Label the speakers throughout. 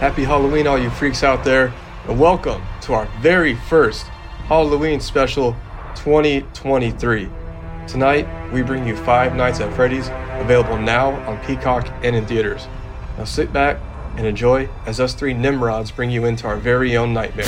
Speaker 1: Happy Halloween, all you freaks out there, and welcome to our very first Halloween special 2023. Tonight, we bring you Five Nights at Freddy's, available now on Peacock and in theaters. Now sit back and enjoy as us three Nimrods bring you into our very own nightmare.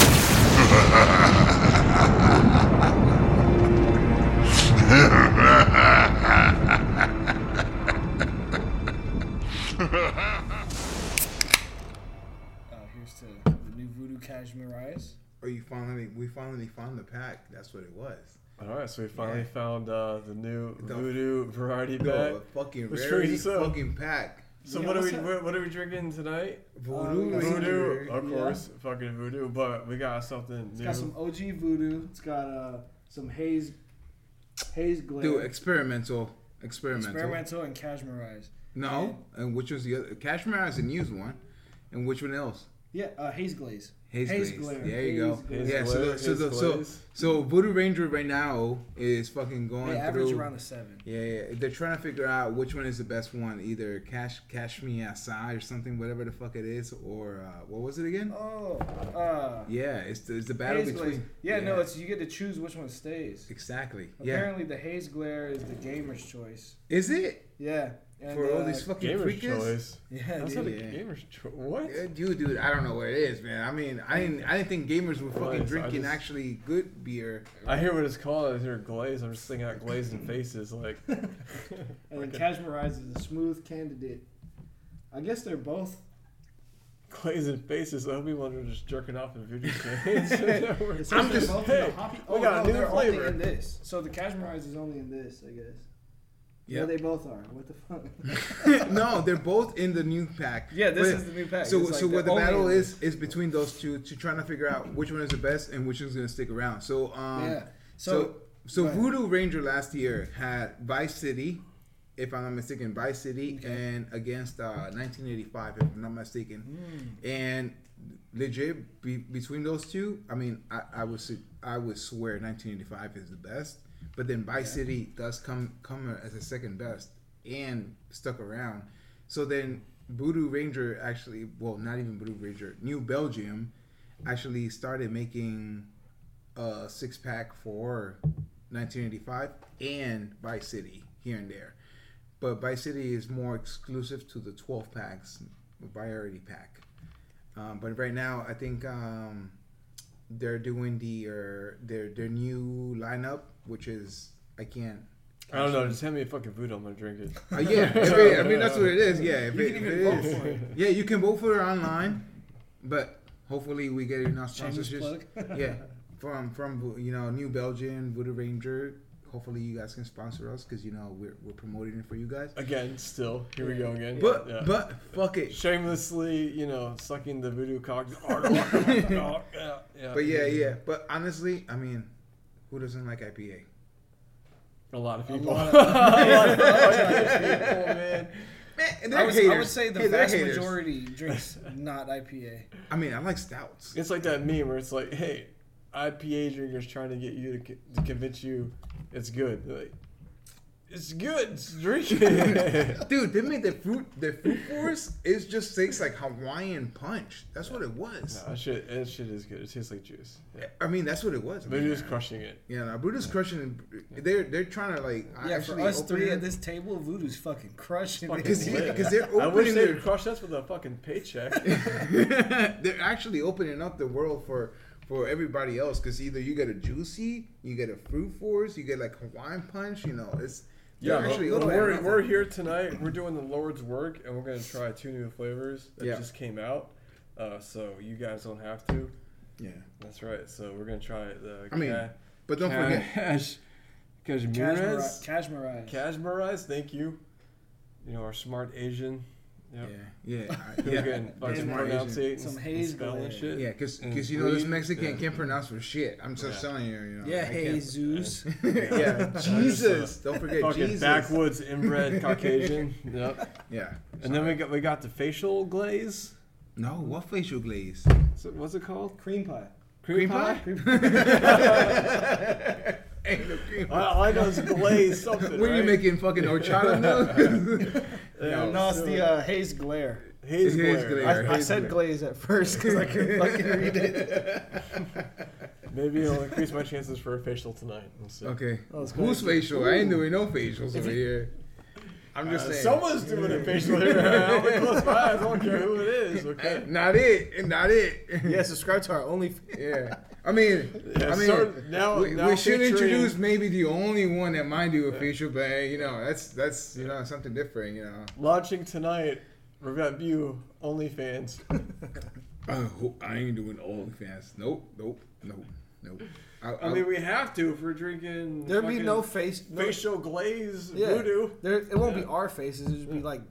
Speaker 2: Uh, here's to the new Voodoo Cashmere Eyes.
Speaker 3: Or you finally we finally found the pack. That's what it was.
Speaker 1: All right, so we finally
Speaker 3: Yeah.
Speaker 1: found uh, the new
Speaker 3: The-
Speaker 1: Voodoo variety
Speaker 3: No,
Speaker 1: pack.
Speaker 3: a fucking
Speaker 1: Let's figure
Speaker 3: rarity
Speaker 1: this out.
Speaker 3: fucking pack.
Speaker 1: So
Speaker 2: Yeah,
Speaker 1: what are we
Speaker 2: what's up?
Speaker 1: what, what are we drinking tonight?
Speaker 3: Voodoo.
Speaker 2: Uh,
Speaker 3: Ranger.
Speaker 1: Voodoo, of
Speaker 2: yeah.
Speaker 1: course, fucking voodoo. But we got something
Speaker 2: It's
Speaker 1: new.
Speaker 2: got some OG Voodoo. It's got uh, some haze, haze glare,
Speaker 3: Dude, experimental. Experimental.
Speaker 2: experimental, and Cashmere Eyes.
Speaker 3: No. And which was the other Cashmere has a used one. And which one else?
Speaker 2: Yeah, uh, haze glaze.
Speaker 3: Haze,
Speaker 2: Haze
Speaker 3: glaze.
Speaker 2: glare.
Speaker 3: There you go.
Speaker 2: Haze glare.
Speaker 3: yeah, so the,
Speaker 1: Haze
Speaker 3: so, the, so
Speaker 1: glaze.
Speaker 3: so Voodoo Ranger right now is fucking going
Speaker 2: They
Speaker 3: through
Speaker 2: average around a seven.
Speaker 3: Yeah, yeah, they're trying to figure out which one is the best one, either Cash Cash Me Outside or something, whatever the fuck it is, or uh, what was it again?
Speaker 2: Oh, uh,
Speaker 3: Yeah, it's the, it's the battle
Speaker 2: haze
Speaker 3: between.
Speaker 2: glaze. Yeah, no, it's you get to choose which one stays.
Speaker 3: exactly. Yeah,
Speaker 2: Apparently, the haze glare is the gamer's choice.
Speaker 3: is it
Speaker 2: Yeah. And,
Speaker 3: for all
Speaker 2: uh,
Speaker 3: these fucking
Speaker 1: gamer's
Speaker 3: freakers?
Speaker 1: choice.
Speaker 2: Yeah,
Speaker 1: That's not
Speaker 2: dude.
Speaker 1: a
Speaker 3: yeah.
Speaker 1: gamer's choice. What?
Speaker 3: Yeah, Dude, dude, I don't know what it is, man. I mean, I didn't, I didn't think gamers were fucking
Speaker 1: Nice, I
Speaker 3: drinking
Speaker 1: just-
Speaker 3: actually good beer.
Speaker 1: I hear what it's called. I hear glaze. I'm just thinking out glazed and faces. Like,
Speaker 2: And then Cashmere Eyes is a smooth candidate. I guess they're both
Speaker 1: glazed and faces. Obi Wan was just jerking off in voodoo. cans.
Speaker 3: I'm just-
Speaker 2: both in
Speaker 1: Hey,
Speaker 2: the hoppy.
Speaker 1: we
Speaker 2: Oh,
Speaker 1: got a
Speaker 2: no,
Speaker 1: new
Speaker 2: they're
Speaker 1: flavor.
Speaker 2: only in this. So the Cashmere Eyes is only in this, I guess. Yeah,
Speaker 3: Yep.
Speaker 2: they both are. What the fuck?
Speaker 3: no, they're both in the new pack.
Speaker 2: yeah, this
Speaker 3: But-
Speaker 2: is the new pack.
Speaker 3: So,
Speaker 2: It's like
Speaker 3: so what the
Speaker 2: only
Speaker 3: battle
Speaker 2: in this.
Speaker 3: is is between those two to trying to figure out which one is the best and which one's gonna stick around. So, um,
Speaker 2: yeah.
Speaker 3: So,
Speaker 2: So,
Speaker 3: so
Speaker 2: go ahead.
Speaker 3: Voodoo Ranger last year had Vice City, if I'm not mistaken, Vice City,
Speaker 2: Okay.
Speaker 3: and against uh, 1985, if I'm not mistaken.
Speaker 2: Hmm.
Speaker 3: And legit, be, between those two, I mean, I, I would s- I would swear 1985 is the best, but then Vice City does come come as a second best and stuck around. So then Voodoo Ranger actually, well, not even Voodoo Ranger, New Belgium actually started making a six pack uh, for 1985 and Vice City here and there. But Vice City is more exclusive to the 12 packs, variety pack. Um, but right now, I think um, they're doing the er, their their new lineup, which is I can't.
Speaker 1: I don't know. Just hand me a fucking voodoo. I'm gonna drink it.
Speaker 3: Uh, yeah, if it- I mean that's what it is. Yeah, if
Speaker 2: You
Speaker 3: it,
Speaker 2: can
Speaker 3: if
Speaker 2: even
Speaker 3: it
Speaker 2: vote
Speaker 3: is.
Speaker 2: for it.
Speaker 3: Yeah, you can vote for it online, but hopefully we get enough
Speaker 2: Shameless
Speaker 3: sponsorships
Speaker 2: plug.
Speaker 3: yeah, from from you know New Belgian Voodoo Ranger. Hopefully you guys can sponsor us because you know we're, we're promoting it for you guys.
Speaker 1: Again, still here we go again.
Speaker 3: But
Speaker 1: Yeah.
Speaker 3: but fuck it.
Speaker 1: shamelessly, you know, sucking the voodoo cock. yeah,
Speaker 3: But yeah yeah. But honestly, I mean, who doesn't like IPA?
Speaker 1: a lot of people.
Speaker 2: lot of-
Speaker 1: A lot of people, man.
Speaker 3: Man, and they're
Speaker 2: I, was, I would
Speaker 3: haters.
Speaker 2: say the
Speaker 3: Hey, they're
Speaker 2: vast
Speaker 3: haters.
Speaker 2: majority drinks not IPA.
Speaker 3: I mean, I like stouts.
Speaker 1: It's like that meme where it's like, hey, IPA drinkers trying to get you to, co- to convince you it's good. Like, it's good. It's drink it.
Speaker 3: Dude, they made the fruit the fruit force. It just tastes like Hawaiian punch. That's what it was.
Speaker 1: Nah, that shit, that shit is good. It tastes like juice. Yeah.
Speaker 3: I mean, that's what it was.
Speaker 1: But it's crushing it.
Speaker 3: Yeah, no, Brutus crushing. They're they're trying to like
Speaker 2: Yeah, for us
Speaker 3: open
Speaker 2: three
Speaker 3: it.
Speaker 2: at this table, Voodoo's fucking crushing
Speaker 1: Fucking
Speaker 2: it.
Speaker 3: Because he-
Speaker 1: lit.
Speaker 3: 'cause they're
Speaker 1: I wish
Speaker 3: opening
Speaker 1: they'd
Speaker 3: their-
Speaker 1: crush us with a fucking paycheck.
Speaker 3: they're actually opening up the world for for everybody else because either you get a juicy, you get a fruit force, you get like Hawaiian punch. You know, it's
Speaker 1: Yeah,
Speaker 3: they're
Speaker 1: but
Speaker 3: actually
Speaker 1: but
Speaker 3: opening
Speaker 1: we're,
Speaker 3: up
Speaker 1: we're
Speaker 3: the-
Speaker 1: here tonight. We're doing the Lord's work, and we're gonna try two new flavors that
Speaker 3: Yeah.
Speaker 1: just came out. Uh, so you guys don't have to.
Speaker 3: Yeah,
Speaker 1: That's right. So we're gonna try the.
Speaker 3: I mean, but don't forget.
Speaker 1: Cash,
Speaker 2: Cashmere
Speaker 1: Cashmere's,
Speaker 2: Cashmere Eyes.
Speaker 1: Cashmere's. Thank you. You know our smart Asian. Yep.
Speaker 3: Yeah, yeah,
Speaker 1: Who
Speaker 3: yeah.
Speaker 1: can fucking
Speaker 2: And
Speaker 1: pronounce
Speaker 3: Asian.
Speaker 1: it and,
Speaker 2: Some
Speaker 1: s- and
Speaker 2: haze
Speaker 1: spell and
Speaker 2: glare.
Speaker 1: shit.
Speaker 3: Yeah, because
Speaker 1: And
Speaker 3: you know this
Speaker 1: weed.
Speaker 3: Mexican
Speaker 1: Yeah.
Speaker 3: can't pronounce for shit. I'm just
Speaker 1: Yeah.
Speaker 3: telling you, you know.
Speaker 2: yeah,
Speaker 3: I can't-
Speaker 2: Jesus.
Speaker 3: yeah, Jesus. Don't forget
Speaker 1: Fucking
Speaker 3: Jesus.
Speaker 1: backwoods inbred Caucasian. Yep.
Speaker 3: Yeah.
Speaker 1: And then we got we got the facial glaze.
Speaker 3: No, what facial glaze?
Speaker 1: So what's it called?
Speaker 2: Cream pie.
Speaker 3: Cream pie?
Speaker 2: Cream
Speaker 3: ain't no cream.
Speaker 2: All, all I know is glaze something.
Speaker 3: What are you
Speaker 2: right?
Speaker 3: making fucking horchata milk?
Speaker 2: Yeah,
Speaker 4: no, it's
Speaker 2: so-
Speaker 4: the uh, haze glare.
Speaker 2: Haze
Speaker 3: Haze
Speaker 2: glare.
Speaker 3: glare,
Speaker 2: I, I
Speaker 3: haze
Speaker 2: said
Speaker 3: glare.
Speaker 2: glaze at first because I couldn't fucking read it.
Speaker 1: Maybe it'll increase my chances for a facial tonight. We'll see.
Speaker 3: Okay.
Speaker 2: That was
Speaker 3: Who's
Speaker 2: crazy.
Speaker 3: facial? I ain't doing no facials over here. I'm just
Speaker 1: Uh,
Speaker 3: saying.
Speaker 1: someone's doing a facial here. I'm gonna close my eyes. I don't care who it is. Okay.
Speaker 3: Not it. Not it.
Speaker 2: Yeah, subscribe to our only.
Speaker 3: Yeah. I mean,
Speaker 1: Yeah,
Speaker 3: I mean,
Speaker 1: start- now-
Speaker 3: we,
Speaker 1: now
Speaker 3: we should
Speaker 1: featuring-
Speaker 3: introduce maybe the only one that might do a facial, but hey, you know, that's that's you know something different, you know.
Speaker 1: Launching tonight. We've got View OnlyFans.
Speaker 3: Oh, I ain't doing OnlyFans. Nope, nope, nope, nope. I,
Speaker 1: I mean, we have to if we're drinking.
Speaker 2: There'd be
Speaker 1: fucking
Speaker 2: no face. No,
Speaker 1: facial glaze
Speaker 2: yeah,
Speaker 1: voodoo.
Speaker 2: There, it won't
Speaker 1: Yeah.
Speaker 2: be our faces. It'd be like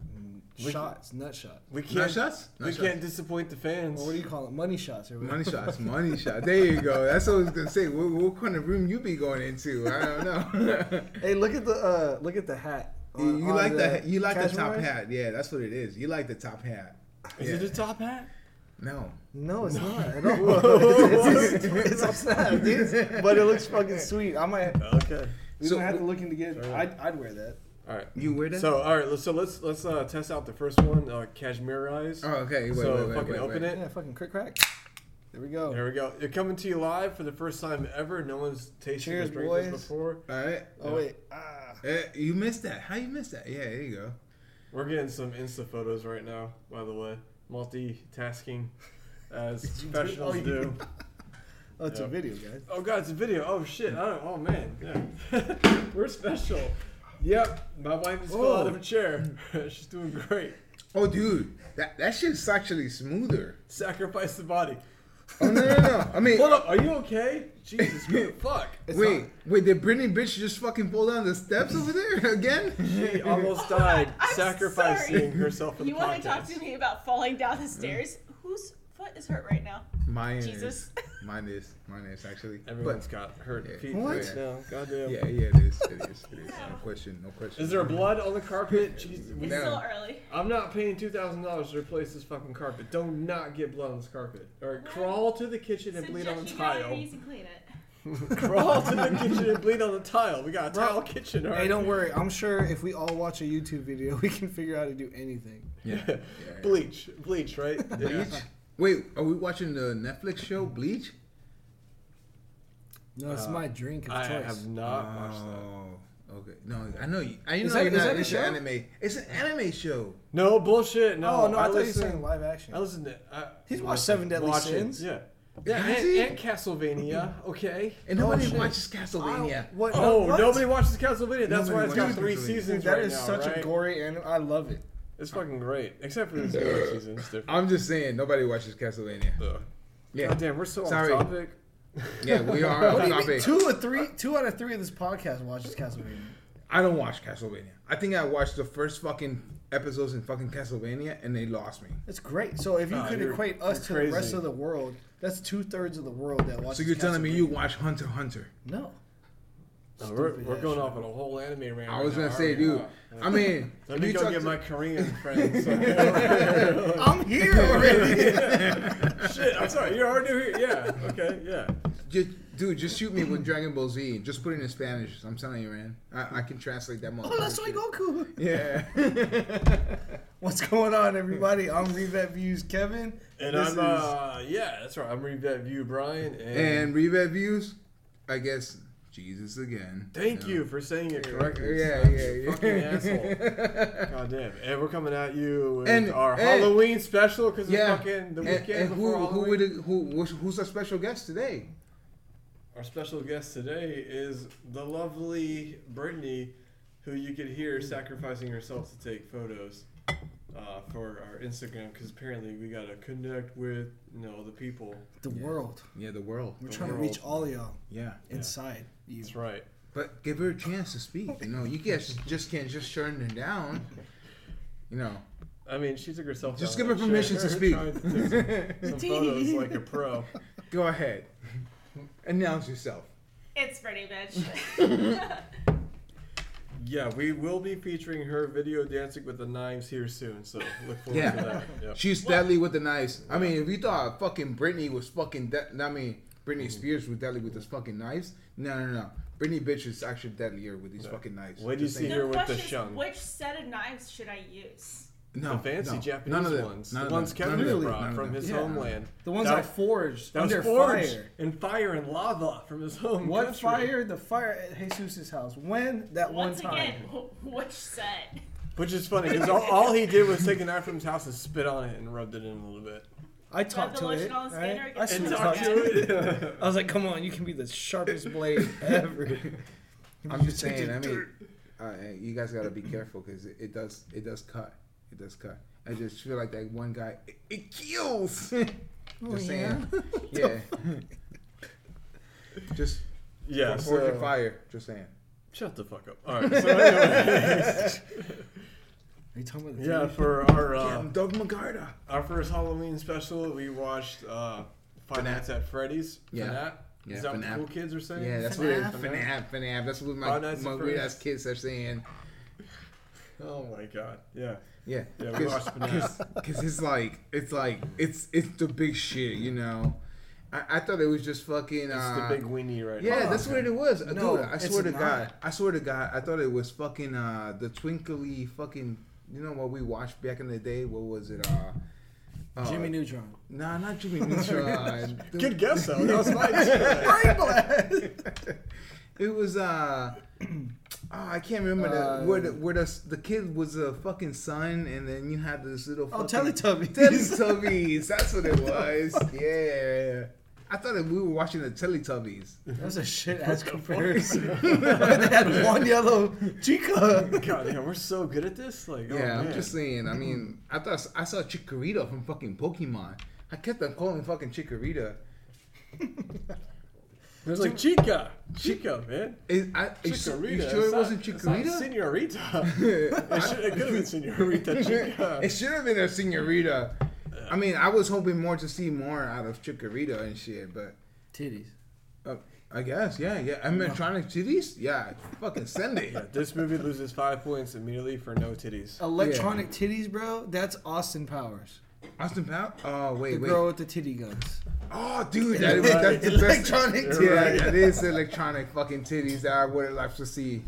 Speaker 2: shots, nut shots.
Speaker 1: We
Speaker 3: nut
Speaker 1: can't.
Speaker 3: shots. Nut
Speaker 1: we
Speaker 3: shots.
Speaker 1: can't disappoint the fans.
Speaker 2: Or what do you call it? Money shots or whatever.
Speaker 3: Money shots, money shots. There you go. That's what I was gonna say. What, what kind of room you be going into? I don't know.
Speaker 2: Hey, look at the uh, look at the hat. on-
Speaker 3: you
Speaker 2: on
Speaker 3: like the, you like the
Speaker 2: casual
Speaker 3: top
Speaker 2: wear?
Speaker 3: hat? Yeah, that's what it is. You like the top hat?
Speaker 1: Is
Speaker 3: Yeah.
Speaker 1: it a top hat?
Speaker 3: No.
Speaker 2: No, it's not. at all. it's, it's, it's on snap, dude. But it looks fucking sweet. I might.
Speaker 1: Okay.
Speaker 4: We
Speaker 3: So-
Speaker 4: don't have to look into get. I'd, I'd wear that.
Speaker 1: All right.
Speaker 3: You wear that?
Speaker 1: So all right. let's- So let's let's uh, test out the first one. Uh, cashmere eyes.
Speaker 3: oh, okay. Wait,
Speaker 1: so
Speaker 3: wait, wait,
Speaker 1: fucking
Speaker 3: wait,
Speaker 1: open
Speaker 3: wait.
Speaker 1: it.
Speaker 2: Yeah, fucking crick crack. There we go.
Speaker 1: There we go. They're coming to you live for the first time ever. No one's tasted
Speaker 2: Cheers,
Speaker 1: or drank this
Speaker 2: boys.
Speaker 1: before.
Speaker 3: All right.
Speaker 2: Oh wait. Ah.
Speaker 3: Eh, you missed that. How you missed that? Yeah, there you go.
Speaker 1: We're getting some Insta photos right now, by the way. Multitasking, as professionals
Speaker 2: oh, you-
Speaker 1: do.
Speaker 2: Oh, it's
Speaker 1: Yeah.
Speaker 2: a video, guys.
Speaker 1: Oh god, it's a video. Oh shit. I don't, oh man. Yeah. We're special. Yep. My wife just fell out of a chair. She's doing great.
Speaker 3: Oh, dude, that that shit's actually smoother.
Speaker 1: Sacrifice the body.
Speaker 3: Oh no, no, no. I mean,
Speaker 1: Hold up. Are you okay? Jesus Christ. Fuck.
Speaker 2: It's
Speaker 3: wait,
Speaker 2: not-
Speaker 3: wait. Did Brittany bitch just fucking fall down the steps over there again?
Speaker 1: She almost died
Speaker 5: I'm
Speaker 1: sacrificing
Speaker 5: sorry.
Speaker 1: herself for the Mm.
Speaker 5: You want to talk
Speaker 1: podcast.
Speaker 5: to me about falling down the stairs? Whose foot is hurt right now?
Speaker 3: Mine is.
Speaker 5: Jesus.
Speaker 3: Mine is. Mine is actually.
Speaker 1: Everyone's got hurt
Speaker 3: Yeah.
Speaker 1: feet
Speaker 2: What?
Speaker 1: right now. Goddamn.
Speaker 3: But, yeah, yeah, it is. It is. It is. No question. No question.
Speaker 1: Is there blood on the carpet? Jeez, we-
Speaker 5: It's
Speaker 3: No.
Speaker 5: still early.
Speaker 1: I'm not paying two thousand dollars to replace this fucking carpet. Don't not get blood on this carpet. All right, crawl to the kitchen and
Speaker 5: Send
Speaker 1: bleed
Speaker 5: Jackie
Speaker 1: on the
Speaker 5: down on your
Speaker 1: tile.
Speaker 5: knees and clean it.
Speaker 1: crawl to the kitchen and bleed on the tile. We got a
Speaker 2: Bro.
Speaker 1: tile kitchen. All right.
Speaker 2: Hey, don't worry. I'm sure if we all watch a YouTube video, we can figure out how to do anything.
Speaker 3: Yeah. yeah, yeah.
Speaker 1: bleach, bleach, right? Yeah.
Speaker 3: Bleach. Wait, are we watching the Netflix show Bleach?
Speaker 2: No, it's
Speaker 1: Uh,
Speaker 2: my drink of
Speaker 1: I
Speaker 2: choice. Uh,
Speaker 1: have not watched that.
Speaker 3: Oh, okay. No, I know. You, I know
Speaker 2: that-
Speaker 3: you're
Speaker 2: is
Speaker 3: not
Speaker 2: that a
Speaker 3: into
Speaker 2: show?
Speaker 3: anime. It's an anime show.
Speaker 1: No bullshit. No,
Speaker 2: oh no, I, thought you were
Speaker 1: listen,
Speaker 2: saying live action.
Speaker 1: I listen to. I,
Speaker 2: He's
Speaker 1: I
Speaker 2: watched
Speaker 1: listen-
Speaker 2: Seven Deadly
Speaker 1: watch it,
Speaker 2: Sins.
Speaker 1: Yeah. Yeah,
Speaker 3: Has
Speaker 1: and,
Speaker 3: he?
Speaker 1: and Castlevania. Okay.
Speaker 3: And
Speaker 2: Oh,
Speaker 3: nobody
Speaker 2: shit.
Speaker 3: watches Castlevania.
Speaker 2: what?
Speaker 1: Oh,
Speaker 2: what?
Speaker 1: nobody watches Castlevania. That's why
Speaker 3: Nobody
Speaker 1: it's got
Speaker 3: watches
Speaker 1: three
Speaker 3: Castlevania.
Speaker 2: Dude,
Speaker 1: seasons
Speaker 2: that
Speaker 1: right
Speaker 2: is
Speaker 1: now,
Speaker 2: such a
Speaker 1: right?
Speaker 2: gory anime. I love it.
Speaker 1: It's fucking great, except for this third season. It's different.
Speaker 3: I'm just saying, nobody watches Castlevania.
Speaker 1: Ugh.
Speaker 3: Yeah,
Speaker 1: God damn, we're so
Speaker 3: Sorry.
Speaker 1: off topic.
Speaker 3: yeah, we are
Speaker 2: What
Speaker 3: on
Speaker 2: do you mean?
Speaker 3: topic.
Speaker 2: Two or three, two out of three of this podcast watches Castlevania.
Speaker 3: I don't watch Castlevania. I think I watched the first fucking episodes in fucking Castlevania, and they lost me.
Speaker 2: That's great. So if you
Speaker 1: Nah,
Speaker 2: could
Speaker 1: you're-
Speaker 2: equate us
Speaker 1: you're
Speaker 2: to
Speaker 1: crazy.
Speaker 2: the rest of the world, that's two thirds of the world that watches.
Speaker 3: So you're telling me
Speaker 2: Castlevania.
Speaker 3: you watch Hunter x Hunter?
Speaker 2: no?
Speaker 1: No, we're,
Speaker 2: Stupid
Speaker 1: we're
Speaker 2: ass
Speaker 1: going
Speaker 2: shit.
Speaker 1: off on a whole anime rant.
Speaker 3: I was
Speaker 1: right
Speaker 3: gonna
Speaker 1: now,
Speaker 3: say,
Speaker 1: aren't we?
Speaker 3: dude. I mean,
Speaker 1: Let
Speaker 3: if
Speaker 1: me
Speaker 3: you
Speaker 1: go
Speaker 3: talk
Speaker 1: get
Speaker 3: to-
Speaker 1: my Korean friends.
Speaker 2: I'm here already.
Speaker 1: Shit, I'm sorry. You're already here. Yeah. Okay. Yeah.
Speaker 3: Just, dude, just shoot me with Dragon Ball Z. Just put it in Spanish. I'm telling you, man. I, I can translate that much.
Speaker 2: oh, that's why Goku.
Speaker 3: Yeah.
Speaker 2: What's going on, everybody? I'm Revet Views Kevin.
Speaker 1: And
Speaker 2: This
Speaker 1: I'm, uh, yeah, that's right. I'm Revet View Brian. And,
Speaker 3: and revet views, I guess Jesus again.
Speaker 1: thank
Speaker 3: know.
Speaker 1: you for saying it correctly.
Speaker 3: Yeah,
Speaker 1: son.
Speaker 3: yeah,
Speaker 1: You
Speaker 3: yeah.
Speaker 1: Fucking asshole. God damn. And we're coming at you with
Speaker 3: And-
Speaker 1: our
Speaker 3: and-
Speaker 1: Halloween special because it's
Speaker 3: Yeah.
Speaker 1: fucking the
Speaker 3: And,
Speaker 1: weekend
Speaker 3: and
Speaker 1: before
Speaker 3: who who,
Speaker 1: Halloween.
Speaker 3: would, who who's- who's our special guest today?
Speaker 1: Our special guest today is the lovely Brittany, who you could hear sacrificing herself to take photos uh, for our Instagram because apparently we gotta connect with you know the people.
Speaker 2: the world.
Speaker 3: Yeah, the world.
Speaker 2: We're
Speaker 1: The
Speaker 2: trying to reach all of y'all
Speaker 3: Yeah.
Speaker 2: inside you.
Speaker 1: That's right.
Speaker 3: But give her a chance to speak. You know, you guys just can't just turn her down. You know,
Speaker 1: I mean, she took herself.
Speaker 3: just
Speaker 1: out
Speaker 3: give
Speaker 1: of
Speaker 3: her
Speaker 1: that
Speaker 3: permission
Speaker 1: chair
Speaker 3: to speak.
Speaker 1: trying to take some photos like a pro.
Speaker 3: Go ahead. Announce yourself.
Speaker 5: It's pretty bitch.
Speaker 1: Yeah, we will be featuring her video dancing with the knives here soon, so look forward
Speaker 3: Yeah.
Speaker 1: to that. Yep.
Speaker 3: She's deadly with the knives. I mean, if you thought
Speaker 1: Mm-hmm.
Speaker 3: fucking Britney was fucking, de- I mean, Britney Spears was deadly with those fucking knives. No, no, no. Brittany bitch is actually deadlier with these fucking knives.
Speaker 1: What do you
Speaker 3: Just
Speaker 1: see
Speaker 3: saying.
Speaker 1: here
Speaker 5: The
Speaker 1: with the
Speaker 5: question is,
Speaker 1: shun.
Speaker 5: which set of knives should I use?
Speaker 3: No,
Speaker 1: the fancy
Speaker 3: no,
Speaker 1: Japanese
Speaker 3: none of them,
Speaker 1: ones,
Speaker 3: none
Speaker 1: the
Speaker 3: of
Speaker 1: ones
Speaker 3: them,
Speaker 1: Kevin
Speaker 3: none of them, none
Speaker 1: brought
Speaker 3: of
Speaker 1: from
Speaker 3: them.
Speaker 1: his
Speaker 6: Yeah.
Speaker 1: homeland.
Speaker 2: The ones
Speaker 1: that,
Speaker 2: I forged
Speaker 1: that was
Speaker 2: under
Speaker 1: forged
Speaker 2: fire.
Speaker 1: and fire and lava from his home.
Speaker 2: What
Speaker 1: country.
Speaker 2: fire? The fire at Jesus' house. When? That
Speaker 5: Once
Speaker 2: one time.
Speaker 5: again, wh- which set?
Speaker 1: Which is funny because all, all he did was take a knife from his house and spit on it and rubbed it in a little bit.
Speaker 2: I talked
Speaker 5: the
Speaker 2: to
Speaker 5: lotion
Speaker 2: it.
Speaker 5: on the
Speaker 2: right?
Speaker 5: scanner,
Speaker 2: I
Speaker 5: get
Speaker 1: And
Speaker 2: still
Speaker 5: the
Speaker 1: talk
Speaker 2: talked
Speaker 5: lotion
Speaker 2: to it.
Speaker 1: to it.
Speaker 2: I was like, come on, you can be the sharpest blade ever.
Speaker 3: I'm just saying. I mean, uh, you guys gotta be careful because it, it does it does cut. It does cut. I just feel like that one guy. It, it kills. just saying. Yeah. just
Speaker 1: yeah.
Speaker 3: forge your
Speaker 1: so-
Speaker 3: fire. Just saying.
Speaker 1: Shut the fuck up. All right. So anyways,
Speaker 2: Are you talking about the
Speaker 1: yeah,
Speaker 2: TV?
Speaker 1: for our
Speaker 3: Yeah,
Speaker 1: uh,
Speaker 3: I'm Doug McGarda.
Speaker 1: our first Halloween special, we watched uh, Five
Speaker 3: Fnat.
Speaker 1: Nights at Freddy's.
Speaker 3: Yeah.
Speaker 1: Fnat.
Speaker 3: Yeah,
Speaker 1: Is that what the
Speaker 3: Fnat.
Speaker 1: cool kids are saying?
Speaker 3: Yeah, that's what it is. FNAF, FNAF. That's what my,
Speaker 1: Five Nights at
Speaker 3: my weird
Speaker 1: Freddy's.
Speaker 3: ass kids are saying.
Speaker 1: Oh my god. Yeah.
Speaker 3: Yeah,
Speaker 1: Yeah, we watched Fnat.
Speaker 3: because it's like it's like it's it's the big shit, you know. I, I thought it was just fucking.
Speaker 1: It's
Speaker 3: uh,
Speaker 1: the big weenie right
Speaker 3: Yeah,
Speaker 1: now. Oh,
Speaker 3: that's what it was.
Speaker 2: No,
Speaker 3: Dude, I
Speaker 2: it's
Speaker 3: swear to
Speaker 2: not.
Speaker 3: God. I swear to God, I thought it was fucking uh the twinkly fucking you know what we watched back in the day? What was it? Uh, uh
Speaker 2: Jimmy Neutron.
Speaker 3: Nah, not Jimmy Neutron.
Speaker 1: Good guess though. That was mine.
Speaker 2: Brain blast!
Speaker 3: it was uh Oh, I can't remember
Speaker 2: Uh,
Speaker 3: the, where the where the, s- the kid was a fucking son, and then you had this little
Speaker 2: Oh,
Speaker 3: fucking-
Speaker 2: Teletubbies.
Speaker 3: Teletubbies. That's what it was. Yeah, I thought that we were watching the Teletubbies.
Speaker 1: Oh,
Speaker 2: That was a shit ass comparison. they had one yellow chica.
Speaker 1: God, yeah, we're so good at this. Like, oh,
Speaker 3: Yeah, I'm
Speaker 1: man.
Speaker 3: just saying. I mean, I thought I saw Chikorita from fucking Pokemon. I kept on calling fucking Chikorita.
Speaker 1: It was like Chica, Chica, man.
Speaker 3: Is, I, you,
Speaker 1: Chikorita.
Speaker 3: s- you sure
Speaker 1: It's
Speaker 3: it
Speaker 1: not-
Speaker 3: wasn't
Speaker 1: it's not
Speaker 3: Chikorita?
Speaker 1: Senorita. it, should, it could have been Senorita Chica.
Speaker 3: it should have been a Senorita. I mean, I was hoping more to see more out of Chikorita and shit, but
Speaker 2: Titties.
Speaker 3: uh, I guess, yeah, yeah. I mean, trying to titties? Yeah, fucking send it.
Speaker 1: Yeah, this movie loses five points immediately for no titties.
Speaker 3: Oh.
Speaker 2: Electronic titties, bro. That's Austin Powers.
Speaker 3: Austin Powell? Oh,
Speaker 2: The
Speaker 3: wait, wait.
Speaker 2: girl with the titty guns.
Speaker 3: Oh, dude, that is, that's the best.
Speaker 2: Electronic
Speaker 1: You're
Speaker 3: Yeah,
Speaker 1: right.
Speaker 3: that is electronic fucking titties that I would have liked to see.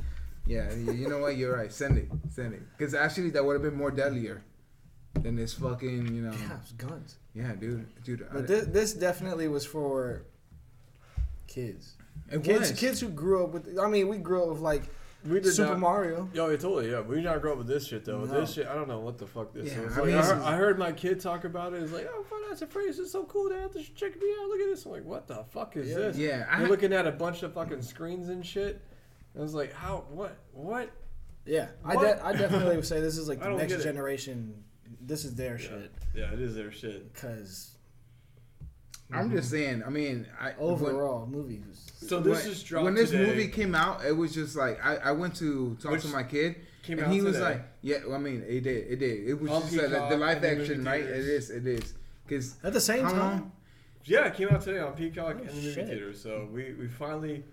Speaker 3: Yeah, you, you know what? You're right. Send it. Send it. Because actually, that would have been more deadlier than this fucking, you know.
Speaker 2: Yeah, it's guns.
Speaker 3: Yeah, dude. Dude. I-
Speaker 2: Um, But this, this definitely was for kids.
Speaker 3: it
Speaker 2: Kids,
Speaker 3: was.
Speaker 2: kids who grew up with. I mean, we grew up with like
Speaker 1: We did
Speaker 2: Super
Speaker 1: not-
Speaker 2: Mario.
Speaker 1: Yo, yeah, totally. Yeah, we did not grow up with this shit though. With
Speaker 2: No.
Speaker 1: This shit, I don't know what the fuck this
Speaker 3: Yeah,
Speaker 1: is. Like,
Speaker 3: I
Speaker 1: I,
Speaker 3: mean,
Speaker 1: heard,
Speaker 3: this is-
Speaker 1: I heard my kid talk about it. It's like, oh, fun, that's a phrase. It's so cool. Dad, Just check me out. Look at this. I'm like, what the fuck is this?
Speaker 3: Yeah,
Speaker 1: You're
Speaker 3: I-
Speaker 1: looking at a bunch of fucking screens and shit. I was like, how? What? What?
Speaker 2: Yeah, I,
Speaker 1: What?
Speaker 2: de- I definitely would say this is like
Speaker 1: I
Speaker 2: the
Speaker 1: don't
Speaker 2: next
Speaker 1: get it.
Speaker 2: generation. This is their shit.
Speaker 1: Yeah, it is their shit.
Speaker 2: Because
Speaker 3: I'm just saying. I mean, I when-
Speaker 2: overall, movies. Was,
Speaker 1: So Mm-hmm. this
Speaker 3: when,
Speaker 1: is dropped
Speaker 3: when this
Speaker 1: today.
Speaker 3: movie came out, it was just like I, I went to talk
Speaker 1: Which
Speaker 3: to my kid,
Speaker 1: came
Speaker 3: and
Speaker 1: out
Speaker 3: he was
Speaker 1: today.
Speaker 3: like, "Yeah, well, I mean, it did, it did. It was
Speaker 1: On
Speaker 3: just like the-
Speaker 1: Peacock
Speaker 3: the live
Speaker 1: and in
Speaker 3: action,
Speaker 1: movie
Speaker 3: right? It
Speaker 1: theaters.
Speaker 3: is, it is. Because
Speaker 2: at the same time,
Speaker 1: Yeah, it came out today on Peacock
Speaker 2: Oh,
Speaker 1: and the movie
Speaker 2: shit.
Speaker 1: theaters. So we we finally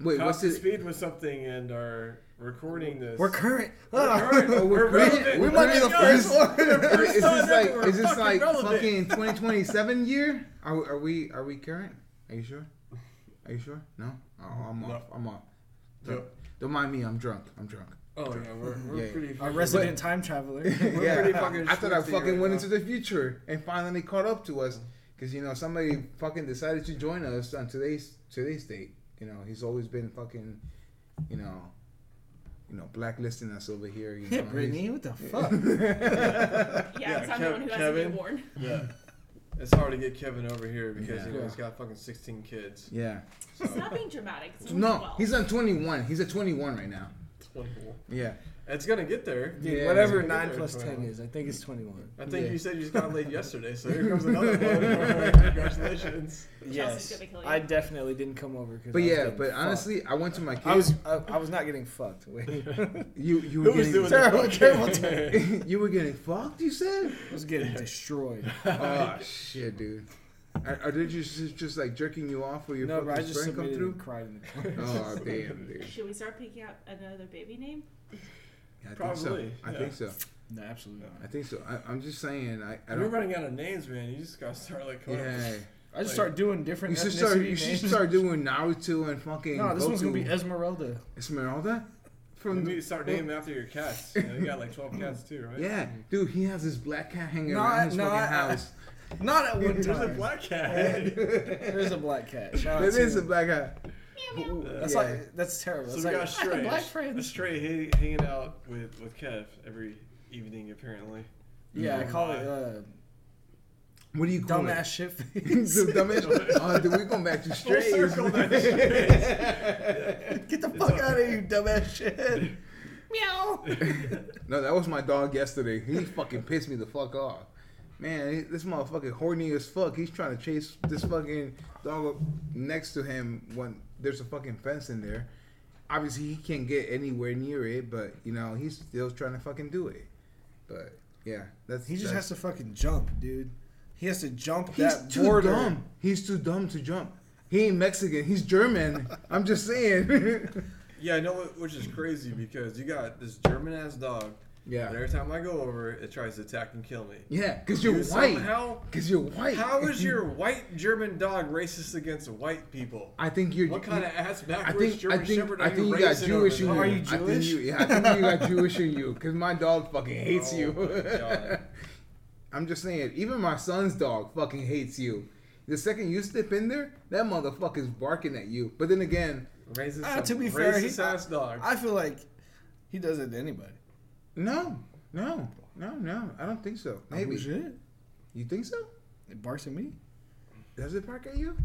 Speaker 3: Wait,
Speaker 1: caught
Speaker 3: what's
Speaker 1: the
Speaker 3: this?
Speaker 1: speed with something and are recording this.
Speaker 2: we're current.
Speaker 1: current.
Speaker 3: Oh,
Speaker 1: We're
Speaker 3: we're
Speaker 1: relevant.
Speaker 3: current.
Speaker 2: We might be the
Speaker 1: We're
Speaker 2: first
Speaker 1: relevant.
Speaker 2: one.
Speaker 1: First
Speaker 3: is
Speaker 1: time
Speaker 3: this like
Speaker 1: ever,
Speaker 3: is
Speaker 1: we're
Speaker 3: this like
Speaker 1: relevant.
Speaker 3: fucking 2027 year? Are, we- are we are we current? Are you sure? Are you sure? No. Oh, I'm
Speaker 1: No.
Speaker 3: off. I'm off.
Speaker 1: No.
Speaker 3: Don't, don't mind me. I'm drunk. I'm drunk.
Speaker 1: Oh yeah, we're, we're
Speaker 3: Yeah.
Speaker 1: pretty.
Speaker 2: A
Speaker 1: fucking-
Speaker 2: resident time traveler.
Speaker 1: We're pretty fucking
Speaker 3: I thought I
Speaker 1: schmutzy
Speaker 3: fucking
Speaker 1: right
Speaker 3: went
Speaker 1: now.
Speaker 3: into the future and finally caught up to us because you know somebody fucking decided to join us on today's today's date. You know, he's always been fucking, you know, you know, blacklisting us over here. You
Speaker 2: Yeah,
Speaker 3: know,
Speaker 2: Brittany,
Speaker 3: he's-
Speaker 2: what the fuck?
Speaker 5: Yeah, because
Speaker 1: Yeah,
Speaker 5: I'm the one who hasn't
Speaker 1: Kevin.
Speaker 5: been born.
Speaker 1: Yeah. It's hard to get Kevin over here because you know
Speaker 3: Yeah.
Speaker 1: he's got fucking 16 kids.
Speaker 3: Yeah.
Speaker 5: It's not being dramatic. It's only
Speaker 3: No,
Speaker 5: 12.
Speaker 3: he's on 21. He's at 21 right now. Yeah.
Speaker 1: It's gonna get there.
Speaker 2: Dude,
Speaker 3: Yeah,
Speaker 2: whatever
Speaker 1: it's gonna get
Speaker 2: nine
Speaker 1: there,
Speaker 2: plus ten
Speaker 1: 21.
Speaker 2: is, I think it's twenty-one.
Speaker 1: I think
Speaker 3: Yeah.
Speaker 1: you said you just got laid yesterday, so here comes another one. Congratulations.
Speaker 5: Yes. gonna kill you.
Speaker 2: I definitely didn't come over. 'cause
Speaker 3: But
Speaker 2: I was
Speaker 3: yeah,
Speaker 2: getting
Speaker 3: but
Speaker 2: fucked.
Speaker 3: honestly, I went to my kids.
Speaker 2: I was I, I was not getting fucked. Wait,
Speaker 3: you you
Speaker 1: Who
Speaker 3: were
Speaker 1: was
Speaker 3: getting
Speaker 1: doing
Speaker 2: Terrible,
Speaker 1: that?
Speaker 2: terrible,
Speaker 3: you were getting fucked. You said.
Speaker 2: I was getting destroyed.
Speaker 3: Oh shit, dude. Are, are they just just like jerking you off or your
Speaker 2: no, bro, I
Speaker 3: fucking
Speaker 2: just
Speaker 3: sperm come
Speaker 2: submitted and
Speaker 3: through?
Speaker 2: cried in the corner.
Speaker 3: Oh damn, dude.
Speaker 5: Should we start picking up another baby name?
Speaker 3: I
Speaker 1: Probably,
Speaker 3: Think so. I
Speaker 1: yeah.
Speaker 3: think so.
Speaker 2: No, absolutely not.
Speaker 3: I think so. I, I'm just saying. I, I
Speaker 1: We're
Speaker 3: don't.
Speaker 1: running out of names, man. You just gotta start like. coming up
Speaker 3: Yeah.
Speaker 1: with-
Speaker 2: I just start doing different.
Speaker 3: You should
Speaker 2: ethnicity
Speaker 3: start. You
Speaker 2: names.
Speaker 3: should start doing Naruto and fucking.
Speaker 2: No, this one's gonna
Speaker 3: Goku.
Speaker 2: be Esmeralda.
Speaker 3: Esmeralda.
Speaker 1: You
Speaker 3: From
Speaker 1: need to start naming after your cats. You, know, you got like 12 cats too, right?
Speaker 3: yeah, dude, he has this black cat hanging
Speaker 2: No, I-
Speaker 3: around his
Speaker 2: no,
Speaker 3: fucking
Speaker 2: I-
Speaker 3: house.
Speaker 2: Not at one
Speaker 1: There's a
Speaker 2: time.
Speaker 1: black cat.
Speaker 2: There's a black cat. Shout out
Speaker 3: It
Speaker 2: to
Speaker 3: is a
Speaker 2: him.
Speaker 3: black cat.
Speaker 2: That's
Speaker 3: yeah.
Speaker 2: like that's terrible.
Speaker 1: so we
Speaker 2: That's like,
Speaker 1: got Stray.
Speaker 2: I have a black
Speaker 1: A
Speaker 2: friend.
Speaker 1: Stray ha- hanging out with, with Kev every evening, apparently.
Speaker 2: Yeah, I call it uh,
Speaker 3: What do you call
Speaker 2: dumbass
Speaker 3: it?
Speaker 2: shit face.
Speaker 3: the dumbass. oh, dude, we going back to
Speaker 1: Full
Speaker 3: strays.
Speaker 1: circle, back to strays.
Speaker 2: Get the fuck out of here, you dumbass shit. Meow.
Speaker 3: No, that was my dog yesterday. He fucking pissed me the fuck off. Man, he- this motherfucking horny as fuck. He's trying to chase this fucking dog up next to him when there's a fucking fence in there. Obviously, he can't get anywhere near it, but you know he's still trying to fucking do it. But yeah, that's
Speaker 2: He just has
Speaker 3: that's,
Speaker 2: to fucking jump, dude. He has to jump
Speaker 3: He's
Speaker 2: that
Speaker 3: too
Speaker 2: border.
Speaker 3: dumb. He's too dumb to jump. He ain't Mexican. He's German. I'm just saying.
Speaker 1: Yeah, I know, wh- which is crazy because you got this German ass dog. And
Speaker 3: yeah.
Speaker 1: every time I go over, it tries to attack and kill me.
Speaker 3: Yeah, because you're
Speaker 1: You
Speaker 3: white.
Speaker 1: Somehow,
Speaker 3: Because you're white.
Speaker 1: how is your white German dog racist against white people?
Speaker 3: I think you're.
Speaker 1: What kind of ass
Speaker 3: I
Speaker 1: backwards
Speaker 3: think
Speaker 1: German
Speaker 3: I think
Speaker 1: Shepherd
Speaker 3: I
Speaker 1: are
Speaker 3: think
Speaker 1: you
Speaker 3: you got
Speaker 1: raising
Speaker 3: Jewish in
Speaker 1: over
Speaker 3: you.
Speaker 1: there?
Speaker 2: Are you
Speaker 3: I think
Speaker 2: Jewish?
Speaker 3: you- yeah, I think you got Jewish in you because my dog fucking hates
Speaker 1: Oh my
Speaker 3: you.
Speaker 1: God.
Speaker 3: I'm just saying, even my son's dog fucking hates you. The second you step in there, that motherfucker's barking at you. But then again,
Speaker 1: Raises
Speaker 2: Ah,
Speaker 1: some
Speaker 2: to be
Speaker 1: racist
Speaker 2: fair, he-
Speaker 1: ass dog.
Speaker 2: I feel like he does it to anybody.
Speaker 3: no, no, no, no. I don't think so.
Speaker 1: Oh,
Speaker 3: Maybe
Speaker 2: Who's it?
Speaker 3: you think so?
Speaker 2: It barks at me.
Speaker 3: Does it bark at you?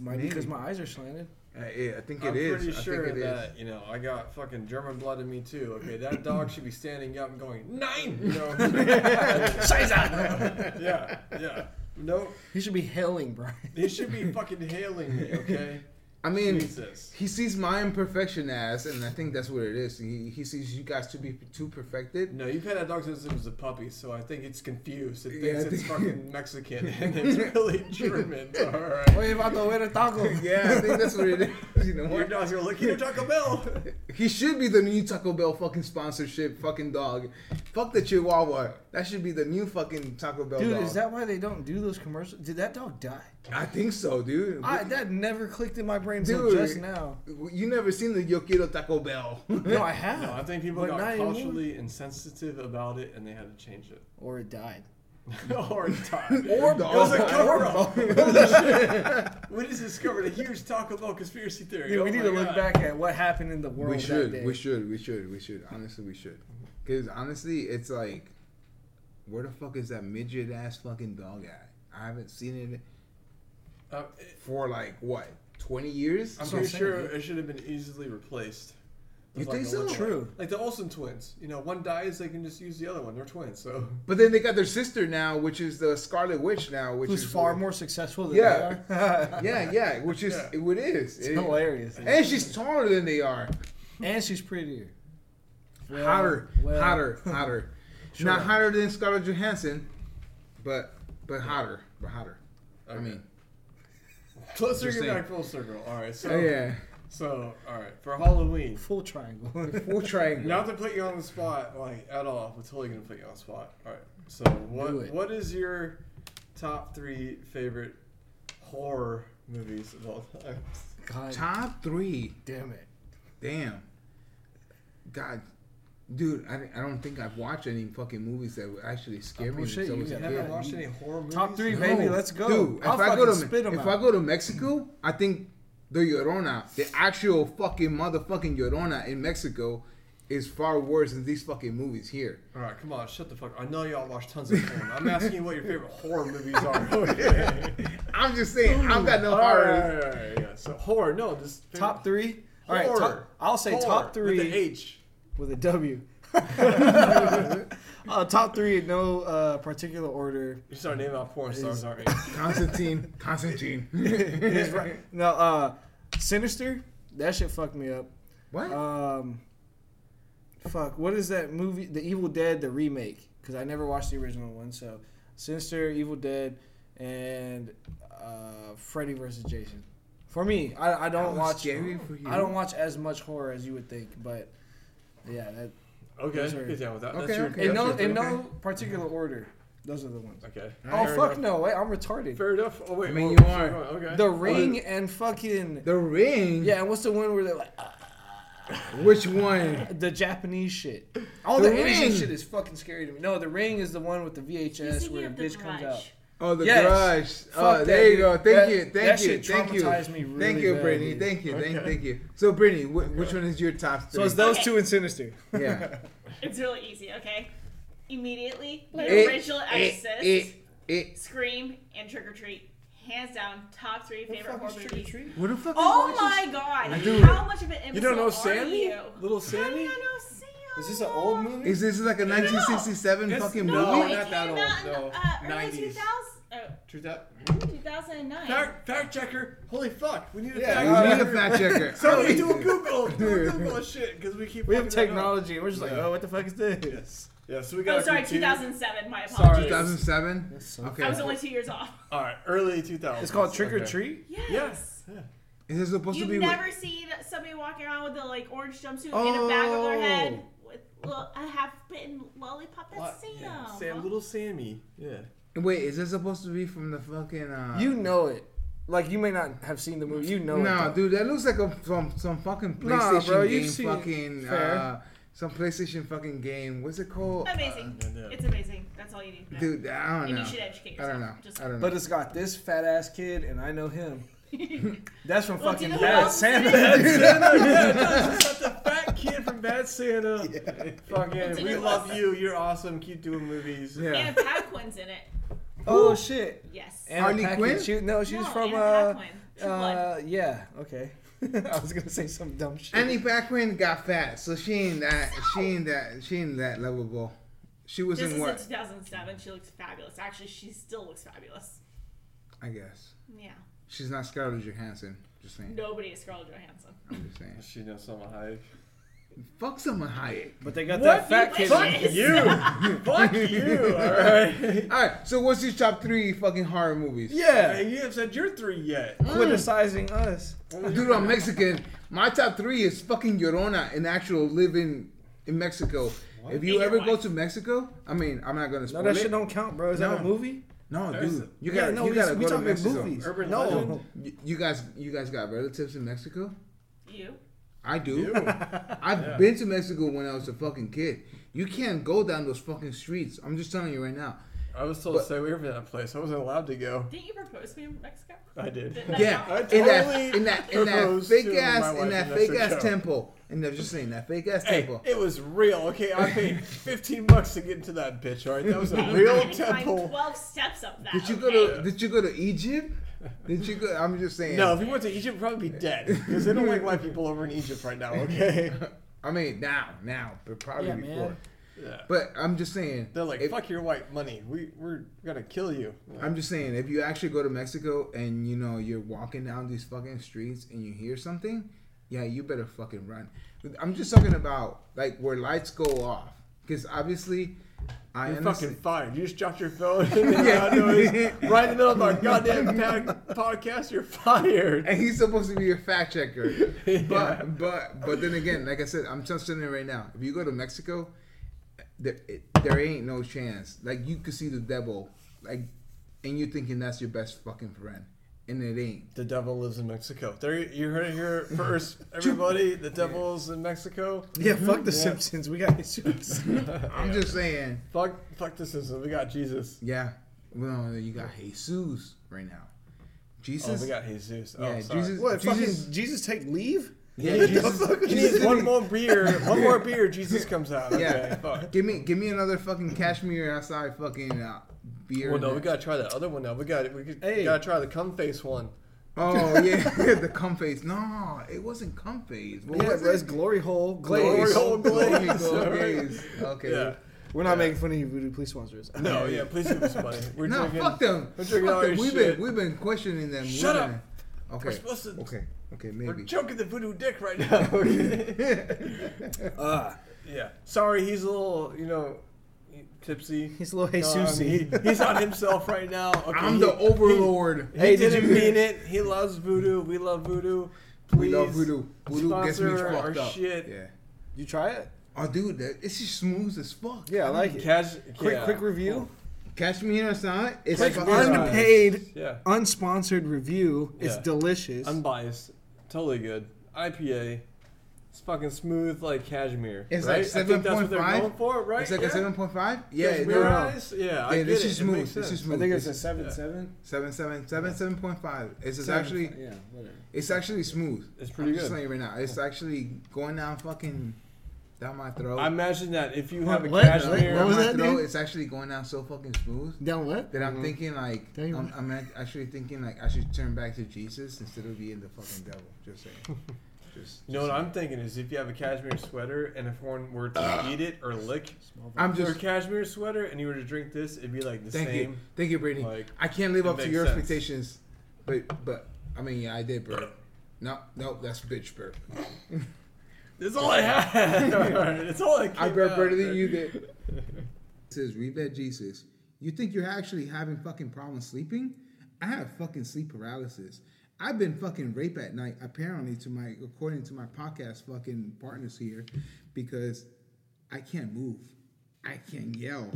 Speaker 2: Might
Speaker 3: Maybe.
Speaker 2: because my eyes are slanted.
Speaker 3: Uh, yeah, I think
Speaker 1: I'm
Speaker 3: it is.
Speaker 1: pretty
Speaker 3: I
Speaker 1: sure
Speaker 3: think it is.
Speaker 1: that you know I got fucking German blood in me too. Okay, that dog should be standing up and going nine. You know? yeah, yeah. No,
Speaker 2: He should be hailing, Brian.
Speaker 1: he should be fucking hailing me. Okay,
Speaker 3: I mean,
Speaker 1: Jesus.
Speaker 3: he sees my imperfection as, and I think that's what it is. He, he sees you guys to be too perfected,
Speaker 1: No, you've had that dog since it was a puppy, so I think it's confused. It thinks
Speaker 3: Yeah, I
Speaker 1: it's
Speaker 3: think-
Speaker 1: fucking Mexican and it's really German. All right.
Speaker 2: Oye, vato, where the taco?
Speaker 3: Yeah, I think that's what it is. You know
Speaker 1: Your
Speaker 3: what?
Speaker 1: dog's gonna look at Taco Bell.
Speaker 3: He should be the new Taco Bell fucking sponsorship fucking dog. Fuck the Chihuahua. That should be the new fucking Taco Bell
Speaker 2: Dude,
Speaker 3: dog.
Speaker 2: is that why they don't do those commercials? Did that dog die?
Speaker 3: I think so, dude.
Speaker 2: I, that never clicked in my brain until
Speaker 3: Dude.
Speaker 2: just now.
Speaker 3: you never seen the Yo Quiero Taco Bell.
Speaker 2: No, I have.
Speaker 1: No, I think people
Speaker 2: But
Speaker 1: got
Speaker 2: not anymore.
Speaker 1: culturally insensitive about it and they had to change it.
Speaker 2: Or it died.
Speaker 1: or time.
Speaker 3: or
Speaker 1: It was a
Speaker 3: dog.
Speaker 1: cover up. Holy shit. We just discovered a huge Taco Bell conspiracy theory.
Speaker 2: Dude,
Speaker 1: Oh
Speaker 2: we need
Speaker 1: my
Speaker 2: to look
Speaker 1: God.
Speaker 2: back at what happened in the world
Speaker 3: We
Speaker 2: that
Speaker 3: should,
Speaker 2: day.
Speaker 3: we should, we should, we should. Honestly, we should. Because honestly, it's like, where the fuck is that midget ass fucking dog at? I haven't seen it
Speaker 1: Uh,
Speaker 3: for like what, twenty years?
Speaker 1: I'm
Speaker 2: what I'm
Speaker 1: pretty
Speaker 2: saying,
Speaker 1: sure
Speaker 2: dude.
Speaker 1: it should have been easily replaced.
Speaker 3: You
Speaker 1: With, like,
Speaker 3: think
Speaker 1: a
Speaker 3: so?
Speaker 1: little-
Speaker 2: True.
Speaker 1: Like the Olsen twins. You know, one dies, they can just use the other one. They're twins, so.
Speaker 3: But then they got their sister now, which is the Scarlet Witch now, which
Speaker 2: Who's
Speaker 3: is
Speaker 2: far more successful than
Speaker 3: Yeah.
Speaker 2: they are.
Speaker 3: Yeah, yeah, which is
Speaker 1: Yeah.
Speaker 3: what it is.
Speaker 2: It's
Speaker 3: It-
Speaker 2: hilarious.
Speaker 3: and she's taller than they are.
Speaker 2: And she's prettier. Well,
Speaker 3: Hotter,
Speaker 2: well.
Speaker 3: hotter, hotter. Not hotter than Scarlett Johansson, but but hotter, but hotter. I
Speaker 1: Okay.
Speaker 3: mean,
Speaker 1: Let's
Speaker 3: Just
Speaker 1: bring it
Speaker 3: saying.
Speaker 1: back full circle. All right,
Speaker 2: Oh,
Speaker 1: so
Speaker 3: yeah,
Speaker 1: so all right for Halloween.
Speaker 2: Full triangle.
Speaker 3: full triangle.
Speaker 1: Not to put you on the spot, like at all. We're totally gonna put you on the spot. All right. So
Speaker 2: Do
Speaker 1: what
Speaker 2: it.
Speaker 1: what is your top three favorite horror movies of all time?
Speaker 2: God
Speaker 3: Top three.
Speaker 2: damn it.
Speaker 3: Damn. God, dude, I, I don't think I've watched any fucking movies that would actually scare me.
Speaker 2: Oh,
Speaker 3: when
Speaker 2: shit,
Speaker 3: I was
Speaker 2: you
Speaker 3: a
Speaker 1: You
Speaker 2: Yeah.
Speaker 1: haven't
Speaker 3: kid.
Speaker 1: watched any horror movies?
Speaker 2: Top three, baby.
Speaker 3: No.
Speaker 2: Let's go.
Speaker 3: Dude,
Speaker 2: I'll
Speaker 3: if I go to
Speaker 2: fucking spit 'em
Speaker 3: if
Speaker 2: out.
Speaker 3: I go to Mexico, I think the Llorona, the actual fucking motherfucking Llorona in Mexico, is far worse than these fucking movies here.
Speaker 1: All right, come on, shut the fuck. I know y'all watch tons of porn. I'm asking you what your favorite horror movies are.
Speaker 2: Oh,
Speaker 1: Okay.
Speaker 3: I'm just saying, I've got no
Speaker 1: all right, all
Speaker 3: horror.
Speaker 1: right, all right, yeah. So horror, no, just favorite-
Speaker 2: Top three? All right,
Speaker 1: Horror.
Speaker 2: top, I'll say
Speaker 1: Horror
Speaker 2: top three
Speaker 1: with the H.
Speaker 2: with a W. uh, top three in no uh, particular order.
Speaker 1: You start naming out porn stars, aren't you?
Speaker 3: Constantine, Constantine.
Speaker 2: Is right- No, uh, Sinister. That shit fucked me up.
Speaker 3: What?
Speaker 2: Um, fuck. What is that movie? The Evil Dead, the remake. Because I never watched the original one. So, Sinister, Evil Dead, and uh, Freddy versus Jason. For me, I, I
Speaker 3: That
Speaker 2: don't
Speaker 3: was
Speaker 2: watch.
Speaker 3: scary for you.
Speaker 2: I don't watch as much horror as you would think, but yeah, that,
Speaker 1: Okay,
Speaker 2: Those are-
Speaker 1: get down with that.
Speaker 3: Okay,
Speaker 1: That's your,
Speaker 3: okay.
Speaker 2: in
Speaker 1: that's
Speaker 2: no
Speaker 1: your
Speaker 3: that's
Speaker 2: in
Speaker 3: okay.
Speaker 2: no particular order. Those are the ones.
Speaker 1: Okay.
Speaker 2: Oh
Speaker 1: Fair
Speaker 2: fuck
Speaker 1: enough.
Speaker 2: no! Wait, I'm retarded.
Speaker 1: Fair enough. Oh wait.
Speaker 3: I mean,
Speaker 1: oh,
Speaker 3: you
Speaker 1: keep
Speaker 3: are-
Speaker 1: going, Okay. Oh,
Speaker 2: The Ring and fucking
Speaker 3: The ring.
Speaker 2: yeah. And what's the one where they're like ah,
Speaker 3: Which one?
Speaker 2: the Japanese shit? All Oh, the,
Speaker 3: The
Speaker 2: Asian
Speaker 3: Ring.
Speaker 2: shit is fucking scary to me. No, the Ring is the one with the VHS where a bitch comes out.
Speaker 3: Oh, the
Speaker 2: Yes.
Speaker 3: Grudge. Oh,
Speaker 2: Fuck
Speaker 3: there
Speaker 2: that,
Speaker 3: you go.
Speaker 2: dude.
Speaker 3: Thank
Speaker 2: That-
Speaker 3: you. Thank
Speaker 2: that
Speaker 3: you.
Speaker 2: shit
Speaker 3: thank you.
Speaker 2: traumatized me really
Speaker 3: thank you,
Speaker 2: bad,
Speaker 3: Brittany.
Speaker 2: dude.
Speaker 3: Thank you. Thank, thank you. So, Brittany, wh- which one is your top three?
Speaker 2: So it's those two and Sinister.
Speaker 3: yeah.
Speaker 5: It's really easy, okay? Immediately, the
Speaker 3: It-
Speaker 5: original
Speaker 3: it-
Speaker 5: Exorcist,
Speaker 3: it- it-
Speaker 5: Scream, and Trick or Treat. Hands down, top three favorite horror movies.
Speaker 3: What the fuck?
Speaker 5: Oh
Speaker 3: is
Speaker 5: my god!
Speaker 3: Dude.
Speaker 5: How much of an imbecile
Speaker 1: You don't know
Speaker 5: are
Speaker 1: Sammy?
Speaker 5: you?
Speaker 1: Little
Speaker 5: How do
Speaker 1: Sammy?
Speaker 5: you not know Sam?
Speaker 2: Is this an
Speaker 5: Ah.
Speaker 2: old movie?
Speaker 3: Is this like a 1967
Speaker 1: It's-
Speaker 3: fucking
Speaker 5: No,
Speaker 1: No,
Speaker 5: it
Speaker 3: movie?
Speaker 1: not
Speaker 5: came
Speaker 1: that old,
Speaker 5: out in the
Speaker 1: no.
Speaker 5: uh, early
Speaker 1: 90s.
Speaker 5: 2000, oh,
Speaker 1: True that.
Speaker 5: 2009.
Speaker 1: Fact, fact checker. Holy fuck. We need a fact
Speaker 3: We need
Speaker 1: checker.
Speaker 3: a fact checker.
Speaker 1: Somebody uh, do a Google. Do a Google of shit because we keep.
Speaker 2: We have
Speaker 1: fucking it up.
Speaker 2: technology. and We're just like,
Speaker 3: Yeah.
Speaker 2: oh, what the fuck is this?
Speaker 1: Yeah. So we got.
Speaker 5: Oh,
Speaker 1: a
Speaker 5: sorry,
Speaker 1: critique.
Speaker 5: 2007. My
Speaker 1: Sorry.
Speaker 5: apologies.
Speaker 3: 2007.
Speaker 2: so
Speaker 3: Okay.
Speaker 5: I was only two years off.
Speaker 1: All right. Early 2000.
Speaker 2: It's called Trick or
Speaker 3: Okay.
Speaker 2: Treat.
Speaker 5: Yes.
Speaker 1: Yes.
Speaker 3: Is this supposed
Speaker 5: You've
Speaker 3: to be? with-
Speaker 5: never seen somebody walking around with a like orange jumpsuit and a bag over their head
Speaker 1: Oh.
Speaker 5: with lo- a half bitten lollipop. That's Sam.
Speaker 1: Sam, little Sammy. Yeah.
Speaker 3: Wait, is this supposed to be from the fucking? Uh,
Speaker 2: You know it. Like you may not have seen the movie. You know
Speaker 3: No,
Speaker 2: it.
Speaker 3: dude, that looks like a from some fucking
Speaker 2: Nah,
Speaker 3: PlayStation
Speaker 2: bro, you
Speaker 3: game.
Speaker 2: see-
Speaker 3: fucking
Speaker 2: fair.
Speaker 3: uh, some PlayStation fucking game. What's it called?
Speaker 5: Amazing.
Speaker 1: Uh, yeah, yeah.
Speaker 5: It's amazing. That's all you need to know.
Speaker 3: Dude, I don't
Speaker 5: and
Speaker 3: know.
Speaker 5: you should educate
Speaker 3: I
Speaker 5: yourself.
Speaker 3: don't know.
Speaker 5: Just
Speaker 3: I don't know.
Speaker 2: But it's got this fat ass kid, and I know him. That's from
Speaker 5: Well, do
Speaker 2: fucking
Speaker 5: you know who
Speaker 2: Bad
Speaker 5: else
Speaker 2: Santa.
Speaker 1: That's the fat kid from Bad Santa. Fucking, we love you. You're awesome. Keep doing movies.
Speaker 3: yeah.
Speaker 5: Anna Paquin's in it.
Speaker 2: oh shit.
Speaker 5: Yes.
Speaker 2: Anna
Speaker 3: Harley
Speaker 2: Paquin,
Speaker 3: Quinn?
Speaker 2: She, no, she's
Speaker 5: No,
Speaker 2: from
Speaker 5: Anna
Speaker 2: uh,
Speaker 5: Paquin. True Blood.
Speaker 2: uh yeah. Okay. I was gonna say some dumb shit.
Speaker 3: Annie Paquin got fat, so she ain't that. She ain't that. She ain't that lovable. She was
Speaker 5: This
Speaker 3: in
Speaker 5: is in
Speaker 3: what?
Speaker 5: 2007. She looks fabulous. Actually, she still looks fabulous.
Speaker 3: I guess
Speaker 5: Yeah.
Speaker 3: she's not Scarlett Johansson. Just saying.
Speaker 5: Nobody is Scarlett Johansson.
Speaker 3: I'm just saying.
Speaker 1: She knows Selma Hayek.
Speaker 3: Fuck someone Hayek.
Speaker 2: but they got
Speaker 1: What?
Speaker 2: that fat kid.
Speaker 5: Fuck.
Speaker 2: in it.
Speaker 1: You. Fuck you. All right.
Speaker 3: All right. So what's your top three fucking horror movies?
Speaker 2: Yeah.
Speaker 1: Hey, you haven't said your three yet.
Speaker 2: Criticizing us.
Speaker 3: Dude, I'm Mexican. My top three is fucking Llorona, an actual living in Mexico. If you
Speaker 5: Hey,
Speaker 3: ever
Speaker 5: your
Speaker 3: go
Speaker 5: wife.
Speaker 3: to Mexico, I mean, I'm not gonna
Speaker 2: No,
Speaker 3: spoil
Speaker 2: that
Speaker 3: it.
Speaker 2: shit don't count, bro. Is that a
Speaker 3: No.
Speaker 2: movie?
Speaker 3: no,
Speaker 1: There's-
Speaker 3: dude, you gotta,
Speaker 2: no,
Speaker 3: you gotta
Speaker 2: we
Speaker 3: go to
Speaker 2: talking about
Speaker 3: Mexico.
Speaker 2: movies.
Speaker 1: Urban
Speaker 2: no.
Speaker 1: legend.
Speaker 3: You, you guys, you guys got relatives in Mexico?
Speaker 5: You?
Speaker 3: I do.
Speaker 1: You.
Speaker 3: I've been to Mexico when I was a fucking kid. You can't go down those fucking streets. I'm just telling you right now.
Speaker 1: I was told to stay away from that place. I wasn't allowed to go.
Speaker 5: Didn't you propose to me in Mexico?
Speaker 1: I did.
Speaker 5: Didn't that
Speaker 3: Yeah,
Speaker 5: count?
Speaker 3: in
Speaker 1: totally
Speaker 3: that, in that, in that
Speaker 1: proposed
Speaker 3: fake
Speaker 1: to my
Speaker 3: ass,
Speaker 1: wife
Speaker 3: in that
Speaker 1: in
Speaker 3: fake ass
Speaker 1: Mexico.
Speaker 3: temple. And I'm just saying that fake ass
Speaker 1: Hey,
Speaker 3: temple.
Speaker 1: it was real. Okay, I paid 15 bucks to get into that bitch. All right, that was a
Speaker 5: Hey,
Speaker 1: real
Speaker 5: I climbed
Speaker 1: temple.
Speaker 5: 12 steps up that.
Speaker 3: Did you go
Speaker 5: okay?
Speaker 3: to? Did you go to Egypt? Did you go? I'm just saying.
Speaker 1: No, if we went to Egypt, we'd probably be dead because they don't like white people over in Egypt right now. Okay.
Speaker 3: I mean now, now, but probably
Speaker 2: Yeah, man.
Speaker 3: before.
Speaker 1: Yeah.
Speaker 3: But I'm just saying.
Speaker 1: They're like,
Speaker 3: if-
Speaker 1: fuck your white money. We we're gonna kill you.
Speaker 3: I'm just saying, if you actually go to Mexico and you know you're walking down these fucking streets and you hear something, yeah, you better fucking run. I'm just talking about like where lights go off, because obviously, I
Speaker 1: You're
Speaker 3: understand.
Speaker 1: fucking fired. You just dropped your phone. and yeah. noise. Right in the middle of our goddamn pod- podcast, you're fired.
Speaker 3: and he's supposed to be your fact checker.
Speaker 1: Yeah.
Speaker 3: But but but then again, like I said, I'm just telling you right now. If you go to Mexico, there it, there ain't no chance. Like you could see the devil, like, and you're thinking that's your best fucking friend, and it ain't.
Speaker 1: The devil lives in Mexico. There, you heard it here first, everybody. The devil's in Mexico.
Speaker 2: Yeah, fuck the Simpsons. We got issues.
Speaker 3: I'm just saying.
Speaker 1: Fuck, fuck this is. We got Jesus.
Speaker 3: Yeah. Well, you got Jesus right now.
Speaker 1: Oh,
Speaker 3: Jesus.
Speaker 1: we got Jesus. Oh,
Speaker 3: yeah,
Speaker 1: sorry.
Speaker 3: Jesus.
Speaker 2: what?
Speaker 3: Jesus.
Speaker 2: Fucking Jesus take leave?
Speaker 3: Yeah,
Speaker 1: What the
Speaker 3: Jesus.
Speaker 2: fuck is
Speaker 1: He
Speaker 3: Jesus
Speaker 1: needs one more beer. One more beer. Jesus comes out. Okay,
Speaker 3: Yeah.
Speaker 1: fuck.
Speaker 3: Give me, give me another fucking cashmere outside fucking uh, beer.
Speaker 1: Well, no, we gotta try that other one now. We got we could-
Speaker 2: Hey.
Speaker 1: gotta try the cum face one.
Speaker 3: Oh yeah, the cum face. No, it wasn't cum face. What
Speaker 2: Yeah,
Speaker 3: was
Speaker 2: bro, it's
Speaker 3: it?
Speaker 2: glory hole
Speaker 1: Glory
Speaker 2: glaze.
Speaker 1: hole
Speaker 3: Glory
Speaker 1: glaze,
Speaker 3: hole
Speaker 1: all right.
Speaker 3: glaze. Okay.
Speaker 1: Yeah.
Speaker 2: We're not making fun of you, Voodoo. Please sponsor us.
Speaker 1: No, yeah. Please give us money. We're
Speaker 3: No,
Speaker 1: drinking.
Speaker 3: fuck them.
Speaker 1: we're
Speaker 3: Fuck
Speaker 1: drinking all
Speaker 3: them.
Speaker 1: your
Speaker 3: We've
Speaker 1: shit.
Speaker 3: been, we've been questioning them.
Speaker 1: Shut
Speaker 3: We've
Speaker 1: up.
Speaker 3: been-
Speaker 1: We're
Speaker 3: Okay.
Speaker 1: supposed to.
Speaker 3: Okay. Okay.
Speaker 1: We're
Speaker 3: Maybe.
Speaker 1: choking the voodoo dick right now.
Speaker 2: Uh,
Speaker 1: okay?
Speaker 2: Ah,
Speaker 1: yeah. Sorry, he's a little, you know, tipsy.
Speaker 2: he's a little
Speaker 1: No, I
Speaker 2: Jesus.
Speaker 1: mean, he- he's on himself right now. Okay,
Speaker 3: I'm
Speaker 1: he-
Speaker 3: the overlord.
Speaker 1: He,
Speaker 2: Hey, did
Speaker 1: didn't
Speaker 2: you-
Speaker 1: mean it. He loves voodoo. We love voodoo. Please
Speaker 3: we love voodoo. Voodoo gets me
Speaker 1: sponsor
Speaker 3: fucked
Speaker 1: our
Speaker 3: up.
Speaker 1: shit.
Speaker 3: Yeah.
Speaker 2: you try it?
Speaker 3: Oh, dude, that, it's just smooth as fuck.
Speaker 2: Yeah, I like it.
Speaker 1: Cash,
Speaker 2: Quick,
Speaker 1: yeah.
Speaker 2: quick review.
Speaker 3: Catch me in a sign. It's
Speaker 2: Click
Speaker 3: fucking
Speaker 1: Unbiased.
Speaker 2: unpaid,
Speaker 1: Yeah.
Speaker 2: unsponsored review. It's
Speaker 1: Yeah.
Speaker 2: delicious.
Speaker 1: Unbiased. Totally good. IPA. It's fucking smooth like cashmere.
Speaker 3: It's
Speaker 1: right?
Speaker 3: like
Speaker 1: I think that's what they're
Speaker 3: 7.5.
Speaker 1: going for, right?
Speaker 3: It's like a
Speaker 1: yeah.
Speaker 3: seven point five. Yeah,
Speaker 1: Those
Speaker 3: it-
Speaker 1: weird
Speaker 2: no.
Speaker 1: eyes? Yeah, I
Speaker 3: yeah.
Speaker 1: get
Speaker 3: This
Speaker 1: it.
Speaker 3: is
Speaker 1: It
Speaker 3: smooth.
Speaker 1: makes
Speaker 3: This
Speaker 1: sense.
Speaker 2: I
Speaker 3: is smooth.
Speaker 2: think it's a
Speaker 3: This-
Speaker 2: seven seven.
Speaker 3: seven seven seven seven point five. This is
Speaker 2: Seven-
Speaker 3: actually
Speaker 2: yeah, whatever.
Speaker 3: it's actually smooth.
Speaker 1: It's pretty
Speaker 3: I'm just
Speaker 1: good.
Speaker 3: telling you right now, it's actually going down fucking down my throat.
Speaker 1: I imagine that if you have a
Speaker 7: What?
Speaker 1: cashmere,
Speaker 7: What
Speaker 3: down
Speaker 7: was
Speaker 3: my
Speaker 7: that,
Speaker 3: throat,
Speaker 7: dude?
Speaker 3: It's actually going down so fucking smooth
Speaker 7: Down what?
Speaker 3: that I'm thinking like
Speaker 7: Damn.
Speaker 3: I'm, I'm act- actually thinking like I should turn back to Jesus instead of being the fucking devil. Just saying. Just,
Speaker 1: you know what
Speaker 3: just
Speaker 1: I'm thinking is if you have a cashmere sweater and if one were to eat it or lick
Speaker 3: I'm
Speaker 1: your
Speaker 3: Ah. just
Speaker 1: cashmere sweater and you were to drink this, it'd be like the
Speaker 3: thank you,
Speaker 1: same.
Speaker 3: thank you, Brittany.
Speaker 1: Like,
Speaker 3: I can't live
Speaker 1: it
Speaker 3: up to
Speaker 1: makes
Speaker 3: your
Speaker 1: sense.
Speaker 3: expectations, but but I mean yeah, I did burp. No, no, that's bitch burp.
Speaker 1: That's all I had. That's all I.
Speaker 3: I
Speaker 1: came
Speaker 3: burp
Speaker 1: out
Speaker 3: better
Speaker 1: with.
Speaker 3: than you did. It says revet Jesus. You think you're actually having fucking problems sleeping? I have fucking sleep paralysis. I've been fucking rape at night, apparently to my according to my podcast fucking partners here, because I can't move. I can't yell.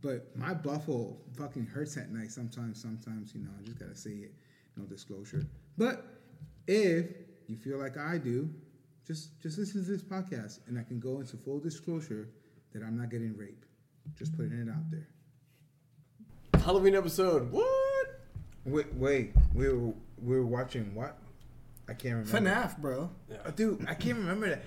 Speaker 3: But my buffalo fucking hurts at night sometimes, sometimes, you know, I just gotta say it. No disclosure. But if you feel like I do, just just listen to this podcast and I can go into full disclosure that I'm not getting raped. Just putting it out there.
Speaker 1: Halloween episode. What?
Speaker 3: Wait, wait, we were we were watching what? I can't remember.
Speaker 2: FNAF, bro.
Speaker 3: Uh, Dude, I can't remember that.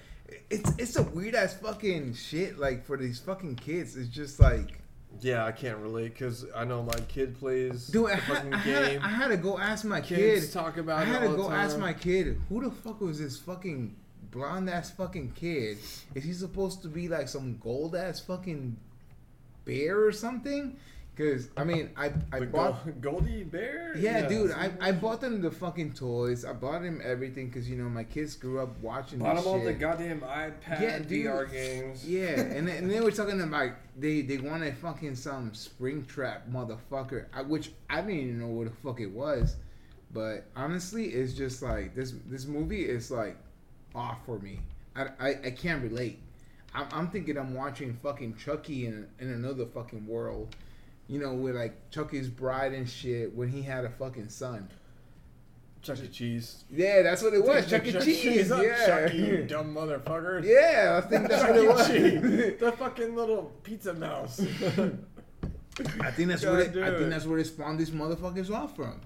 Speaker 3: It's it's a weird ass fucking shit. Like for these fucking kids, it's just like,
Speaker 1: Yeah, I can't relate because I know my kid plays
Speaker 3: dude, I,
Speaker 1: the
Speaker 3: ha-
Speaker 1: fucking
Speaker 3: I, had,
Speaker 1: game.
Speaker 3: I had to go ask my
Speaker 1: Kids
Speaker 3: kid.
Speaker 1: talk about
Speaker 3: I had
Speaker 1: it
Speaker 3: to
Speaker 1: all the
Speaker 3: go ask
Speaker 1: time.
Speaker 3: my kid, who the fuck was this fucking blonde ass fucking kid? Is he supposed to be like some gold ass fucking bear or something? Because I mean, I I
Speaker 1: The
Speaker 3: bought.
Speaker 1: Gol- Goldie Bear.
Speaker 3: Yeah, dude, I, I bought them the fucking toys. I bought them everything because you know my kids grew up watching.
Speaker 1: Bought
Speaker 3: this
Speaker 1: them all
Speaker 3: shit.
Speaker 1: the goddamn iPad
Speaker 3: Yeah, dude.
Speaker 1: VR games.
Speaker 3: Yeah, and then, and they were talking about they they wanted fucking some spring trap motherfucker, I, which I didn't even know what the fuck it was. But honestly, it's just like this this movie is like off for me. I I, I can't relate. I'm, I'm thinking I'm watching fucking Chucky in in another fucking world. You know, with like Chucky's bride and shit when he had a fucking son.
Speaker 1: Chuck E. Cheese.
Speaker 3: Yeah, that's what it was. Chuck E. Cheese.
Speaker 1: up,
Speaker 3: Yeah.
Speaker 1: Chuck E., you dumb motherfucker.
Speaker 3: Yeah, I think that's
Speaker 1: Chuck
Speaker 3: what it was.
Speaker 1: E. Cheese. The fucking little pizza
Speaker 2: Oh,
Speaker 1: mouse.
Speaker 3: I think that's where it,
Speaker 1: God,
Speaker 3: I
Speaker 1: dude.
Speaker 3: think that's where they spawned these motherfuckers off from.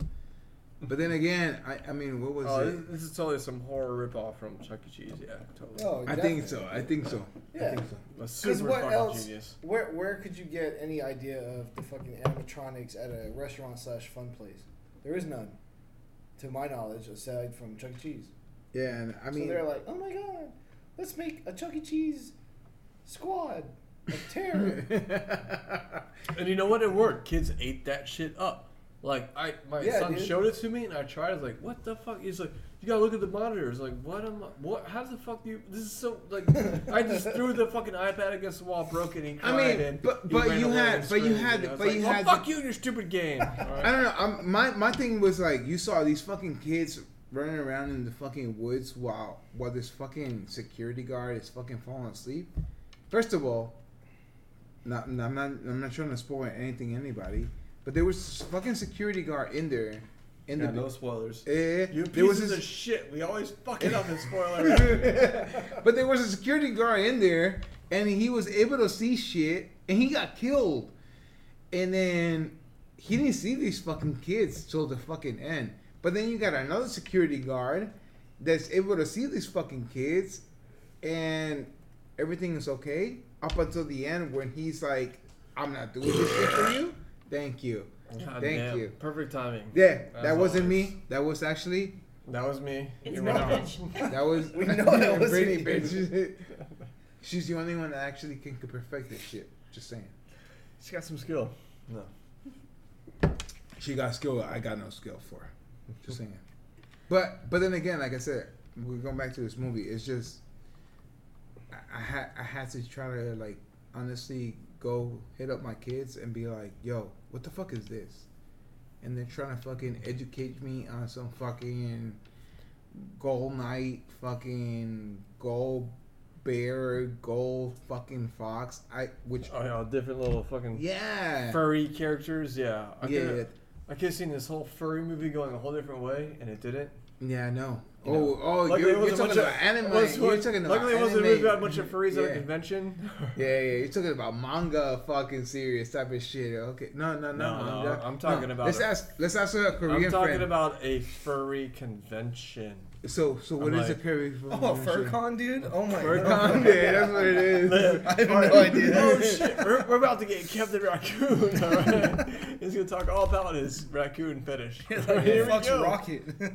Speaker 3: But then again, I, I mean, what was
Speaker 1: oh,
Speaker 3: it?
Speaker 1: this, this is totally some horror ripoff from Chuck E. Cheese. Yeah, totally.
Speaker 2: Oh,
Speaker 3: I think so. I think so. I
Speaker 2: Yeah.
Speaker 3: think so.
Speaker 1: A
Speaker 2: Because
Speaker 1: super
Speaker 2: what
Speaker 1: fucking
Speaker 2: else?
Speaker 1: genius.
Speaker 2: Where where could you get any idea of the fucking animatronics at a restaurant slash fun place? There is none, to my knowledge, aside from Chuck E. Cheese.
Speaker 3: Yeah, and I mean,
Speaker 2: so they're like, oh my god, let's make a Chuck E. Cheese squad of terror.
Speaker 1: And you know what? It worked. Kids ate that shit up. Like I, my
Speaker 2: Yeah,
Speaker 1: son
Speaker 2: dude.
Speaker 1: showed it to me, and I tried. I was like, "What the fuck?" He's like, "You gotta look at the monitor." It's like, "What am I? What? How the fuck do you?" This is so like. I just threw the fucking iPad against the wall, broke it, and he
Speaker 3: I
Speaker 1: cried.
Speaker 3: mean,
Speaker 1: and
Speaker 3: but-
Speaker 1: he
Speaker 3: but
Speaker 1: ran
Speaker 3: you
Speaker 1: away
Speaker 3: had-
Speaker 1: and
Speaker 3: but you
Speaker 1: screamed,
Speaker 3: had-
Speaker 1: and I was
Speaker 3: but
Speaker 1: like,
Speaker 3: you
Speaker 1: well,
Speaker 3: had-
Speaker 1: Fuck you and your stupid game. All right.
Speaker 3: I don't know. I'm, my my thing was like, you saw these fucking kids running around in the fucking woods while while this fucking security guard is fucking falling asleep. First of all, not, I'm not I'm not trying to spoil anything anybody, but there was fucking security guard in there, in
Speaker 1: Yeah,
Speaker 3: the
Speaker 1: no spoilers.
Speaker 3: Eh,
Speaker 1: You
Speaker 3: there was
Speaker 1: pieces
Speaker 3: this-
Speaker 1: of shit. We always fuck it up in spoiler.
Speaker 3: But there was a security guard in there, and he was able to see shit, and he got killed. And then he didn't see these fucking kids till the fucking end. But then you got another security guard that's able to see these fucking kids, and everything is okay up until the end when he's like, "I'm not doing this shit for you. Thank you,
Speaker 1: God
Speaker 3: thank
Speaker 1: damn.
Speaker 3: you."
Speaker 1: Perfect timing.
Speaker 3: Yeah, that
Speaker 1: As
Speaker 3: wasn't
Speaker 1: always.
Speaker 3: me. That was actually
Speaker 1: That was me.
Speaker 5: It's
Speaker 1: You're
Speaker 5: my
Speaker 1: wrong.
Speaker 5: bitch.
Speaker 3: That was
Speaker 2: We know that was
Speaker 3: Brittany,
Speaker 2: me.
Speaker 3: bitch. She's the only one that actually can, can perfect this shit. Just saying.
Speaker 1: She got some skill. No.
Speaker 3: She got skill. I got no skill for. her. Just saying. But but then again, like I said, we're going back to this movie. It's just I, I had I had to try to like honestly go hit up my kids and be like, yo, what the fuck is this? And they're trying to fucking educate me on some fucking gold night, fucking gold bear, gold, fucking fox. I which
Speaker 1: Oh, yeah, different little fucking
Speaker 3: yeah,
Speaker 1: furry characters. Yeah. I
Speaker 3: yeah,
Speaker 1: could've-
Speaker 3: yeah,
Speaker 1: I could have seen this whole furry movie going a whole different way, and it didn't.
Speaker 3: yeah. No.
Speaker 1: You
Speaker 3: oh,
Speaker 1: know.
Speaker 3: oh,
Speaker 1: Luckily,
Speaker 3: you're,
Speaker 1: it
Speaker 3: you're
Speaker 1: wasn't
Speaker 3: talking
Speaker 1: much of-
Speaker 3: about anime.
Speaker 1: it was-
Speaker 3: you're talking about
Speaker 1: luckily, it wasn't a
Speaker 3: anime.
Speaker 1: movie about a bunch of furries at a
Speaker 3: Yeah.
Speaker 1: convention.
Speaker 3: Yeah, yeah, you're talking about manga, fucking serious type of shit. Okay, no, no, no,
Speaker 1: No, no,
Speaker 3: manga.
Speaker 1: I'm talking about
Speaker 3: Let's
Speaker 1: a-
Speaker 3: ask. Let's ask a Korean
Speaker 1: I'm talking
Speaker 3: friend.
Speaker 1: about a furry convention.
Speaker 3: so, so what
Speaker 1: I'm
Speaker 3: is a
Speaker 1: like-
Speaker 3: Korean
Speaker 7: Oh,
Speaker 3: friend?
Speaker 7: Furcon, dude. Oh my god.
Speaker 3: Furcon, yeah, that's what it is.
Speaker 7: I have no idea.
Speaker 1: Oh shit! We're, we're about to get Captain Raccoon. All right, he's gonna talk all about his raccoon fetish. Here we
Speaker 7: Fucks
Speaker 1: go.
Speaker 7: Rocket.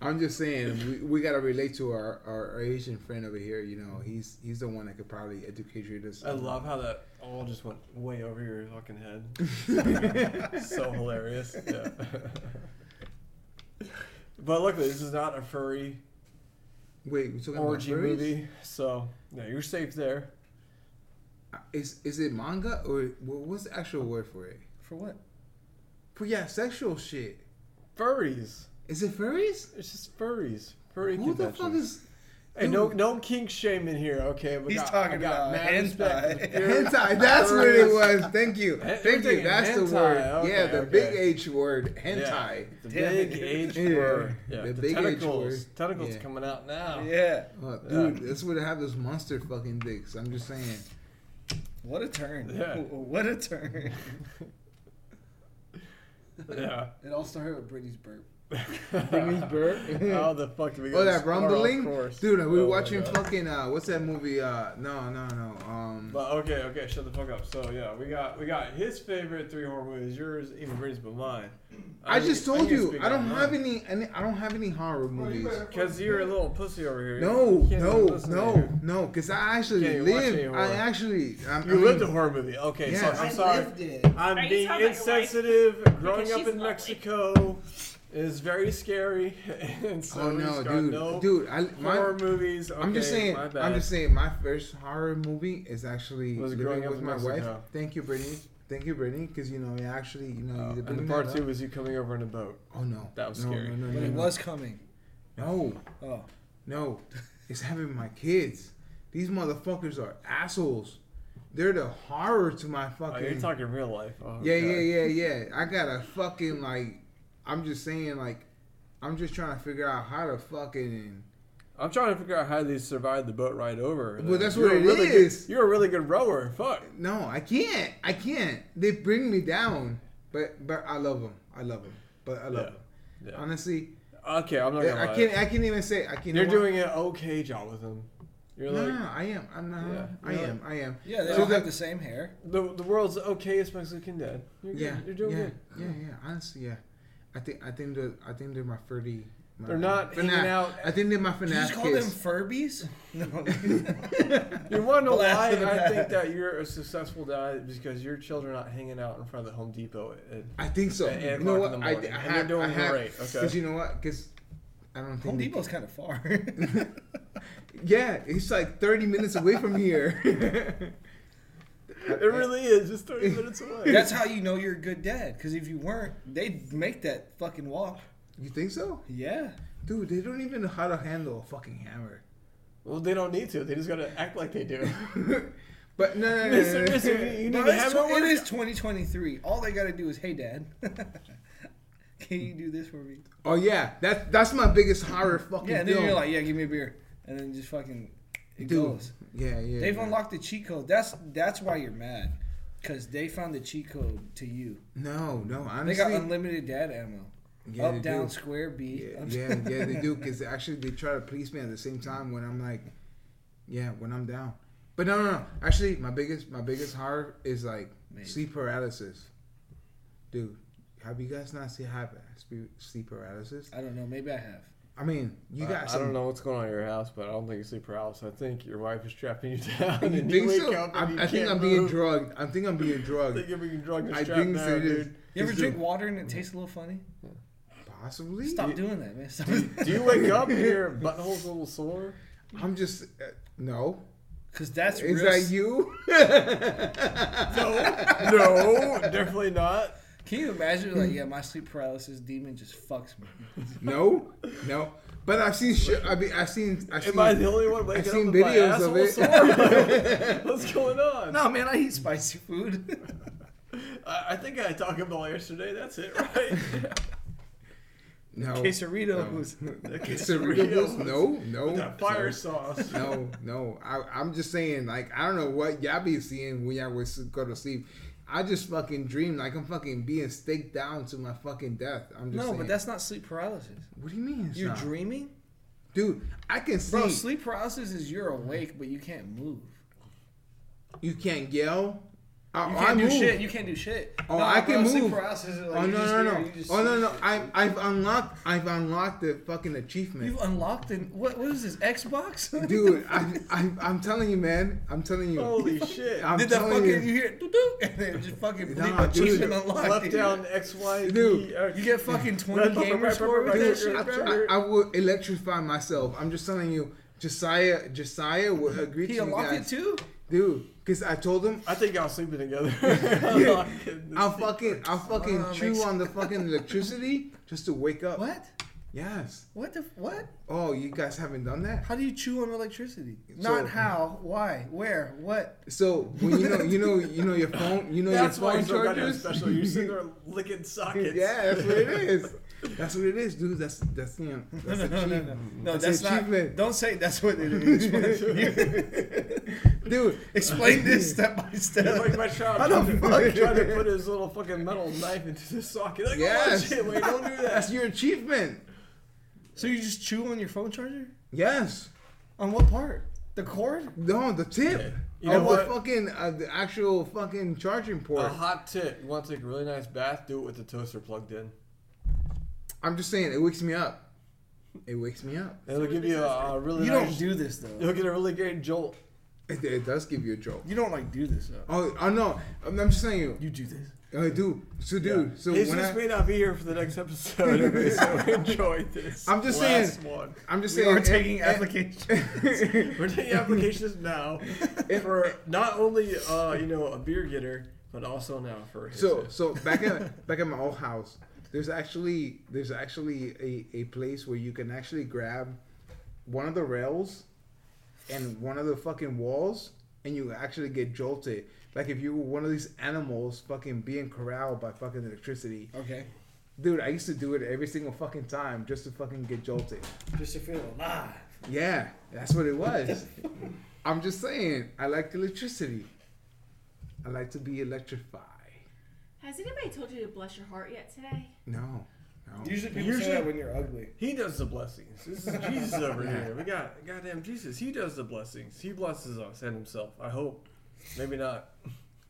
Speaker 3: I'm just saying, we, we gotta relate to our, our, our Asian friend over here. You know, he's he's the one that could probably educate us.
Speaker 1: I love how that all just went way over your fucking head.
Speaker 3: love.
Speaker 1: so hilarious. Yeah. but luckily, this is not a furry
Speaker 3: Wait, we're talking
Speaker 1: orgy
Speaker 3: about furries?
Speaker 1: movie, so yeah, you're safe there.
Speaker 3: Is is it manga or what- what's the actual word for it?
Speaker 7: For what?
Speaker 3: For yeah, sexual shit.
Speaker 1: Furries.
Speaker 3: Is it furries?
Speaker 1: It's just furries. Furry
Speaker 3: Who the
Speaker 1: conventions.
Speaker 3: fuck is
Speaker 1: Hey, no, no kink shame in here, okay? We
Speaker 7: He's
Speaker 1: got-
Speaker 7: talking
Speaker 1: I got
Speaker 7: about
Speaker 1: mad respect
Speaker 7: hentai.
Speaker 1: for pure-
Speaker 3: hentai? That's what it was. Thank you,
Speaker 1: Hen-
Speaker 3: thank
Speaker 1: we're
Speaker 3: you.
Speaker 1: thinking
Speaker 3: That's the
Speaker 1: hentai,
Speaker 3: word.
Speaker 1: okay,
Speaker 3: yeah, the
Speaker 1: okay.
Speaker 3: big H word, hentai.
Speaker 1: Yeah, the
Speaker 7: Damn
Speaker 1: big
Speaker 7: it.
Speaker 1: H
Speaker 3: Yeah,
Speaker 1: word. Yeah,
Speaker 3: the
Speaker 1: the,
Speaker 3: big H
Speaker 1: tentacles.
Speaker 3: word.
Speaker 1: Tentacles
Speaker 3: Yeah.
Speaker 1: coming out now.
Speaker 7: Yeah.
Speaker 3: Oh,
Speaker 1: Yeah.
Speaker 3: dude, that's what they have those monster fucking dicks. I'm just saying.
Speaker 7: What a turn.
Speaker 1: Yeah.
Speaker 7: W- What a turn.
Speaker 1: Yeah.
Speaker 2: It all started with Brittany's burp.
Speaker 3: Britney's burp?
Speaker 1: How the fuck did we go?
Speaker 3: Oh, that rumbling, dude. Are we
Speaker 1: Oh my
Speaker 3: watching
Speaker 1: God.
Speaker 3: fucking uh, what's that movie? Uh, no, no, no. Um,
Speaker 1: But okay, okay, shut the fuck up. So yeah, we got we got his favorite three horror movies. Yours, even Brady's, but mine.
Speaker 3: I just
Speaker 1: can-
Speaker 3: told
Speaker 1: can
Speaker 3: you
Speaker 1: speak
Speaker 3: I don't
Speaker 1: on
Speaker 3: have
Speaker 1: mine.
Speaker 3: any, any. I don't have any horror movies.
Speaker 1: Cause you're a little pussy over here.
Speaker 3: No,
Speaker 1: You can't even
Speaker 3: no,
Speaker 1: listen to
Speaker 3: no,
Speaker 1: your-
Speaker 3: no. Because I actually
Speaker 1: Can't even watch any
Speaker 3: live.
Speaker 1: horror.
Speaker 3: I actually. I'm,
Speaker 1: You
Speaker 3: I mean,
Speaker 1: lived a horror movie. Okay,
Speaker 3: Yeah.
Speaker 1: so
Speaker 3: I
Speaker 1: I'm sorry.
Speaker 2: lived it.
Speaker 5: Are
Speaker 1: I'm
Speaker 5: you
Speaker 1: being
Speaker 5: talking about your wife?
Speaker 1: insensitive. Growing up
Speaker 5: she's
Speaker 1: in
Speaker 5: lovely.
Speaker 1: Mexico is very scary. And so
Speaker 3: oh
Speaker 1: we
Speaker 3: no,
Speaker 1: just got
Speaker 3: dude,
Speaker 1: no
Speaker 3: dude. I, my,
Speaker 1: horror movies.
Speaker 3: I'm just
Speaker 1: Okay,
Speaker 3: saying.
Speaker 1: my
Speaker 3: I'm
Speaker 1: bad.
Speaker 3: just saying. My first horror movie is actually
Speaker 1: Was Growing
Speaker 3: living
Speaker 1: Up
Speaker 3: with
Speaker 1: in
Speaker 3: my wife.
Speaker 1: Mexico.
Speaker 3: Thank you, Brittany. Thank you, Brittany. Because you know, you actually, you know,
Speaker 1: Oh,
Speaker 3: you
Speaker 1: and the part two was you coming over in a boat.
Speaker 3: Oh no,
Speaker 1: That was
Speaker 3: no,
Speaker 1: scary.
Speaker 3: No, no,
Speaker 7: But
Speaker 3: no,
Speaker 7: it
Speaker 3: no.
Speaker 7: was coming.
Speaker 3: no.
Speaker 7: Oh.
Speaker 3: No, it's having my kids. These motherfuckers are assholes. They're the horror to my
Speaker 1: Oh,
Speaker 3: fucking.
Speaker 1: you're talking real life. Oh,
Speaker 3: yeah,
Speaker 1: God.
Speaker 3: yeah, yeah, yeah. I gotta fucking like. I'm just saying like, I'm just trying to figure out how to fucking.
Speaker 1: I'm trying to figure out how they survived the boat ride over.
Speaker 3: Well, that's
Speaker 1: You're
Speaker 3: what
Speaker 1: a
Speaker 3: it
Speaker 1: really
Speaker 3: is.
Speaker 1: Good, you're a really good rower. Fuck.
Speaker 3: No, I can't. I can't. They bring me down. But but I love them. I love them. But I love them.
Speaker 1: Yeah.
Speaker 3: Honestly,
Speaker 1: Okay, I'm not gonna.
Speaker 3: I
Speaker 1: lie.
Speaker 3: can't. I can't even say. I can't.
Speaker 1: You're doing an okay job with them. You're
Speaker 3: No,
Speaker 1: like
Speaker 3: no, I am. I'm not.
Speaker 1: Yeah.
Speaker 3: I am. I am.
Speaker 7: Yeah, they
Speaker 3: So
Speaker 7: all
Speaker 3: the-
Speaker 7: have the same hair.
Speaker 1: the the world's okayest Mexican dad. You're good.
Speaker 3: Yeah,
Speaker 1: You're doing
Speaker 3: yeah,
Speaker 1: good.
Speaker 3: Yeah, yeah. Honestly, yeah. I think I think they're I think they're my thirty. My,
Speaker 1: They're not
Speaker 3: FNAF.
Speaker 1: hanging out.
Speaker 3: I think they're my
Speaker 7: Did you just
Speaker 3: FNAF
Speaker 7: call them
Speaker 3: kids.
Speaker 7: Furbies? No.
Speaker 1: You want to know why
Speaker 7: Blast in the
Speaker 1: I think
Speaker 7: past.
Speaker 1: that you're a successful dad because your children are not hanging out in front of the Home Depot. At,
Speaker 3: I think so.
Speaker 1: At eight
Speaker 3: you know
Speaker 1: o'clock
Speaker 3: what?
Speaker 1: in the
Speaker 3: I, I
Speaker 1: morning, and
Speaker 3: have.
Speaker 1: they're
Speaker 3: I
Speaker 1: doing
Speaker 3: have.
Speaker 1: great, okay.
Speaker 3: Because you know what? Because I don't think
Speaker 7: Home
Speaker 3: they-
Speaker 7: Depot's kind of far.
Speaker 3: Yeah, it's like thirty minutes away from here.
Speaker 1: it really is. It's 30 minutes away.
Speaker 7: That's how you know you're a good dad. Because if you weren't, they'd make that fucking walk.
Speaker 3: you think so,
Speaker 7: Yeah.
Speaker 3: dude? They don't even know how to handle a fucking hammer.
Speaker 1: Well, they don't need to. They just gotta act like they do.
Speaker 3: but no, no, no, no,
Speaker 1: Listen,
Speaker 3: no.
Speaker 1: listen, you- you need
Speaker 7: But
Speaker 1: to
Speaker 7: it's
Speaker 1: have
Speaker 7: tw-
Speaker 1: it
Speaker 7: it
Speaker 1: worked
Speaker 7: is
Speaker 1: out.
Speaker 7: 2023. All they got to do is, hey, dad, can you do this for me?
Speaker 3: Oh yeah, that's that's my biggest horror fucking.
Speaker 7: Yeah, and then
Speaker 3: film.
Speaker 7: you're like, yeah, give me a beer. And then just fucking, it
Speaker 3: Dude.
Speaker 7: goes.
Speaker 3: yeah, yeah.
Speaker 7: They've
Speaker 3: yeah.
Speaker 7: unlocked the cheat code. That's, that's why you're mad. Because they found the cheat code to you.
Speaker 3: No, no,
Speaker 7: They
Speaker 3: honestly,
Speaker 7: got unlimited dad ammo.
Speaker 3: yeah, they
Speaker 7: Up, down,
Speaker 3: do.
Speaker 7: square, B.
Speaker 3: Yeah,
Speaker 7: Up-
Speaker 3: yeah, yeah, they do. Because actually, they try to police me at the same time when I'm like, yeah, when I'm down. But no, no, no. Actually, my biggest, my biggest horror is like
Speaker 7: Maybe.
Speaker 3: sleep paralysis. Dude, have you guys not seen have spe- sleep paralysis?
Speaker 7: I don't know. Maybe I have.
Speaker 3: I mean, you
Speaker 1: I-
Speaker 3: got.
Speaker 1: I,
Speaker 3: some,
Speaker 1: don't know what's going on in your house, but I don't think you sleep paralysis. I think your wife is trapping you down.
Speaker 3: You
Speaker 1: and
Speaker 3: think
Speaker 1: you wake
Speaker 3: so?
Speaker 1: up and
Speaker 3: I'm-
Speaker 1: you
Speaker 3: I, think
Speaker 1: can't
Speaker 3: I'm being
Speaker 1: move.
Speaker 3: drugged. I think I'm being
Speaker 1: I think
Speaker 3: drugged.
Speaker 1: you're being drugged and
Speaker 3: I
Speaker 1: strapped
Speaker 3: think
Speaker 1: down,
Speaker 3: so. it is.
Speaker 1: dude.
Speaker 7: You ever
Speaker 3: It's
Speaker 7: drink
Speaker 3: the-
Speaker 7: water and it tastes a little funny?
Speaker 3: Possibly.
Speaker 7: Stop doing that, man. Stop.
Speaker 1: Do you wake up and your butthole's a little sore?
Speaker 3: I'm just uh, no.
Speaker 7: Because that's
Speaker 3: Is
Speaker 7: real.
Speaker 3: that you?
Speaker 1: No, no, definitely not.
Speaker 2: Can you imagine? Like, yeah, my sleep paralysis demon just fucks me.
Speaker 3: No, no. But I've seen. Sh- I mean, I've seen. I've
Speaker 1: Am I
Speaker 3: seen.
Speaker 1: the only one waking
Speaker 3: I've seen
Speaker 1: up
Speaker 3: videos of
Speaker 1: with my
Speaker 3: it.
Speaker 1: asshole sore? What's going on?
Speaker 7: No, man, I eat spicy food.
Speaker 1: I, I think I talked about it yesterday. That's it, right?
Speaker 3: Oh, No.
Speaker 7: Quesaritos.
Speaker 3: No. Quesaritos? No, no.
Speaker 1: With that fire
Speaker 3: no.
Speaker 1: sauce.
Speaker 3: no, no. I, I'm just saying, like, I don't know what y'all be seeing when y'all was go to sleep. I just fucking dream like I'm fucking being staked down to my fucking death. I'm just
Speaker 2: No,
Speaker 3: saying.
Speaker 2: but that's not sleep paralysis.
Speaker 3: what do you mean? it's
Speaker 2: You're
Speaker 3: not?
Speaker 2: dreaming,
Speaker 3: dude. I can see
Speaker 2: bro. Sleep paralysis is you're awake but you can't move.
Speaker 3: you can't yell. I,
Speaker 2: You
Speaker 3: Oh, I
Speaker 2: can't do
Speaker 3: move.
Speaker 2: shit. You can't do shit.
Speaker 3: Oh, I can
Speaker 2: Sleep
Speaker 3: move.
Speaker 2: paralysis is like
Speaker 3: oh
Speaker 2: you
Speaker 3: no
Speaker 2: just there,
Speaker 3: no no!
Speaker 2: you just
Speaker 3: Oh
Speaker 2: see
Speaker 3: no no!
Speaker 2: shit.
Speaker 3: I, I've unlocked. I've unlocked the fucking achievement.
Speaker 2: You've unlocked an what? What is this Xbox?
Speaker 3: Dude, I, I, I'm telling you, man. I'm telling you.
Speaker 2: Oh,
Speaker 1: Holy shit.
Speaker 3: I'm
Speaker 2: Did that
Speaker 3: telling
Speaker 2: fucking you,
Speaker 3: you.
Speaker 2: hear doo doo and then just fucking
Speaker 3: Nah,
Speaker 2: bleep my
Speaker 3: dude.
Speaker 2: cheeks and unlocked
Speaker 1: Left
Speaker 2: it.
Speaker 1: down X, Y,
Speaker 3: Dude,
Speaker 1: D. or-
Speaker 2: You get fucking
Speaker 1: Right,
Speaker 2: twenty
Speaker 1: right,
Speaker 2: gamer
Speaker 1: right,
Speaker 2: score
Speaker 1: right,
Speaker 2: with that
Speaker 3: Dude,
Speaker 2: shit,
Speaker 3: I,
Speaker 2: bro.
Speaker 3: I, I will electrify myself. I'm just telling you, Josiah, Josiah will agree
Speaker 2: He
Speaker 3: to you
Speaker 2: unlocked it
Speaker 3: guys,
Speaker 2: too.
Speaker 3: dude. Because I told him
Speaker 1: I think y'all sleeping together.
Speaker 3: I'll fucking, I'll fucking
Speaker 2: Oh,
Speaker 3: chew
Speaker 2: makes-
Speaker 3: on the fucking electricity just to wake up.
Speaker 2: What?
Speaker 3: Yes.
Speaker 2: What the what?
Speaker 3: Oh, you guys haven't done that.
Speaker 2: How do you chew on electricity?
Speaker 3: So-
Speaker 2: Not how, why, where, what?
Speaker 3: So when you know, you know, you know your phone, you know
Speaker 1: That's
Speaker 3: your
Speaker 1: why
Speaker 3: phone
Speaker 1: you're so goddamn
Speaker 3: chargers.
Speaker 1: special. You're sitting there licking sockets.
Speaker 3: yeah, that's what it is. That's what it is, dude. That's that's you know, that's
Speaker 2: No, no, no,
Speaker 3: achievement.
Speaker 2: no.
Speaker 3: That's
Speaker 2: That's not.
Speaker 3: achievement.
Speaker 2: Don't say that's what it is.
Speaker 3: dude.
Speaker 2: Explain this step by
Speaker 1: It's like
Speaker 2: step.
Speaker 1: my child
Speaker 3: How the
Speaker 1: trying,
Speaker 3: fuck?
Speaker 1: to, trying to put his little fucking metal knife into the socket. Like,
Speaker 3: Yes.
Speaker 1: oh shit, wait, don't do
Speaker 3: That's
Speaker 1: that.
Speaker 3: your achievement.
Speaker 2: So you just chew on your phone charger?
Speaker 3: Yes.
Speaker 2: On what part? The cord?
Speaker 3: No, the tip.
Speaker 1: You know
Speaker 3: of
Speaker 1: what? Uh-huh.
Speaker 3: the fucking uh, the actual fucking charging port.
Speaker 1: A hot tip. You want to take a really nice bath? Do it with the toaster plugged in.
Speaker 3: I'm just saying, it wakes me up. It wakes me up.
Speaker 1: It'll give you a, a really
Speaker 2: You
Speaker 1: nice.
Speaker 2: don't do this though.
Speaker 1: you'll get a really great jolt.
Speaker 3: It, it does give you a jolt.
Speaker 2: You don't like do this though.
Speaker 3: Oh, oh no! I'm, I'm just saying you.
Speaker 2: You do this.
Speaker 3: I do. So, dude. So
Speaker 1: Jesus
Speaker 3: when I,
Speaker 1: may not be here for the next episode. okay, so enjoy this.
Speaker 3: I'm just
Speaker 1: last
Speaker 3: saying-
Speaker 1: One.
Speaker 3: I'm just
Speaker 2: We
Speaker 3: saying.
Speaker 2: are taking
Speaker 3: and-
Speaker 2: applications.
Speaker 1: We're taking applications now for not only uh, you know a beer getter, but also now for his
Speaker 3: So so back at back at my old house, there's actually there's actually a, a place where you can actually grab one of the rails and one of the fucking walls and you actually get jolted. Like if you were one of these animals fucking being corralled by fucking electricity.
Speaker 2: Okay.
Speaker 3: Dude, I used to do it every single fucking time just to fucking get jolted.
Speaker 2: Just to feel alive.
Speaker 3: Yeah, that's what it was. I'm just saying, I like electricity. I like to be electrified.
Speaker 5: Has anybody told you to bless your heart yet today?
Speaker 3: No. No.
Speaker 2: Usually people
Speaker 1: Usually-
Speaker 2: say that when you're ugly.
Speaker 1: He does the blessings. This is Jesus over here. We got goddamn Jesus. He does the blessings. He blesses us and himself. I hope. Maybe not.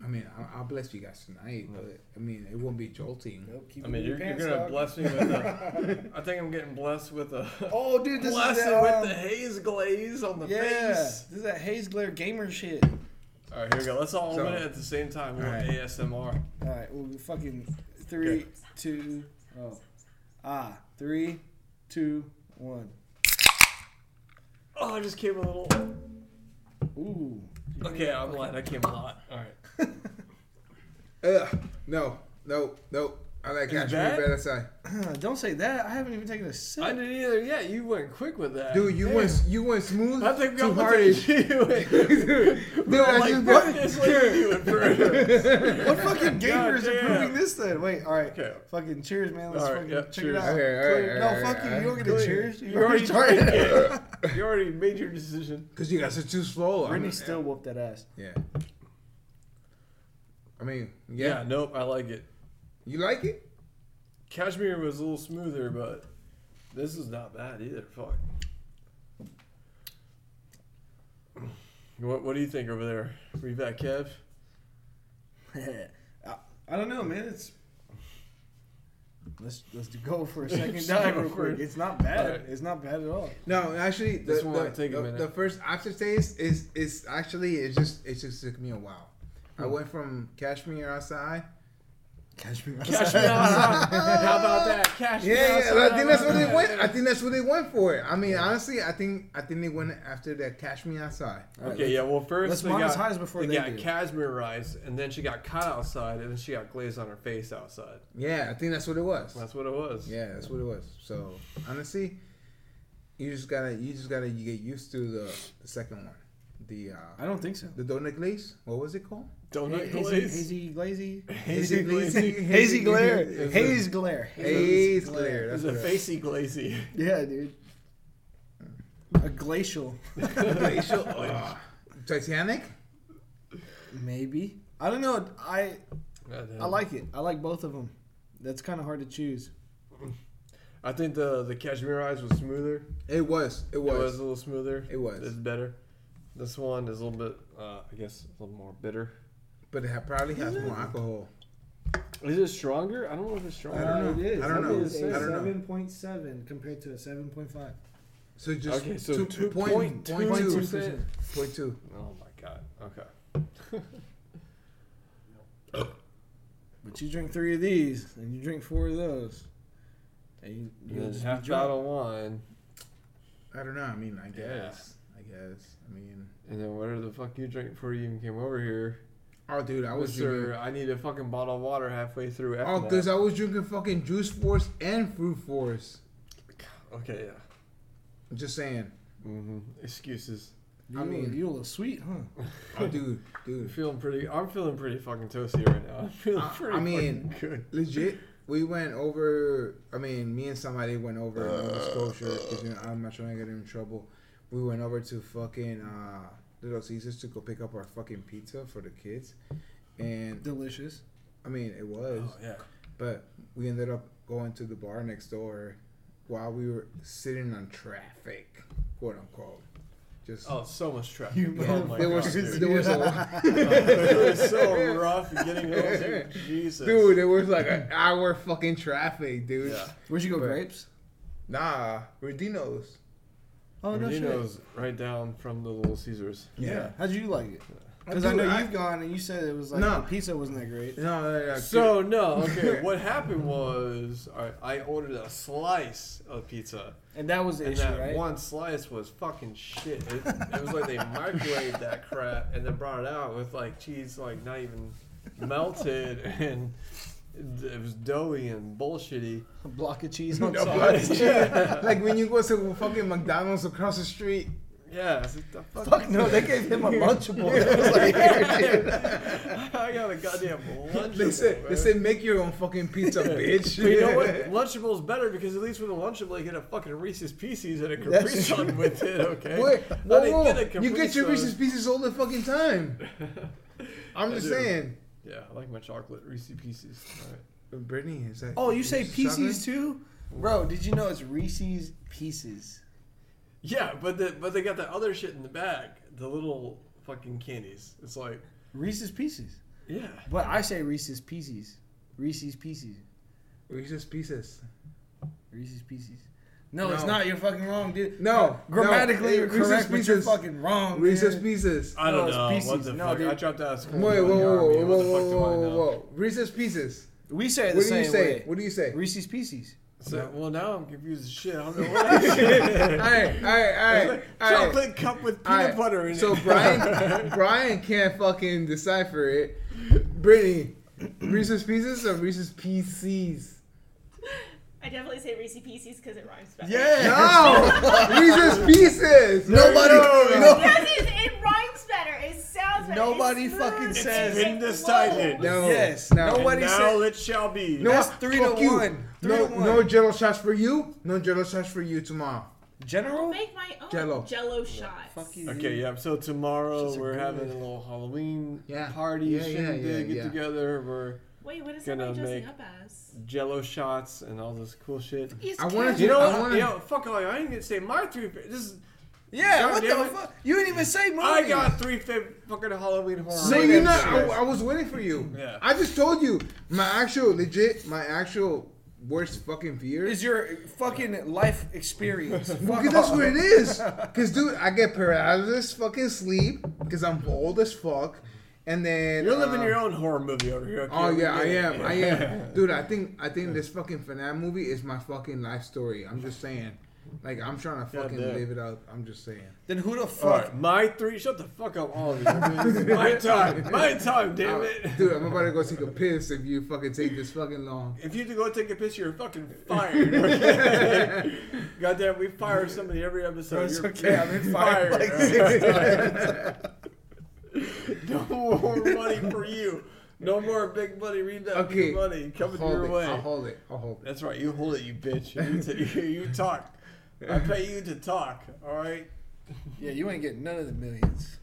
Speaker 3: I mean, I- I'll bless you guys tonight, but I mean, it won't be jolting.
Speaker 2: Nope. Keep
Speaker 1: I mean,
Speaker 2: your
Speaker 1: you're, you're
Speaker 2: pants
Speaker 1: gonna
Speaker 2: on.
Speaker 1: bless me with a. I think I'm getting blessed with a.
Speaker 2: Oh, dude, this
Speaker 1: blessed
Speaker 2: is that, um,
Speaker 1: with the haze glaze on the
Speaker 2: yeah.
Speaker 1: face.
Speaker 2: This is that haze glare gamer shit.
Speaker 1: All right, here we go. Let's all
Speaker 3: So-
Speaker 1: open it at the same time. We
Speaker 3: All
Speaker 1: want
Speaker 3: right.
Speaker 1: ASMR.
Speaker 2: All right, well, we fucking three, two, oh, ah, three, two, one.
Speaker 1: Oh, I just came a little.
Speaker 2: Ooh,
Speaker 1: Okay, I'm glad I came hot. All right.
Speaker 3: Ugh, no, no, no. I like
Speaker 1: Is
Speaker 3: catch
Speaker 1: that-
Speaker 3: me by the side.
Speaker 2: don't say that. I haven't even taken a sip.
Speaker 1: I didn't either. Yeah, you went quick with that.
Speaker 3: Dude, you
Speaker 1: Damn.
Speaker 3: went you went smooth
Speaker 1: I think we
Speaker 3: to
Speaker 1: all
Speaker 3: hardish.
Speaker 1: hardish. Dude,
Speaker 3: dude, dude, I
Speaker 1: like,
Speaker 3: just
Speaker 1: fuck this lady doing forever.
Speaker 2: what fucking gamer is
Speaker 1: Goddamn.
Speaker 2: approving this then? Wait, all right,
Speaker 1: Okay.
Speaker 2: fucking cheers, man. Let's
Speaker 1: All right,
Speaker 2: fucking
Speaker 1: yeah,
Speaker 2: check
Speaker 1: cheers.
Speaker 2: it out.
Speaker 3: Okay, all right, all
Speaker 2: no,
Speaker 3: right, all
Speaker 2: fuck
Speaker 3: right,
Speaker 2: you.
Speaker 3: all right.
Speaker 2: You don't get a cheers. You
Speaker 1: You already
Speaker 2: started.
Speaker 1: drank it. You already made your decision.
Speaker 3: because you guys are too slow. I'm-
Speaker 2: Brittany still whooped that ass.
Speaker 3: Yeah. I mean, yeah.
Speaker 1: Yeah, nope, I like it.
Speaker 3: You like it?
Speaker 1: Cashmere was a little smoother, but this is not bad either. Fuck. What, what do you think over there? Revat Kev?
Speaker 2: I, I don't know, man. It's let's let's go for a second dive real quick. It's not bad.
Speaker 1: Alright.
Speaker 2: It's not bad at all.
Speaker 3: No, actually, the,
Speaker 1: This one
Speaker 3: the,
Speaker 1: might take a
Speaker 3: the-
Speaker 1: minute.
Speaker 3: the first aftertaste is is
Speaker 1: Hmm.
Speaker 3: actually it just it just took me a while. I went from cashmere outside Cash me
Speaker 1: Cash me outside. How about that? Cash me
Speaker 3: Yeah, yeah.
Speaker 1: outside.
Speaker 3: I think that's what they went. I think that's what they went for. I mean, honestly, I think I think they went after that Cash Me Outside.
Speaker 1: Okay, yeah. Well, 1st
Speaker 2: let's
Speaker 1: they got,
Speaker 2: monetize before
Speaker 1: they
Speaker 2: they
Speaker 1: got
Speaker 2: do.
Speaker 1: cashmere rice, and then she got caught outside, and then she got glazed on her face outside.
Speaker 3: Yeah, I think that's what it was.
Speaker 1: That's what it was.
Speaker 3: Yeah, that's what it was. So honestly, you just gotta you just gotta get used to the, the second one, the
Speaker 2: I
Speaker 3: uh,
Speaker 2: don't think so.
Speaker 3: the donut glaze. What was it called?
Speaker 1: Donut
Speaker 2: Hazy,
Speaker 1: glaze.
Speaker 2: hazy, glazy,
Speaker 1: Hazy
Speaker 3: glazy?
Speaker 1: glazy.
Speaker 7: Hazy glare.
Speaker 3: Hazy-
Speaker 2: haze glare.
Speaker 3: Haze glare.
Speaker 1: It's
Speaker 3: That's
Speaker 1: a
Speaker 3: what it
Speaker 1: facey glazy.
Speaker 2: Yeah, dude. A glacial,
Speaker 3: was. Ugh. Ah, Titanic.
Speaker 2: maybe. I don't know. I
Speaker 1: Goddamn.
Speaker 2: I like it. I like both of them. That's kind of hard to choose.
Speaker 1: I think the the cashmere rice was smoother.
Speaker 3: It was. It
Speaker 1: It was
Speaker 3: was.
Speaker 1: a little smoother.
Speaker 3: It was.
Speaker 1: It's better. This one is a little bit, uh, I guess, a little more bitter.
Speaker 3: But it had- probably has more alcohol.
Speaker 1: Is it stronger? I don't know if it's stronger.
Speaker 3: I don't know.
Speaker 7: It is.
Speaker 3: I don't
Speaker 7: It
Speaker 3: know.
Speaker 7: is a
Speaker 3: I don't know.
Speaker 2: Seven point seven compared to a seven point five.
Speaker 3: So just
Speaker 1: Okay, so
Speaker 3: two-
Speaker 1: two
Speaker 3: point-
Speaker 1: point
Speaker 3: point
Speaker 1: two
Speaker 3: two.
Speaker 1: percent.
Speaker 3: Point two.
Speaker 1: Oh my god. Okay.
Speaker 2: But you drink three of these, and you drink four of those, and you, you'll
Speaker 1: And
Speaker 2: just be
Speaker 1: half
Speaker 2: drunk.
Speaker 1: bottle wine,
Speaker 3: I don't know. I mean, I
Speaker 1: Yeah.
Speaker 3: guess. I guess. I mean.
Speaker 1: and then whatever the fuck you drank before you even came over here,
Speaker 3: Oh, dude, I was
Speaker 1: Mister.
Speaker 3: drinking.
Speaker 1: I need a fucking bottle of water halfway through. After
Speaker 3: Oh, because
Speaker 1: that.
Speaker 3: I was drinking fucking Juice Force and Fruit Force.
Speaker 1: okay, yeah.
Speaker 3: I'm just saying.
Speaker 1: hmm Excuses.
Speaker 2: You
Speaker 3: I
Speaker 2: look-
Speaker 3: mean-
Speaker 2: you look sweet, huh?
Speaker 3: Oh, dude,
Speaker 1: I'm
Speaker 3: dude,
Speaker 1: feeling pretty. I'm feeling pretty fucking toasty right now. I'm feeling
Speaker 3: I- I
Speaker 1: pretty.
Speaker 3: mean-
Speaker 1: fucking good.
Speaker 3: legit. We went over. I mean, me and somebody went over to Nova Scotia. 'cause, you know, I'm not trying to get in trouble. We went over to fucking uh, Little Caesars to go pick up our fucking pizza for the kids, and
Speaker 2: Delicious.
Speaker 3: I mean, it was.
Speaker 1: Oh yeah.
Speaker 3: But we ended up going to the bar next door while we were sitting on traffic, quote unquote. Just
Speaker 1: Oh, so much traffic.
Speaker 2: You
Speaker 1: oh my
Speaker 3: there
Speaker 1: god.
Speaker 3: was
Speaker 1: dude.
Speaker 3: there was a
Speaker 1: it was so rough getting home. dude. Jesus.
Speaker 3: dude, there was like an hour fucking traffic, dude.
Speaker 1: Yeah.
Speaker 2: Where'd you go?
Speaker 3: But-
Speaker 2: grapes.
Speaker 3: Nah, Redino's.
Speaker 2: Oh no shit.
Speaker 1: Reno's right down from the Little Caesars.
Speaker 2: Yeah. How'd you like it? Because
Speaker 3: Dude,
Speaker 2: I know
Speaker 3: I-
Speaker 2: you've gone and you said it was like
Speaker 3: No.
Speaker 2: the pizza wasn't that great.
Speaker 3: No, no, no,
Speaker 1: So no, okay. what happened was all right, I ordered a slice of pizza,
Speaker 2: And that was the
Speaker 1: and
Speaker 2: issue,
Speaker 1: that
Speaker 2: right?
Speaker 1: one slice was fucking shit. It, it was like they microwaved that crap and then brought it out with like cheese, like not even melted, and it was doughy and bullshitty.
Speaker 2: A block of cheese on
Speaker 3: dude,
Speaker 2: top.
Speaker 3: bloody shit. like when you go to fucking McDonald's across the street.
Speaker 1: Yeah, I was like, the fuck.
Speaker 7: Fuck no, they gave him a lunchable. It was like,
Speaker 1: I got a goddamn lunchable.
Speaker 3: They said they
Speaker 1: man.
Speaker 3: said make your own fucking pizza, bitch.
Speaker 1: But you know what? Lunchable is better because at least with a Lunchable, you get a fucking Reese's Pieces and a Capri
Speaker 7: That's
Speaker 1: Sun with it. Okay.
Speaker 3: Wait,
Speaker 1: I
Speaker 3: whoa,
Speaker 1: didn't
Speaker 3: whoa.
Speaker 1: a Capri
Speaker 3: you get your
Speaker 1: Sun.
Speaker 3: Reese's Pieces all the fucking time. I'm
Speaker 1: I
Speaker 3: just
Speaker 1: do.
Speaker 3: saying.
Speaker 1: Yeah, I like my chocolate Reese's Pieces. All right.
Speaker 3: Brittany, is that?
Speaker 2: Oh, you say
Speaker 3: chocolate?
Speaker 2: PCs too? Bro, did you know it's Reese's Pieces?
Speaker 1: Yeah, but the, but they got that other shit in the bag, the little fucking candies. It's like,
Speaker 2: Reese's Pieces.
Speaker 1: yeah,
Speaker 2: But I say Reese's Pieces. Reese's Pieces.
Speaker 3: Reese's Pieces.
Speaker 2: Reese's Pieces. No,
Speaker 3: No.
Speaker 2: it's not. You're fucking wrong, dude.
Speaker 3: No,
Speaker 2: Grammatically,
Speaker 3: no,
Speaker 2: you're
Speaker 3: it- Reese's
Speaker 2: correct, but you're
Speaker 3: Pieces.
Speaker 2: fucking wrong.
Speaker 3: Reese's
Speaker 2: man.
Speaker 3: Pieces.
Speaker 1: I
Speaker 2: No,
Speaker 1: don't
Speaker 2: it's
Speaker 1: know what
Speaker 2: Pieces.
Speaker 1: the
Speaker 2: No,
Speaker 1: fuck.
Speaker 2: dude.
Speaker 1: I dropped out of school.
Speaker 3: Wait, whoa,
Speaker 1: in the army.
Speaker 3: whoa, whoa, whoa,
Speaker 1: what the fuck do I
Speaker 3: whoa, whoa,
Speaker 1: know?
Speaker 3: whoa! Reese's Pieces.
Speaker 2: We say it the
Speaker 3: What do
Speaker 2: same
Speaker 3: you say?
Speaker 2: way.
Speaker 3: What do you say?
Speaker 2: Reese's Pieces.
Speaker 1: So, well, now I'm confused as shit. I don't know what I
Speaker 3: All right, all right, all right, all right.
Speaker 1: Chocolate cup with peanut
Speaker 3: All right.
Speaker 1: butter in
Speaker 3: So
Speaker 1: it.
Speaker 3: Brian, Brian can't fucking decipher it. Brittany, Reese's Pieces or Reese's PCs?
Speaker 5: I definitely say Reese's Pieces because it rhymes better.
Speaker 3: No, Reese's Pieces.
Speaker 7: nobody, no,
Speaker 5: Yes, it, it rhymes better. It sounds better.
Speaker 7: Nobody
Speaker 5: it's
Speaker 7: fucking
Speaker 5: smooth.
Speaker 7: says-
Speaker 5: It
Speaker 1: Been
Speaker 5: flows.
Speaker 1: decided.
Speaker 3: No.
Speaker 7: Yes,
Speaker 3: No.
Speaker 1: And
Speaker 7: nobody
Speaker 1: now
Speaker 7: said.
Speaker 1: it shall be.
Speaker 3: No,
Speaker 7: That's three
Speaker 3: fuck
Speaker 7: to
Speaker 3: you.
Speaker 7: one. Three
Speaker 3: no,
Speaker 7: to one.
Speaker 3: no jello shots for you. No jello shots for you tomorrow.
Speaker 7: General?
Speaker 5: Make my own
Speaker 3: Jell-O.
Speaker 5: Jello, Jello shots.
Speaker 7: Fuck you.
Speaker 1: Okay, yeah. So tomorrow
Speaker 7: She's a
Speaker 1: we're
Speaker 7: good-
Speaker 1: having a little Halloween
Speaker 3: Yeah.
Speaker 1: party,
Speaker 3: Yeah, yeah,
Speaker 1: shindig,
Speaker 3: yeah,
Speaker 1: get
Speaker 3: yeah.
Speaker 1: together. We're
Speaker 5: Wait, what is
Speaker 1: Gonna
Speaker 5: somebody dressing
Speaker 1: make-
Speaker 5: up as?
Speaker 1: Jello shots and all this cool shit.
Speaker 5: It's
Speaker 3: I wanted
Speaker 5: casual.
Speaker 1: You know,
Speaker 3: I
Speaker 1: what?
Speaker 3: wanna-
Speaker 1: you know, fuck. Like, I didn't even say my three. fa- This is,
Speaker 7: Yeah,
Speaker 1: God
Speaker 7: what
Speaker 1: damn
Speaker 7: the
Speaker 1: it.
Speaker 7: fuck? You didn't even say movies.
Speaker 1: I got three fa- fucking Halloween horror.
Speaker 3: No,
Speaker 7: Say
Speaker 3: you're
Speaker 7: that
Speaker 3: not. I,
Speaker 7: shit.
Speaker 3: I was waiting for you.
Speaker 1: Yeah.
Speaker 3: I just told you my actual legit, my actual worst fucking fear.
Speaker 2: Is your fucking life experience. Fuck
Speaker 3: Because that's
Speaker 2: off.
Speaker 3: what it is. Because, dude, I get paralysis fucking sleep because I'm old as fuck. And then
Speaker 1: You're living
Speaker 3: uh,
Speaker 1: your own horror movie over here. okay?
Speaker 3: Oh
Speaker 1: We
Speaker 3: yeah, I
Speaker 1: get it.
Speaker 3: am. I am, dude. I think I think this fucking finale movie is my fucking life story. I'm just saying, like I'm trying to fucking
Speaker 1: Goddamn.
Speaker 3: live it up. I'm just saying.
Speaker 2: Then who the
Speaker 1: All
Speaker 2: fuck?
Speaker 1: right, my three. Shut the fuck up, all of you. man. This is my time. My time. Damn
Speaker 3: Uh,
Speaker 1: it.
Speaker 3: dude, I'm about to go take a piss if you fucking take this fucking long.
Speaker 1: If you go take a piss, you're fucking fired. okay? Goddamn, we fire somebody every episode.
Speaker 2: It's
Speaker 1: you're
Speaker 2: okay, I've been fired
Speaker 7: like
Speaker 1: all
Speaker 7: six
Speaker 1: no more money for you. No more big money. Read that
Speaker 3: Okay,
Speaker 1: big money coming
Speaker 3: Hold
Speaker 1: your
Speaker 3: it.
Speaker 1: way.
Speaker 3: I'll hold it. I'll hold it.
Speaker 1: That's right. You hold it, you bitch. You, t- you talk. I pay you to talk. All right.
Speaker 2: Yeah, you ain't getting none of the millions.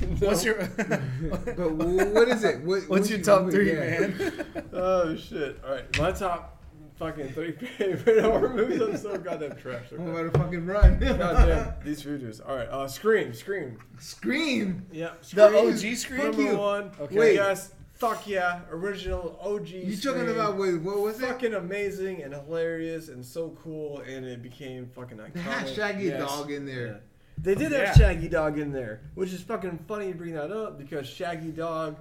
Speaker 1: No.
Speaker 2: What's your
Speaker 3: But wh- what is it?
Speaker 2: What's
Speaker 3: What, what
Speaker 2: your
Speaker 3: you-
Speaker 2: top three,
Speaker 3: yeah.
Speaker 2: man?
Speaker 1: Oh shit! All right, my top fucking three favorite horror movies. I'm so goddamn trash.
Speaker 3: I'm
Speaker 1: Okay?
Speaker 3: about to fucking run.
Speaker 1: Goddamn these videos. All right, uh, Scream, Scream.
Speaker 3: Scream.
Speaker 1: Yeah,
Speaker 2: The
Speaker 1: Scream.
Speaker 2: OG screen.
Speaker 1: Number
Speaker 3: you.
Speaker 1: one.
Speaker 2: Okay.
Speaker 1: Wait. Yes. Fuck yeah! Original OG.
Speaker 3: You
Speaker 1: Scream.
Speaker 3: talking about wait, what was it?
Speaker 1: Fucking amazing and hilarious and so cool, and it became fucking iconic.
Speaker 3: They had Shaggy
Speaker 1: Yes.
Speaker 3: Dog in
Speaker 1: Yeah.
Speaker 3: there.
Speaker 1: They did
Speaker 2: Yeah.
Speaker 1: have Shaggy Dog in there, which is fucking funny to bring that up because Shaggy Dog,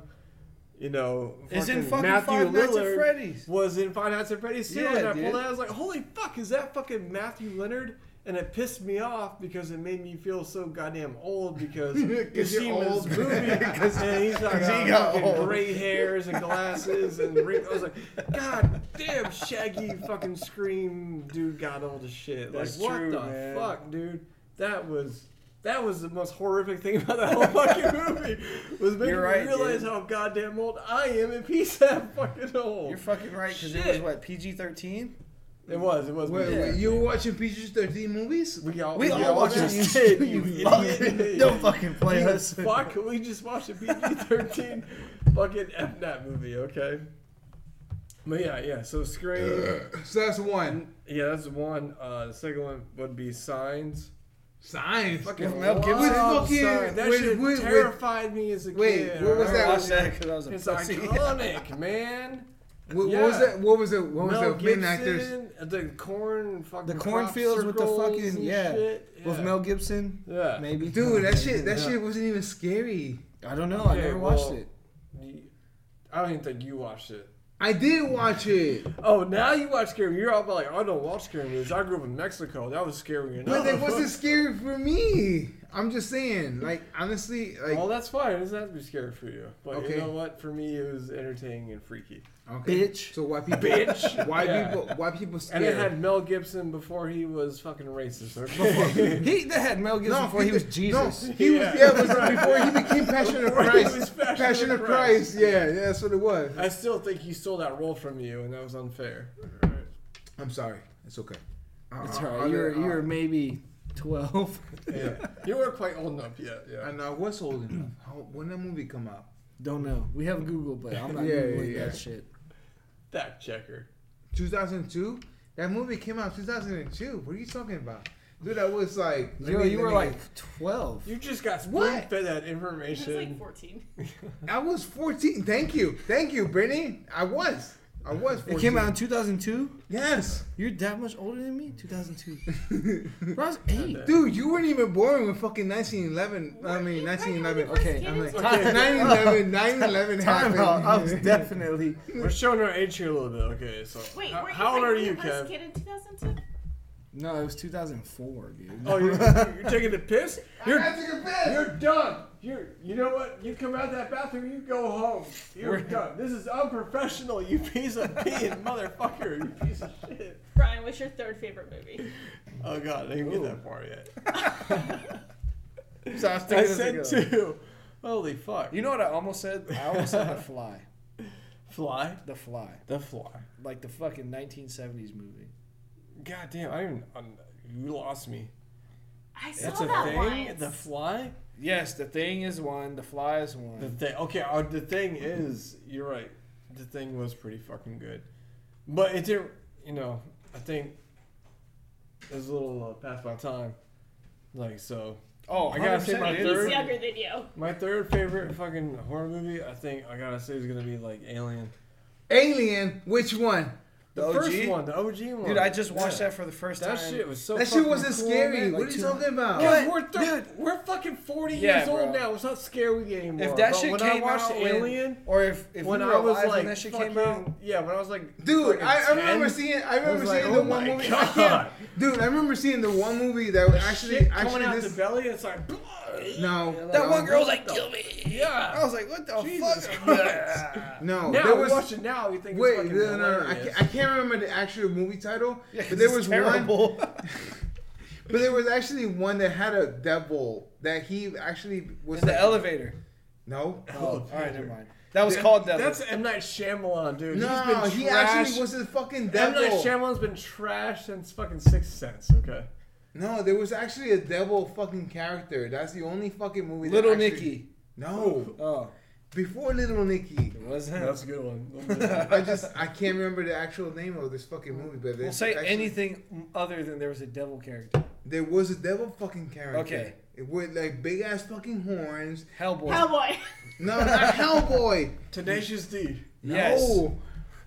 Speaker 1: you know,
Speaker 2: It's in fucking Five Nights at Freddy's.
Speaker 1: was in Five Nights at Freddy's too.
Speaker 2: Yeah,
Speaker 1: and I
Speaker 2: dude.
Speaker 1: pulled that, I was like, holy fuck, is that fucking Matthew Leonard? And it pissed me off because it made me feel so goddamn old because you
Speaker 3: 'Cause you're
Speaker 1: see him in this
Speaker 3: old.
Speaker 1: movie and he's like
Speaker 2: he
Speaker 1: uh,
Speaker 2: got
Speaker 1: fucking
Speaker 2: old.
Speaker 1: gray hairs and glasses and wrinkles. I was like, God damn, Shaggy fucking scream dude got old as shit.
Speaker 2: That's
Speaker 1: like what
Speaker 2: true,
Speaker 1: the
Speaker 2: man.
Speaker 1: fuck, dude? That was that was the most horrific thing about that whole fucking movie. Was making
Speaker 2: You're right,
Speaker 1: me realize
Speaker 2: dude.
Speaker 1: how goddamn old I am and he's that fucking old.
Speaker 2: You're fucking right because it was
Speaker 1: Shit.
Speaker 2: what PG thirteen.
Speaker 1: It was. It was.
Speaker 3: Wait,
Speaker 1: we,
Speaker 3: wait, you were watching PG-13 movies?
Speaker 1: we all
Speaker 2: We
Speaker 1: we
Speaker 2: all
Speaker 1: all
Speaker 2: watched
Speaker 1: just
Speaker 2: it.
Speaker 1: did. You
Speaker 2: You
Speaker 1: idiot.
Speaker 7: Don't fucking play
Speaker 1: You
Speaker 7: us.
Speaker 1: Fuck. We just watched a PG thirteen fucking FNAT movie. Okay. But yeah, yeah. So Scream.
Speaker 3: Uh, So that's one.
Speaker 1: yeah, that's one. Uh, the second one would be Signs.
Speaker 3: Signs.
Speaker 1: Fucking
Speaker 2: Mel
Speaker 1: love
Speaker 2: Gibson.
Speaker 3: With fucking-
Speaker 1: Signs. That
Speaker 3: with-
Speaker 1: shit
Speaker 3: with- with-
Speaker 1: terrified me as a
Speaker 3: Wait,
Speaker 1: kid.
Speaker 3: what was
Speaker 2: I
Speaker 3: that?
Speaker 2: watched that because I was a
Speaker 1: It's
Speaker 2: pussy.
Speaker 1: iconic, man.
Speaker 3: Wh- What, was
Speaker 1: Yeah.
Speaker 3: that? What was it? What was
Speaker 1: Mel
Speaker 3: the midnight? There's
Speaker 1: Gibson, the corn, fucking
Speaker 2: The
Speaker 1: crop
Speaker 2: cornfields with the
Speaker 1: circles
Speaker 2: fucking-
Speaker 1: and
Speaker 2: yeah.
Speaker 1: shit.
Speaker 2: With
Speaker 1: Yeah.
Speaker 2: Mel Gibson,
Speaker 1: Yeah.
Speaker 2: maybe.
Speaker 3: dude. That shit. That
Speaker 2: Yeah.
Speaker 3: shit wasn't even scary.
Speaker 2: I don't know. I
Speaker 1: Okay,
Speaker 2: never watched
Speaker 1: well-
Speaker 2: it.
Speaker 1: I don't even think you watched it.
Speaker 3: I did watch it,
Speaker 1: Oh, now you watch scary. You're all about like, I don't watch scary movies. I grew up in Mexico. That was scary enough.
Speaker 3: but it wasn't scary for me. I'm just saying. Like honestly, like
Speaker 1: Well, that's fine. It doesn't have to be scary for you. But
Speaker 3: Okay.
Speaker 1: you know what? For me, it was entertaining and freaky.
Speaker 3: okay.
Speaker 2: Bitch.
Speaker 3: So why people?
Speaker 1: Bitch.
Speaker 3: Why
Speaker 1: Yeah.
Speaker 3: people? Why people
Speaker 1: And
Speaker 3: scared?
Speaker 1: it had Mel Gibson before he was fucking racist. Or before
Speaker 2: He that had Mel Gibson before he was Jesus.
Speaker 3: No, he
Speaker 1: Yeah.
Speaker 3: was yeah, it was before he became Passion of
Speaker 1: Before he was
Speaker 3: Christ.
Speaker 1: Passion of
Speaker 3: Passion of
Speaker 1: Christ.
Speaker 3: Christ. Yeah, yeah, that's what it was.
Speaker 1: I still think he stole that role from you, and that was unfair.
Speaker 3: I'm sorry. It's okay.
Speaker 2: It's
Speaker 3: Uh,
Speaker 2: all
Speaker 3: uh,
Speaker 2: right. You're
Speaker 3: uh,
Speaker 2: you're maybe twelve.
Speaker 1: Yeah. you weren't quite old enough yet. Yeah.
Speaker 3: And I was old enough. How, when that movie come out?
Speaker 2: Don't know. We have Google, but I'm not
Speaker 3: Yeah, yeah,
Speaker 2: googling
Speaker 3: yeah.
Speaker 2: that shit.
Speaker 1: Fact checker.
Speaker 3: 2002. That movie came out 2002. What are you talking about, dude? I was like, let
Speaker 2: Yo,
Speaker 3: me-
Speaker 2: you
Speaker 3: let
Speaker 2: were
Speaker 3: me-
Speaker 2: like twelve.
Speaker 1: You just got spoon
Speaker 3: What?
Speaker 1: fed that
Speaker 5: I was like
Speaker 1: information.
Speaker 5: 14.
Speaker 3: I was 14. Thank you, thank you, Brittany. I was, I was. 14.
Speaker 2: It came out in 2002.
Speaker 3: Yes,
Speaker 2: You're that much older than me. 2002. Bro, I was eight.
Speaker 3: dude, you weren't even born when fucking 1911. I mean, 1911.
Speaker 5: Weren't you
Speaker 2: okay,
Speaker 5: fucking
Speaker 2: I'm
Speaker 5: kids?
Speaker 2: like-
Speaker 5: Like,
Speaker 3: 911, 911
Speaker 2: Time out. I was
Speaker 3: happened.
Speaker 2: definitely.
Speaker 1: We're showing our age here a little bit. Okay, so
Speaker 5: Wait,
Speaker 1: how,
Speaker 5: were you
Speaker 1: how old
Speaker 5: like
Speaker 1: are
Speaker 5: the
Speaker 1: you,
Speaker 5: first
Speaker 1: Kev?
Speaker 5: kid in 2002?
Speaker 2: No, it was 2004, dude.
Speaker 1: Oh, you're, you're taking the piss? You're,
Speaker 3: I took a piss.
Speaker 1: you're done. You're, you know what? You come out of that bathroom, you go home. You're done. This is unprofessional, you piece of peeing motherfucker, you piece of shit.
Speaker 5: Brian, what's your third favorite movie?
Speaker 1: Oh, God, I didn't get that far yet.
Speaker 2: So I was
Speaker 1: I
Speaker 2: thinking
Speaker 1: said
Speaker 2: this ago.
Speaker 1: two. Holy fuck.
Speaker 2: You know what I almost said? I almost said The Fly.
Speaker 1: fly?
Speaker 2: The Fly.
Speaker 1: The fly.
Speaker 2: Like the fucking 1970s movie.
Speaker 1: God damn, I didn't. I'm, you lost me.
Speaker 5: I saw
Speaker 1: That's a
Speaker 5: that
Speaker 1: thing?
Speaker 5: once.
Speaker 1: The fly?
Speaker 2: Yes, The Thing is one. The Fly is
Speaker 1: The
Speaker 2: one.
Speaker 1: thing, okay, uh, the thing is, you're right. The thing was pretty fucking good, but it didn't. You know, I think it was a little uh, past my time. Like so,
Speaker 2: Oh,
Speaker 1: I gotta say my
Speaker 2: 100%, dude.
Speaker 5: He's
Speaker 1: third-
Speaker 5: younger than you.
Speaker 1: my third favorite fucking horror movie, I think I gotta say is gonna be like Alien.
Speaker 3: Alien, which one?
Speaker 1: The,
Speaker 2: The
Speaker 1: first
Speaker 2: OG?
Speaker 1: one, the OG one.
Speaker 2: Dude, I just watched
Speaker 1: Yeah.
Speaker 2: that for the first
Speaker 1: That
Speaker 2: time.
Speaker 1: shit was so.
Speaker 3: That shit
Speaker 1: fucking
Speaker 3: wasn't
Speaker 1: cool,
Speaker 3: scary.
Speaker 1: man.
Speaker 3: what
Speaker 1: Like,
Speaker 3: are you
Speaker 1: two-
Speaker 3: talking about?
Speaker 1: Guys,
Speaker 7: What?
Speaker 1: we're thir-
Speaker 7: Dude.
Speaker 1: we're fucking forty
Speaker 2: Yeah,
Speaker 1: years old
Speaker 2: bro.
Speaker 1: now. It's not scary anymore.
Speaker 2: if that
Speaker 1: But
Speaker 2: shit
Speaker 1: when
Speaker 2: came
Speaker 1: I watched
Speaker 2: out,
Speaker 1: Alien,
Speaker 2: when, or if, if
Speaker 1: when
Speaker 2: we were
Speaker 1: I was
Speaker 2: alive
Speaker 1: like,
Speaker 2: when that shit came
Speaker 1: fucking-
Speaker 2: out,
Speaker 1: yeah, when I was like,
Speaker 3: Dude,
Speaker 1: fucking
Speaker 3: I, I remember
Speaker 1: 10,
Speaker 3: seeing. I remember
Speaker 1: was like,
Speaker 3: seeing the
Speaker 1: oh
Speaker 3: one
Speaker 1: my
Speaker 3: movie. I
Speaker 1: God.
Speaker 3: can't, dude, I remember seeing the one movie that was actually
Speaker 1: shit coming
Speaker 3: actually
Speaker 1: out
Speaker 3: this.
Speaker 1: the belly. It's like,
Speaker 3: no,
Speaker 2: that
Speaker 3: no,
Speaker 2: one girl was like, "Kill me." I
Speaker 1: yeah.
Speaker 2: was like, "What the
Speaker 1: Jesus
Speaker 2: fuck?"
Speaker 1: Christ.
Speaker 3: No,
Speaker 1: Now
Speaker 3: there
Speaker 1: we
Speaker 3: was.
Speaker 1: watch it now. We think
Speaker 3: Wait,
Speaker 1: it's fucking
Speaker 3: no, no, no, I,
Speaker 1: hilarious.
Speaker 3: can't, I can't remember the actual movie title, but
Speaker 2: This
Speaker 3: there
Speaker 2: is
Speaker 3: was one.
Speaker 2: terrible.
Speaker 3: But there was actually one that had a devil that he actually was.
Speaker 2: It's the
Speaker 3: like-
Speaker 2: elevator.
Speaker 3: No,
Speaker 2: Oh, all right, never mind. That was
Speaker 3: Yeah,
Speaker 2: called Devil.
Speaker 1: That's M Night Shyamalan, dude.
Speaker 3: no,
Speaker 1: He's been
Speaker 3: he
Speaker 1: trash.
Speaker 3: actually was a fucking
Speaker 1: M Night
Speaker 3: devil.
Speaker 1: Shyamalan's been trash since fucking Sixth Sense. Okay.
Speaker 3: No, there was actually a devil fucking character. That's the only fucking movie. that
Speaker 2: Little
Speaker 3: actually-
Speaker 2: Nicky.
Speaker 3: No,
Speaker 2: Oh,
Speaker 3: before Little Nicky.
Speaker 2: it was him.
Speaker 1: That's a good one.
Speaker 3: I just I can't remember the actual name of this fucking movie, but
Speaker 2: We'll
Speaker 3: it's
Speaker 2: say
Speaker 3: actually-
Speaker 2: anything other than there was a devil character.
Speaker 3: There was a devil fucking character.
Speaker 2: Okay.
Speaker 3: It with like big ass fucking horns.
Speaker 2: Hellboy.
Speaker 5: Hellboy.
Speaker 3: No, not Hellboy.
Speaker 1: Tenacious D.
Speaker 2: Yes.
Speaker 3: No.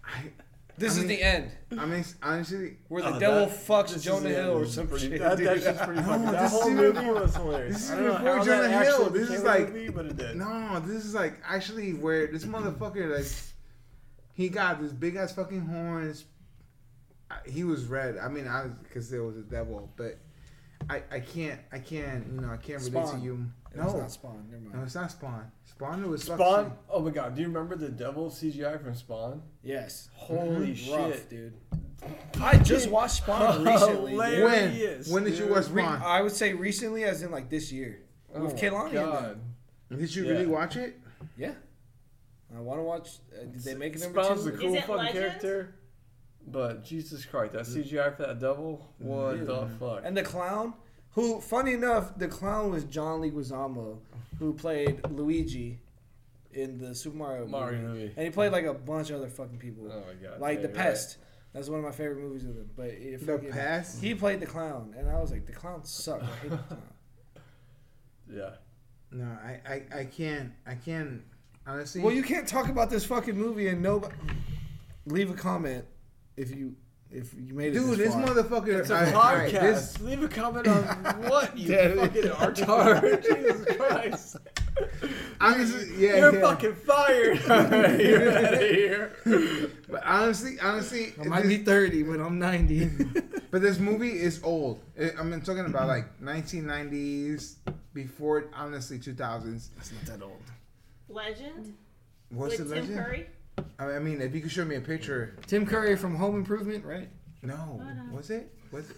Speaker 3: I,
Speaker 2: This
Speaker 3: I
Speaker 2: is
Speaker 3: mean-
Speaker 2: the end
Speaker 3: I mean, honestly,
Speaker 2: where the
Speaker 1: Oh,
Speaker 2: devil
Speaker 1: that-
Speaker 2: fucks
Speaker 1: this is-
Speaker 2: Jonah
Speaker 1: yeah,
Speaker 2: Hill or
Speaker 1: this is
Speaker 2: some
Speaker 1: pretty-
Speaker 2: shit.
Speaker 1: That,
Speaker 2: dude.
Speaker 1: that's just pretty fucking. that
Speaker 3: this
Speaker 1: whole
Speaker 3: is-
Speaker 1: movie was hilarious.
Speaker 3: this
Speaker 1: I
Speaker 3: is
Speaker 1: don't know
Speaker 3: before
Speaker 1: how
Speaker 3: Jonah
Speaker 1: that actually
Speaker 3: Hill. This
Speaker 1: became
Speaker 3: is
Speaker 1: a
Speaker 3: like-
Speaker 1: movie, but it did.
Speaker 3: no, this is like actually where this motherfucker like he got this big ass fucking horns. I- He was red. I mean, I because there was a devil, but I I can't I can't you know I can't relate
Speaker 2: Spawn.
Speaker 3: to you.
Speaker 2: It was
Speaker 3: No,
Speaker 2: not Spawn. Never mind.
Speaker 3: no, it's not Spawn. Spawn was
Speaker 1: Spawn.
Speaker 3: fucking-
Speaker 1: Oh my god. Do you remember the devil CGI from Spawn?
Speaker 2: Yes.
Speaker 1: Holy
Speaker 2: Rough,
Speaker 1: shit.
Speaker 2: dude. I just watched Spawn recently. dude.
Speaker 1: Hilarious.
Speaker 3: When?
Speaker 1: Yes,
Speaker 3: when did you
Speaker 1: dude.
Speaker 3: watch
Speaker 2: Re-
Speaker 3: Spawn?
Speaker 2: I would say recently, as in like this year,
Speaker 1: Oh
Speaker 2: with
Speaker 1: my
Speaker 2: Kehlani. in
Speaker 1: God.
Speaker 3: Did you
Speaker 1: Yeah.
Speaker 3: really watch it?
Speaker 2: there. Yeah. I want to watch. Uh, did they make a number
Speaker 1: Spawn's a
Speaker 2: two?
Speaker 5: Is
Speaker 1: cool
Speaker 5: it
Speaker 1: fucking
Speaker 5: Legends?
Speaker 1: character. But Jesus Christ, that CGI for that devil? What the fuck?
Speaker 2: And the clown, who, funny enough, the clown was John Leguizamo, who played Luigi in the Super Mario,
Speaker 1: Mario
Speaker 2: movie.
Speaker 1: movie.
Speaker 2: and he played like a bunch of other fucking people,
Speaker 1: Oh my god.
Speaker 2: like
Speaker 1: yeah,
Speaker 2: the
Speaker 1: you're
Speaker 2: Pest. That's one of my favorite movies of him. But it
Speaker 3: The
Speaker 2: fucking-
Speaker 3: past.
Speaker 2: he played the clown, and I was like, the clown sucked. I hate the clown.
Speaker 1: right. Yeah.
Speaker 3: No, I, I, I can't. I can't. Honestly.
Speaker 2: Well, you can't talk about this fucking movie and nobody leave a comment if you if you made it.
Speaker 3: dude,
Speaker 2: this
Speaker 3: this
Speaker 2: far.
Speaker 3: motherfucker.
Speaker 1: It's a
Speaker 3: all right, all right,
Speaker 1: podcast.
Speaker 3: this-
Speaker 1: Leave a comment on what you
Speaker 3: Damn it.
Speaker 1: fucking artard. Jesus Christ.
Speaker 3: honestly, yeah.
Speaker 1: You're
Speaker 3: yeah.
Speaker 1: fucking fired. You're out of here.
Speaker 3: But honestly, honestly,
Speaker 2: I might
Speaker 3: this-
Speaker 2: be thirty, but I'm ninety.
Speaker 3: but this movie is old. I- I'm mean, talking about like 1990s before, honestly, 2000s.
Speaker 2: That's not that old.
Speaker 5: Legend.
Speaker 3: What's the
Speaker 5: with Tim
Speaker 3: legend?
Speaker 5: Curry.
Speaker 3: I mean- I mean, if you could show me a picture.
Speaker 2: Tim Curry from Home Improvement, right?
Speaker 3: No,
Speaker 5: no.
Speaker 3: was it? Was it?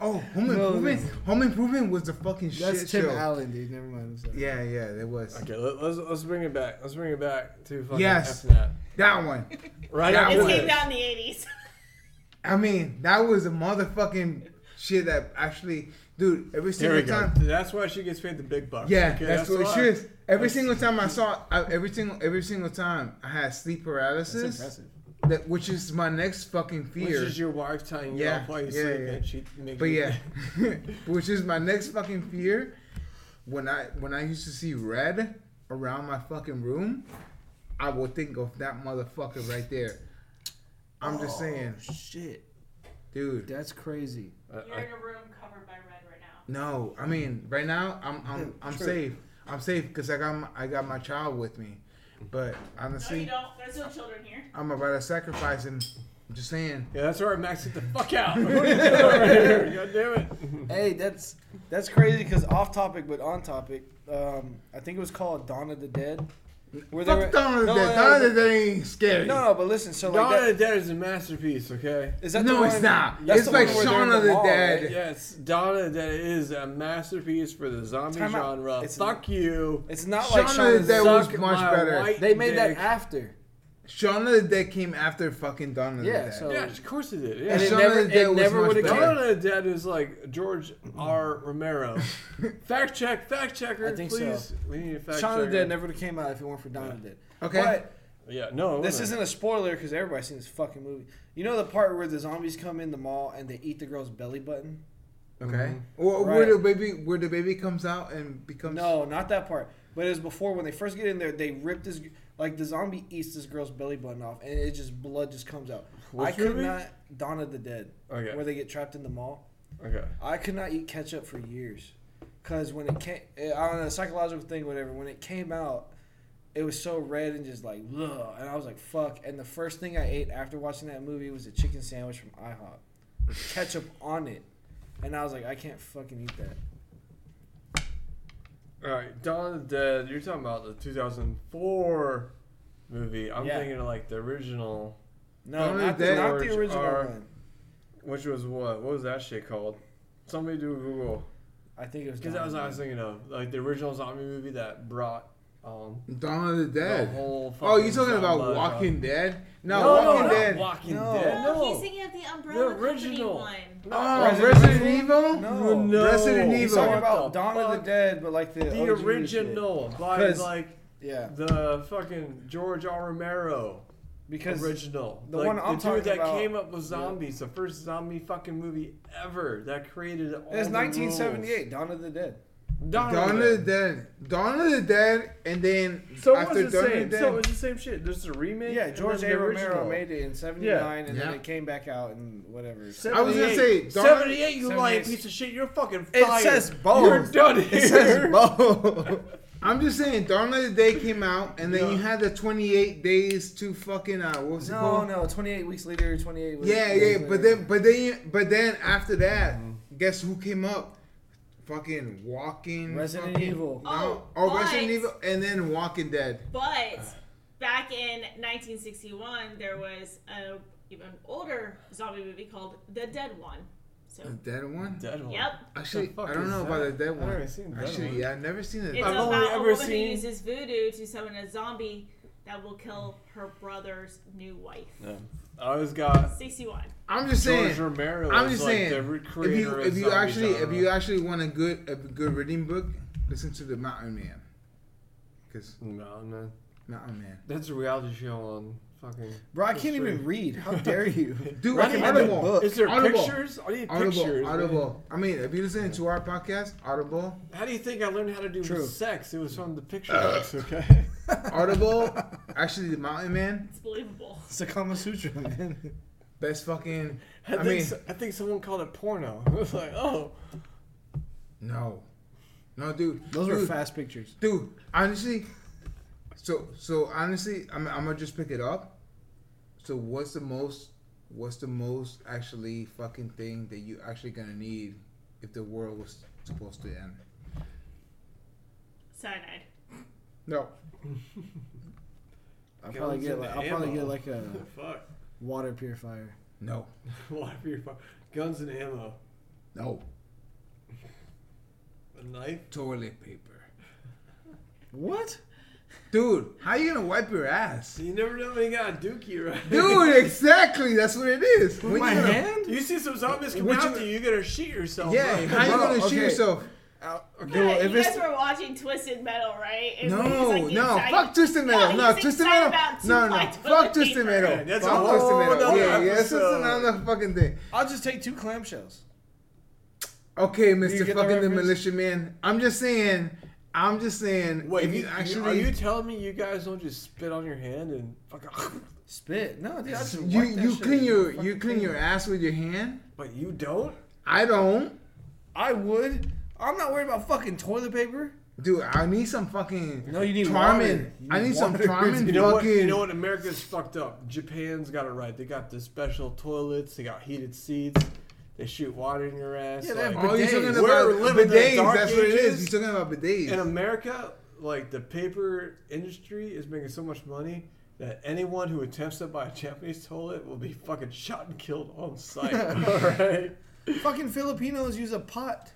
Speaker 3: Oh, Home
Speaker 2: No,
Speaker 3: Improvement. Home Improvement was the fucking
Speaker 2: That's
Speaker 3: shit
Speaker 2: Tim
Speaker 3: show.
Speaker 2: Allen, dude. Never mind. I'm sorry.
Speaker 3: Yeah, yeah, it was
Speaker 1: Okay, let, let's let's bring it back. Let's bring it back to fucking E
Speaker 3: Yes.
Speaker 1: FNAF.
Speaker 3: that one.
Speaker 1: Right
Speaker 3: That
Speaker 1: after
Speaker 5: This
Speaker 3: was-
Speaker 5: came
Speaker 1: this.
Speaker 5: out in the 80s.
Speaker 1: Uh,
Speaker 3: I mean, that was a motherfucking shit that actually, dude. Every
Speaker 1: Here we
Speaker 3: single
Speaker 1: go.
Speaker 3: time,
Speaker 1: That's why she gets paid the big bucks.
Speaker 3: yeah,
Speaker 1: okay?
Speaker 3: that's, what
Speaker 1: why.
Speaker 3: it is. Every single time I saw, I, every single, every single time I had sleep
Speaker 2: That's
Speaker 3: paralysis,
Speaker 2: impressive.
Speaker 3: that which is my next fucking
Speaker 1: Which
Speaker 3: fear.
Speaker 1: is your wife telling you
Speaker 3: Yeah,
Speaker 1: off while you
Speaker 3: yeah,
Speaker 1: sleep
Speaker 3: yeah.
Speaker 1: and she makes
Speaker 3: but
Speaker 1: you-
Speaker 3: yeah, which is my next fucking fear. When I when I used to see red around my fucking room, I would think of that motherfucker right there. I'm just saying,
Speaker 2: Oh, Shit,
Speaker 3: dude.
Speaker 2: that's crazy.
Speaker 1: I- I-
Speaker 5: You're in a room covered by red right now.
Speaker 3: No, I mean, right now I'm I'm
Speaker 2: Yeah,
Speaker 3: I'm
Speaker 2: true.
Speaker 3: safe. I'm safe because I got my, I got my child with me. But
Speaker 5: No, you
Speaker 3: honestly,
Speaker 5: don't. There's no children here.
Speaker 3: I'm about to sacrifice him. I'm just saying.
Speaker 1: yeah, that's where Max get the fuck out. What are you doing right here? God damn it.
Speaker 2: Hey, that's that's crazy because off topic but on topic. Um, I think it was called Dawn of the Dead. Where
Speaker 3: Fuck Dawn of the Dead. Dawn of the Dead ain't scary.
Speaker 2: No, no, but listen. So like
Speaker 1: Dawn of
Speaker 2: that,
Speaker 1: the Dead is a masterpiece, okay?
Speaker 2: is that the
Speaker 3: No, it's
Speaker 2: one-
Speaker 3: not.
Speaker 2: that's
Speaker 3: It's
Speaker 2: the
Speaker 3: like
Speaker 2: one where they're
Speaker 3: Shaun
Speaker 2: in the
Speaker 3: of the
Speaker 2: mall,
Speaker 3: Dead.
Speaker 2: right?
Speaker 1: Yes, Dawn of the Dead is a masterpiece for the zombie
Speaker 2: Time out.
Speaker 1: genre.
Speaker 2: It's
Speaker 1: Fuck you.
Speaker 2: It's not
Speaker 3: Shaun
Speaker 2: like
Speaker 3: of
Speaker 2: Shaun
Speaker 3: the
Speaker 2: of the
Speaker 3: Dead
Speaker 2: Dead.
Speaker 3: was
Speaker 1: Suck
Speaker 3: much
Speaker 1: my
Speaker 3: better.
Speaker 1: white
Speaker 2: They made that
Speaker 1: dick.
Speaker 2: after.
Speaker 3: Shaun of the Dead came after fucking Dawn of
Speaker 2: Yeah,
Speaker 3: the Dead.
Speaker 2: so-
Speaker 1: Yeah, of course it did. Yeah.
Speaker 3: And
Speaker 2: And it
Speaker 3: Shaun
Speaker 2: never,
Speaker 3: of the Dead
Speaker 2: it
Speaker 3: was
Speaker 2: never
Speaker 3: much
Speaker 2: would have
Speaker 3: better.
Speaker 2: came.
Speaker 1: Dawn of the Dead is like George R. Romero. fact check, fact checker,
Speaker 2: I think so.
Speaker 1: please. We need a fact
Speaker 2: Shaun
Speaker 1: checker.
Speaker 2: of the Dead never would have came out if it weren't for Dawn of the Dead.
Speaker 3: okay.
Speaker 2: But
Speaker 1: Yeah, no. it
Speaker 2: this
Speaker 1: wasn't.
Speaker 2: isn't a spoiler because everybody's seen this fucking movie. You know the part where the zombies come in the mall and they eat the girl's belly button?
Speaker 3: Okay. Or
Speaker 2: Right.
Speaker 3: where the baby where the baby comes out and becomes
Speaker 2: No, not that part. But it was before when they first get in there, they rip this like the zombie eats this girl's belly button off and it just blood just comes out. I
Speaker 1: Which
Speaker 2: could
Speaker 1: movie?
Speaker 2: not Dawn of the Dead,
Speaker 1: Okay.
Speaker 2: where they get trapped in the mall.
Speaker 1: Okay.
Speaker 2: I could not eat ketchup for years, cause when it came, I don't know, psychological thing, whatever. When it came out, it was so red and just like, ugh, and I was like, fuck. And the first thing I ate after watching that movie was a chicken sandwich from IHOP, with ketchup on it, and I was like, I can't fucking eat that.
Speaker 1: All right, Dawn of the Dead. You're talking about the 2004 movie. I'm
Speaker 2: Yeah.
Speaker 1: thinking of like the original,
Speaker 2: No,
Speaker 3: Dawn of the
Speaker 2: not the,
Speaker 3: Dead
Speaker 2: not the
Speaker 1: Orange
Speaker 2: original
Speaker 1: are-
Speaker 2: one.
Speaker 1: which was what? What was that shit called? Somebody do a Google
Speaker 2: I think it was
Speaker 1: because
Speaker 2: Dawn
Speaker 1: that was what
Speaker 2: of the
Speaker 1: I was thinking of, like the original zombie movie that brought um
Speaker 3: Dawn of the
Speaker 1: the
Speaker 3: Dead.
Speaker 1: whole.
Speaker 3: oh, you
Speaker 1: fucking
Speaker 3: talking about
Speaker 1: zombie-
Speaker 3: Walking Dead? No,
Speaker 1: No, no,
Speaker 3: Walking
Speaker 1: not
Speaker 3: Dead.
Speaker 1: Walking
Speaker 2: No.
Speaker 1: Dead.
Speaker 5: No, he's
Speaker 1: No,
Speaker 5: thinking of the Umbrella
Speaker 1: original.
Speaker 5: Company one.
Speaker 3: Oh,
Speaker 2: Resident
Speaker 3: Resident,
Speaker 2: Evil?
Speaker 3: Evil?
Speaker 2: No.
Speaker 1: No.
Speaker 3: Resident
Speaker 2: He's
Speaker 3: Evil.
Speaker 2: talking
Speaker 1: What
Speaker 2: about
Speaker 1: the
Speaker 2: Dawn of
Speaker 1: fuck?
Speaker 2: the Dead, but like the,
Speaker 1: the
Speaker 2: OG shit.
Speaker 1: original by
Speaker 2: 'Cause-
Speaker 1: like
Speaker 2: Yeah,
Speaker 1: the fucking George R. Romero
Speaker 2: because
Speaker 1: original.
Speaker 2: the
Speaker 1: like,
Speaker 2: one I'm
Speaker 1: the dude
Speaker 2: talking
Speaker 1: that
Speaker 2: about-
Speaker 1: came up with zombies, the first zombie fucking movie ever that created all
Speaker 2: it's
Speaker 1: the
Speaker 2: 1978. Dawn of the Dead.
Speaker 1: rules. Dawn,
Speaker 3: Dawn of the Dead. Dawn of the Dead, and then
Speaker 1: So it was
Speaker 3: after
Speaker 1: the
Speaker 3: Dawn of
Speaker 1: same.
Speaker 3: the
Speaker 1: So
Speaker 3: Dead.
Speaker 1: it's the same shit. There's a remake.
Speaker 2: Yeah,
Speaker 1: and
Speaker 2: George
Speaker 1: then
Speaker 2: A.
Speaker 1: the
Speaker 2: Romero
Speaker 1: original.
Speaker 2: made it in '79, and then
Speaker 3: Yeah.
Speaker 2: it came back out in whatever.
Speaker 3: I was gonna
Speaker 1: 78.
Speaker 3: say, Dawn-
Speaker 1: 78, you lying
Speaker 2: 78.
Speaker 1: piece of shit. You're fucking
Speaker 7: It
Speaker 1: fired.
Speaker 7: says both.
Speaker 1: You're done here.
Speaker 7: It says both.
Speaker 3: I'm just saying, Dawn of the Dead came out, and then
Speaker 1: Yeah.
Speaker 3: you had the 28 days to fucking uh, what was it
Speaker 2: No,
Speaker 3: called?
Speaker 2: no, 28 weeks later, 28. Weeks
Speaker 3: Yeah,
Speaker 2: weeks
Speaker 3: yeah,
Speaker 2: later.
Speaker 3: but
Speaker 1: uh,
Speaker 3: then, but then, but then after that,
Speaker 1: uh-huh.
Speaker 3: guess who came up? Fucking Walking
Speaker 2: Resident
Speaker 3: fucking-
Speaker 2: Evil.
Speaker 3: No,
Speaker 5: Oh,
Speaker 3: oh, Resident
Speaker 5: but-
Speaker 3: Evil, and then Walking Dead.
Speaker 5: But back in 1961, there was a even older zombie movie called The Dead One. So,
Speaker 3: The dead one.
Speaker 1: Dead one.
Speaker 5: yep.
Speaker 3: Actually,
Speaker 1: The fuck
Speaker 3: I don't
Speaker 1: is
Speaker 3: know
Speaker 1: that?
Speaker 3: about the
Speaker 1: I
Speaker 3: dead one.
Speaker 1: haven't seen the dead
Speaker 3: Actually,
Speaker 1: one.
Speaker 3: yeah, I've never seen it.
Speaker 5: It's
Speaker 1: I've
Speaker 5: about
Speaker 1: only
Speaker 5: a
Speaker 1: ever
Speaker 5: woman
Speaker 1: seen-
Speaker 5: who uses voodoo to summon a zombie that will kill her brother's new wife.
Speaker 1: Yeah. I always got
Speaker 5: 61.
Speaker 3: I'm just
Speaker 1: George
Speaker 3: saying.
Speaker 1: Romero.
Speaker 3: I'm
Speaker 1: is
Speaker 3: just
Speaker 1: like
Speaker 3: saying.
Speaker 1: the re-
Speaker 3: If
Speaker 1: creator
Speaker 3: you
Speaker 1: of
Speaker 3: if you
Speaker 1: zombie
Speaker 3: actually if
Speaker 1: genre.
Speaker 3: you actually want a good a good reading book, listen to the Mountain Man. Because
Speaker 1: no, no,
Speaker 3: Mountain Man.
Speaker 1: that's a reality show on fucking.
Speaker 2: bro, I can't even read. How dare you?
Speaker 3: Dude,
Speaker 2: Recommended
Speaker 3: Audible.
Speaker 2: book.
Speaker 1: Is there
Speaker 3: Audible.
Speaker 1: pictures? I need
Speaker 3: Audible,
Speaker 1: pictures. man.
Speaker 3: Audible. I mean, if you listen to our podcast, Audible,
Speaker 1: How do you think I learned how to do
Speaker 2: True.
Speaker 1: sex? It was from the
Speaker 3: Uh,
Speaker 1: pictures. okay.
Speaker 3: Audible, actually, the Mountain Man,
Speaker 5: It's believable.
Speaker 2: It's a Kama Sutra, man.
Speaker 3: best fucking.
Speaker 1: I,
Speaker 3: I
Speaker 1: think
Speaker 3: mean-
Speaker 1: so, I think someone called it porno. I was like, oh,
Speaker 3: No, no, dude.
Speaker 2: Those
Speaker 3: dude,
Speaker 2: were fast pictures.
Speaker 3: Dude, honestly, so so honestly, I'm, I'm gonna just pick it up. So what's the most? What's the most actually fucking thing that you actually gonna need if the world was supposed to end?
Speaker 5: Cyanide.
Speaker 3: No.
Speaker 2: I'll probably
Speaker 1: Guns
Speaker 2: get
Speaker 1: and
Speaker 2: like I'll probably
Speaker 1: ammo.
Speaker 2: get like a
Speaker 1: fuck.
Speaker 2: water purifier.
Speaker 3: No.
Speaker 1: Why are you fu- guns and ammo?
Speaker 3: No.
Speaker 1: A knife?
Speaker 3: Toilet paper.
Speaker 2: What?
Speaker 3: Dude, how you gonna wipe your ass?
Speaker 1: You never know when you got a dookie, right?
Speaker 3: Dude, exactly. That's what it is. When
Speaker 2: My
Speaker 3: you gonna-
Speaker 2: hand?
Speaker 1: You see some zombies come
Speaker 3: Would
Speaker 1: after
Speaker 3: you-
Speaker 1: you, you're gonna shoot yourself.
Speaker 3: Yeah,
Speaker 1: bro.
Speaker 3: how you
Speaker 2: Bro,
Speaker 3: gonna shoot
Speaker 2: okay.
Speaker 3: yourself?
Speaker 5: Hey,
Speaker 2: Dude, if
Speaker 5: you
Speaker 2: it's
Speaker 5: guys were watching Twisted Metal, right? And when he's,
Speaker 3: No,
Speaker 5: like,
Speaker 3: no,
Speaker 5: excited-
Speaker 3: fuck Twisted Metal.
Speaker 5: Yeah,
Speaker 3: No,
Speaker 5: he's
Speaker 3: Twisted
Speaker 5: excited
Speaker 3: Metal.
Speaker 5: about
Speaker 3: No, no,
Speaker 5: two-ply
Speaker 3: fuck
Speaker 5: toilet
Speaker 3: Twisted
Speaker 5: paper.
Speaker 3: Metal.
Speaker 1: That's a
Speaker 3: fuck
Speaker 1: whole
Speaker 3: Twisted Metal.
Speaker 1: nother
Speaker 3: Yeah, yeah, that's just
Speaker 1: episode.
Speaker 3: another fucking thing.
Speaker 2: I'll just take two clamshells.
Speaker 3: Okay,
Speaker 2: you
Speaker 3: Mister
Speaker 2: get the
Speaker 3: Fucking the,
Speaker 2: reference?
Speaker 3: Militia Man. I'm just saying. I'm just saying.
Speaker 1: Wait,
Speaker 3: if you, actually,
Speaker 1: are you telling me you guys don't just spit on your hand and fucking?
Speaker 2: Spit. No, dude, I just
Speaker 3: you,
Speaker 2: wipe that
Speaker 3: you
Speaker 2: shit.
Speaker 3: clean your you
Speaker 2: Fucking
Speaker 3: clean your ass with your hand?
Speaker 1: But you don't.
Speaker 3: I don't,
Speaker 2: I would. I'm not worried about fucking toilet paper.
Speaker 3: dude. I need some fucking.
Speaker 2: No, you need
Speaker 3: Charmin.
Speaker 2: water. You
Speaker 3: I need some
Speaker 2: water.
Speaker 3: Charmin.
Speaker 1: You know what? You
Speaker 3: fucking-
Speaker 1: know what? America's fucked up. Japan's got it right. They got the special toilets. They got heated seats. They shoot water in your ass.
Speaker 2: Yeah, they have
Speaker 1: like-
Speaker 3: Oh, you're talking
Speaker 1: We're
Speaker 3: about
Speaker 1: living in the
Speaker 3: bidets.
Speaker 1: dark
Speaker 3: That's what it
Speaker 1: ages.
Speaker 3: is. You're talking about bidets.
Speaker 1: in America, like the paper industry is making so much money that anyone who attempts to buy a Japanese toilet will be fucking shot and killed on site. All right.
Speaker 2: Fucking Filipinos use a pot.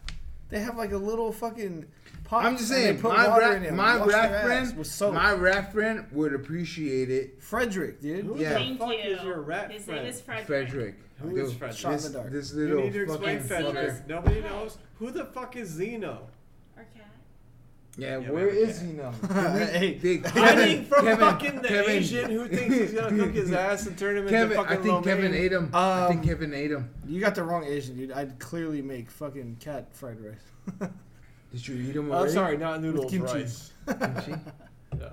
Speaker 2: They have like a little fucking pot.
Speaker 3: I'm just
Speaker 2: and
Speaker 3: saying,
Speaker 2: they put
Speaker 3: my
Speaker 2: water
Speaker 3: rap,
Speaker 2: in it and
Speaker 3: my
Speaker 2: wash their
Speaker 3: rap
Speaker 2: ass
Speaker 3: friend,
Speaker 2: with soap.
Speaker 3: my rap friend would appreciate it,
Speaker 2: Frederick, dude.
Speaker 1: Who
Speaker 3: Yeah.
Speaker 1: the
Speaker 5: Thank
Speaker 1: fuck
Speaker 5: you.
Speaker 1: is your rat
Speaker 5: His
Speaker 1: friend?
Speaker 5: name is Frederick.
Speaker 3: Frederick.
Speaker 1: Who is
Speaker 3: Dude,
Speaker 1: Frederick?
Speaker 2: Shot in
Speaker 3: This,
Speaker 2: the dark.
Speaker 3: this
Speaker 1: You
Speaker 3: little
Speaker 1: need to
Speaker 3: fucking
Speaker 1: explain Frederick. Nobody knows. Who the fuck is Zeno?
Speaker 5: Our cat.
Speaker 3: Yeah,
Speaker 1: Yeah,
Speaker 3: where
Speaker 1: we
Speaker 3: is
Speaker 1: can.
Speaker 3: he now?
Speaker 2: Hey,
Speaker 3: Dude,
Speaker 1: Hiding from
Speaker 3: Kevin-
Speaker 1: fucking the
Speaker 3: Kevin-
Speaker 1: Asian who thinks he's gonna cook his ass and turn him into
Speaker 3: Kevin,
Speaker 1: fucking
Speaker 3: I think Kevin
Speaker 1: romaine.
Speaker 3: ate him. I think
Speaker 2: Um,
Speaker 3: Kevin ate him.
Speaker 2: you got the wrong Asian, dude. I'd clearly make fucking cat fried rice.
Speaker 3: Did you eat him
Speaker 1: Oh,
Speaker 3: already?
Speaker 1: sorry, not noodles,
Speaker 2: kimchi.
Speaker 1: rice.
Speaker 3: Kimchi?
Speaker 1: Yeah.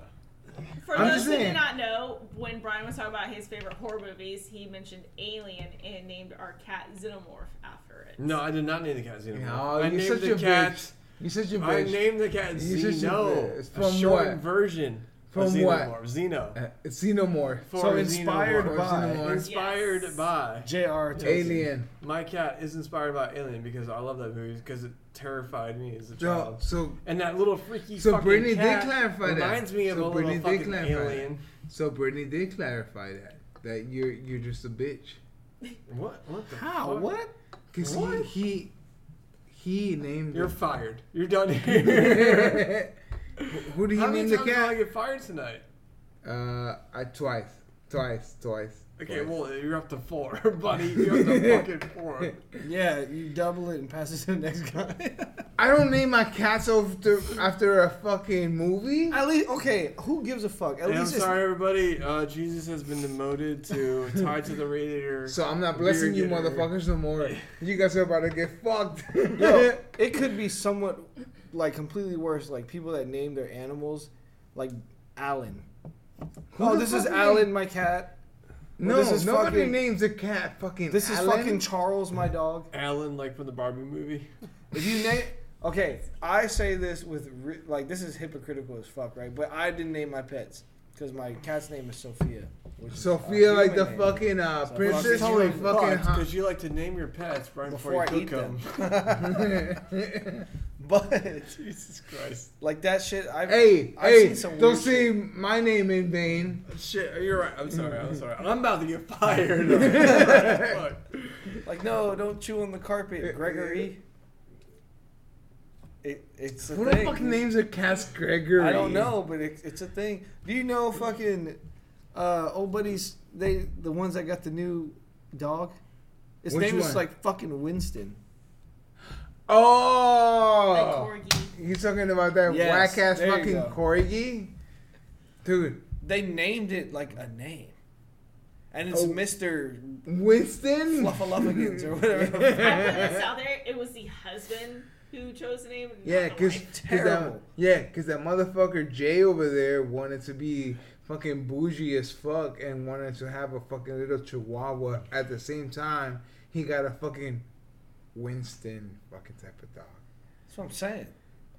Speaker 5: For
Speaker 3: I'm
Speaker 5: those
Speaker 3: just
Speaker 5: who do
Speaker 3: saying.
Speaker 5: not know, when Brian was talking about his favorite horror movies, he mentioned Alien and named our cat Xenomorph after it.
Speaker 1: No, I did not name the cat Xenomorph.
Speaker 3: No,
Speaker 1: I
Speaker 3: you're
Speaker 1: named
Speaker 3: such
Speaker 1: the
Speaker 3: a
Speaker 1: cat.
Speaker 3: bitch. You said your
Speaker 1: I
Speaker 3: bitch.
Speaker 1: named the cat
Speaker 3: You're such a
Speaker 1: Xeno.
Speaker 3: bitch.
Speaker 1: a
Speaker 3: From
Speaker 1: short
Speaker 3: what?
Speaker 1: version
Speaker 3: From
Speaker 1: of Xenomorph.
Speaker 3: what?
Speaker 1: Xeno.
Speaker 3: Uh, see no more.
Speaker 1: For
Speaker 7: So
Speaker 1: Xenomorph.
Speaker 7: inspired
Speaker 3: Or
Speaker 7: by-
Speaker 3: Xenomorph.
Speaker 1: Inspired
Speaker 5: Yes.
Speaker 1: by
Speaker 2: J.R. Tolkien.
Speaker 3: Alien.
Speaker 1: my cat is inspired by Alien because I love that movie because it terrified me as a
Speaker 3: So,
Speaker 1: child.
Speaker 3: so,
Speaker 1: and that little freaky
Speaker 3: So
Speaker 1: fucking
Speaker 3: Brittany did
Speaker 1: cat
Speaker 3: clarify that.
Speaker 1: reminds me of
Speaker 3: So
Speaker 1: a
Speaker 3: Brittany
Speaker 1: little
Speaker 3: did
Speaker 1: fucking
Speaker 3: clarify that.
Speaker 1: alien.
Speaker 3: so Brittany did clarify that that you're you're just a bitch.
Speaker 1: What? What the
Speaker 7: How?
Speaker 1: fuck?
Speaker 7: What?
Speaker 3: Cause
Speaker 1: What?
Speaker 3: he he he named.
Speaker 1: You're
Speaker 3: it.
Speaker 1: fired. You're done here.
Speaker 3: Who do you
Speaker 1: How many
Speaker 3: name the
Speaker 1: times will I
Speaker 3: cat?
Speaker 1: get fired tonight?
Speaker 3: Uh, I twice, twice, twice.
Speaker 1: Okay,
Speaker 3: twice.
Speaker 1: well you're up to four, buddy. You're up to fucking four.
Speaker 2: Yeah, you double it and pass it to the next guy.
Speaker 3: I don't name my cats after after a fucking movie.
Speaker 7: At least, okay, who gives a fuck? At
Speaker 1: And I'm
Speaker 7: least it's
Speaker 1: sorry, everybody. Uh, Jesus has been demoted to tied to the radiator.
Speaker 3: So I'm not blessing you
Speaker 1: Beer getter.
Speaker 3: motherfuckers no more. You guys are about to get fucked.
Speaker 2: Yo, it could be somewhat like completely worse. Like people that name their animals, like Alan.
Speaker 3: Who
Speaker 2: oh,
Speaker 3: the
Speaker 2: this is
Speaker 3: fuck is-
Speaker 2: Alan, my cat.
Speaker 3: no,
Speaker 2: this is
Speaker 3: nobody
Speaker 2: fucking-
Speaker 3: names a cat fucking.
Speaker 2: This is
Speaker 3: Alan.
Speaker 2: fucking Charles, my dog.
Speaker 1: Alan, like from the Barbie movie.
Speaker 2: If you name, okay, I say this with re- like this is hypocritical as fuck, right? But I didn't name my pets because my cat's name is Sophia. Which is
Speaker 3: Sophia,
Speaker 2: a
Speaker 3: like the
Speaker 2: human name.
Speaker 3: fucking uh,
Speaker 2: So fucking
Speaker 3: princess. Totally fucking hot.
Speaker 1: because you like to name your pets right
Speaker 2: Before
Speaker 1: before,
Speaker 2: I
Speaker 1: you
Speaker 2: eat
Speaker 1: cook them.
Speaker 2: them, but
Speaker 1: Jesus Christ.
Speaker 2: like that shit, I've
Speaker 3: Hey,
Speaker 2: I've
Speaker 3: hey!
Speaker 2: seen some
Speaker 3: Don't
Speaker 2: weird
Speaker 3: say my name in vain.
Speaker 1: Shit, you're right. I'm sorry. I'm sorry. I'm about to get fired. Fuck.
Speaker 2: Like, no, don't chew on the carpet, Gregory. It, it's a
Speaker 3: Who the
Speaker 2: thing.
Speaker 3: fuck names a cat Gregory?
Speaker 2: I don't know, but it, it's a thing. Do you know fucking uh, old buddies? They the ones that got the new dog. His
Speaker 3: Which
Speaker 2: name
Speaker 3: one?
Speaker 2: is like fucking Winston.
Speaker 5: Like
Speaker 3: Oh,
Speaker 5: corgi.
Speaker 3: he's talking about that
Speaker 2: Yes,
Speaker 3: whack ass
Speaker 2: there you
Speaker 3: fucking
Speaker 2: go.
Speaker 3: corgi, dude.
Speaker 2: They named it like a name, and it's
Speaker 3: Oh.
Speaker 2: Mister
Speaker 3: Winston.
Speaker 2: Fluffaluffians or whatever.
Speaker 5: I put this out there. It was the husband who chose the name. not
Speaker 3: Yeah,
Speaker 5: the
Speaker 3: cause,
Speaker 5: wife.
Speaker 3: 'cause that,
Speaker 2: Terrible.
Speaker 3: yeah, 'cause that motherfucker Jay over there wanted to be fucking bougie as fuck and wanted to have a fucking little chihuahua. At the same time, he got a fucking Winston fucking type of dog.
Speaker 2: That's what I'm saying.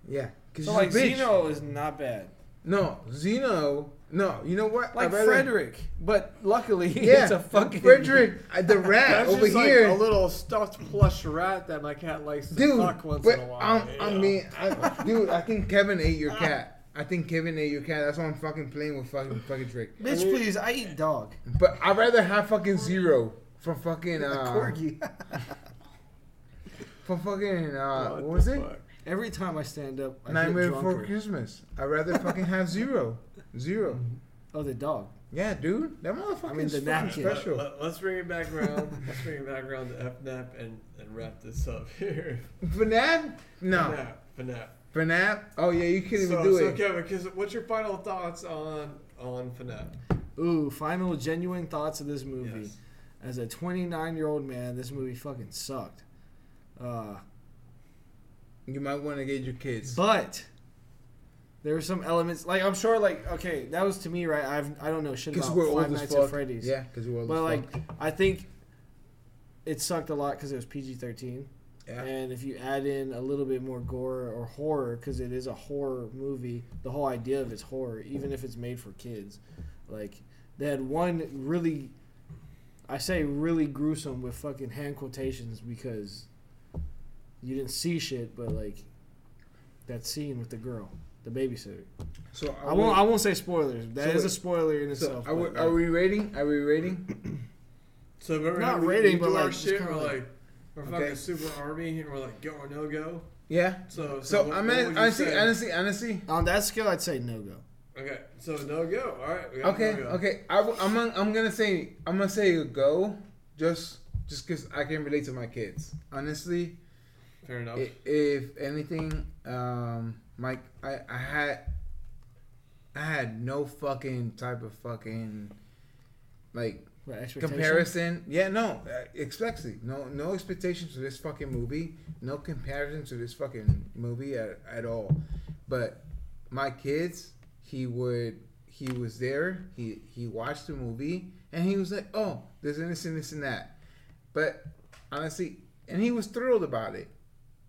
Speaker 3: Yeah, cause
Speaker 2: So like
Speaker 3: he's a bitch.
Speaker 2: Zeno is not bad.
Speaker 3: No, Zeno. No, you know what?
Speaker 2: Like
Speaker 3: I'd rather-
Speaker 2: Frederick, but luckily
Speaker 3: Yeah,
Speaker 2: it's a fucking
Speaker 3: Frederick, uh, the rat
Speaker 1: That's
Speaker 3: over
Speaker 1: just
Speaker 3: here.
Speaker 1: like a little stuffed plush rat that my cat likes to
Speaker 3: dude.
Speaker 1: fuck once
Speaker 3: but
Speaker 1: in a while.
Speaker 3: I'm,
Speaker 1: you
Speaker 3: I
Speaker 1: know?
Speaker 3: mean, I, dude, I think Kevin ate your cat. I think Kevin ate your cat. That's why I'm fucking playing with fucking fucking Drake.
Speaker 2: Bitch, please, I eat dog.
Speaker 3: But I'd rather have fucking zero from fucking
Speaker 2: A
Speaker 3: uh,
Speaker 2: corgi.
Speaker 3: from fucking uh,
Speaker 1: What
Speaker 3: what,
Speaker 1: the
Speaker 3: was it?
Speaker 1: fuck?
Speaker 2: Every time I stand up, I
Speaker 3: Nightmare
Speaker 2: get
Speaker 3: Before
Speaker 2: drunker.
Speaker 3: Christmas. I'd rather fucking have zero, zero.
Speaker 2: Oh, the dog.
Speaker 3: Yeah, dude, that motherfucker
Speaker 2: mean,
Speaker 3: is
Speaker 2: the
Speaker 3: fucking
Speaker 2: napkin.
Speaker 3: special.
Speaker 1: Let, us bring it back around. let's bring it back around to FNAP and, and wrap this up here.
Speaker 3: Fanap? No,
Speaker 1: FNAP. FNAP.
Speaker 3: Fanap. Oh yeah, you can't even
Speaker 1: So,
Speaker 3: do
Speaker 1: so
Speaker 3: it.
Speaker 1: Kevin, 'cause what's your final thoughts on on FNAP?
Speaker 2: Ooh, final genuine thoughts of this movie.
Speaker 1: Yes.
Speaker 2: As a 29 year old man, this movie fucking sucked. Uh,
Speaker 3: You might want to get your kids.
Speaker 2: but there were some elements like I'm sure like okay that was to me right I've I don't know shit
Speaker 3: Because
Speaker 2: about
Speaker 3: we're
Speaker 2: Five
Speaker 3: old as
Speaker 2: Nights
Speaker 3: fuck.
Speaker 2: at Freddy's
Speaker 3: Yeah, because we're old
Speaker 2: but
Speaker 3: as
Speaker 2: like
Speaker 3: fuck.
Speaker 2: I think it sucked a lot because it was PG 13
Speaker 3: Yeah.
Speaker 2: and if you add in a little bit more gore or horror because it is a horror movie the whole idea of it's horror even if it's made for kids like they had one really i say really gruesome with fucking hand quotations because you didn't see shit but like that scene with the girl the babysitter
Speaker 3: So
Speaker 2: i won't i won't say spoilers That is
Speaker 3: So
Speaker 2: a
Speaker 3: wait.
Speaker 2: spoiler in
Speaker 3: So
Speaker 2: itself
Speaker 3: are we,
Speaker 2: but, uh,
Speaker 3: are
Speaker 2: like,
Speaker 3: we rating? Are we rating?
Speaker 1: So remember
Speaker 2: Not
Speaker 1: how we,
Speaker 2: rating,
Speaker 1: we
Speaker 2: but
Speaker 1: do
Speaker 2: like,
Speaker 1: our
Speaker 2: just
Speaker 1: shit.
Speaker 2: kinda
Speaker 1: We're
Speaker 2: like-
Speaker 1: like, we're
Speaker 3: Okay.
Speaker 1: fucking super army, and we're like go or no go.
Speaker 3: Yeah.
Speaker 1: So
Speaker 3: So
Speaker 1: what-
Speaker 3: I
Speaker 1: what would
Speaker 3: mean,
Speaker 1: you
Speaker 3: honestly,
Speaker 1: say?
Speaker 3: honestly, honestly.
Speaker 2: on that scale i'd say no go
Speaker 1: Okay, so no go. All right. We got
Speaker 3: Okay,
Speaker 1: No go.
Speaker 3: okay. I, am gonna, I'm gonna say I'm gonna say a go, just just because I can relate to my kids. Honestly,
Speaker 1: Fair enough.
Speaker 3: i- if anything, um, Mike, I, I had I had no fucking type of fucking like
Speaker 2: but expectation-
Speaker 3: comparison. Yeah, no, uh, expectly. No, no expectations to this fucking movie. No comparison to this fucking movie at, at all. But my kids, he would he was there. He he watched the movie and he was like, "Oh, there's this and this and that," but honestly, and he was thrilled about it.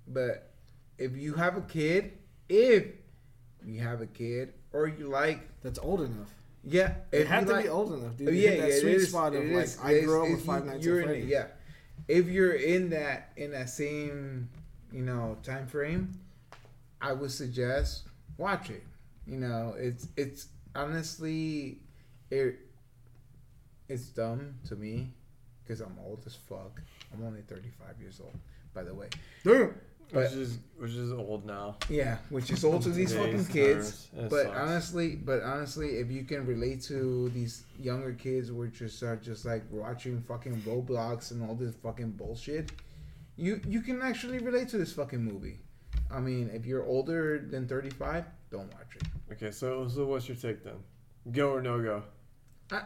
Speaker 3: But if you have a kid, if you have a kid, or you like,
Speaker 2: That's old enough.
Speaker 3: yeah,
Speaker 2: It
Speaker 3: if
Speaker 2: had
Speaker 3: you
Speaker 2: to
Speaker 3: like,
Speaker 2: be old enough, dude.
Speaker 3: Oh,
Speaker 2: You
Speaker 3: yeah,
Speaker 2: hit
Speaker 3: yeah,
Speaker 2: that
Speaker 3: it
Speaker 2: sweet
Speaker 3: is,
Speaker 2: spot of
Speaker 3: it
Speaker 2: like
Speaker 3: is,
Speaker 2: I
Speaker 3: it's-
Speaker 2: grew up with
Speaker 3: if
Speaker 2: Five
Speaker 3: you-
Speaker 2: Nights
Speaker 3: you're
Speaker 2: at
Speaker 3: in-
Speaker 2: Freddy's.
Speaker 3: Yeah, if you're in that in that same you know time frame, I would suggest watch it. You know, it's it's honestly it it's dumb to me because I'm old as fuck. I'm only 35 years old, by the way.
Speaker 2: Damn.
Speaker 3: But-
Speaker 1: which is which is old now.
Speaker 3: Yeah, which is old to these fucking
Speaker 1: Today's
Speaker 3: kids.
Speaker 1: times. It
Speaker 3: But
Speaker 1: sucks.
Speaker 3: honestly, but honestly, if you can relate to these younger kids, which just are just like watching fucking Roblox and all this fucking bullshit, you you can actually relate to this fucking movie. I mean, if you're older than 35, don't watch it.
Speaker 1: Okay, so so what's your take then? Go or no go?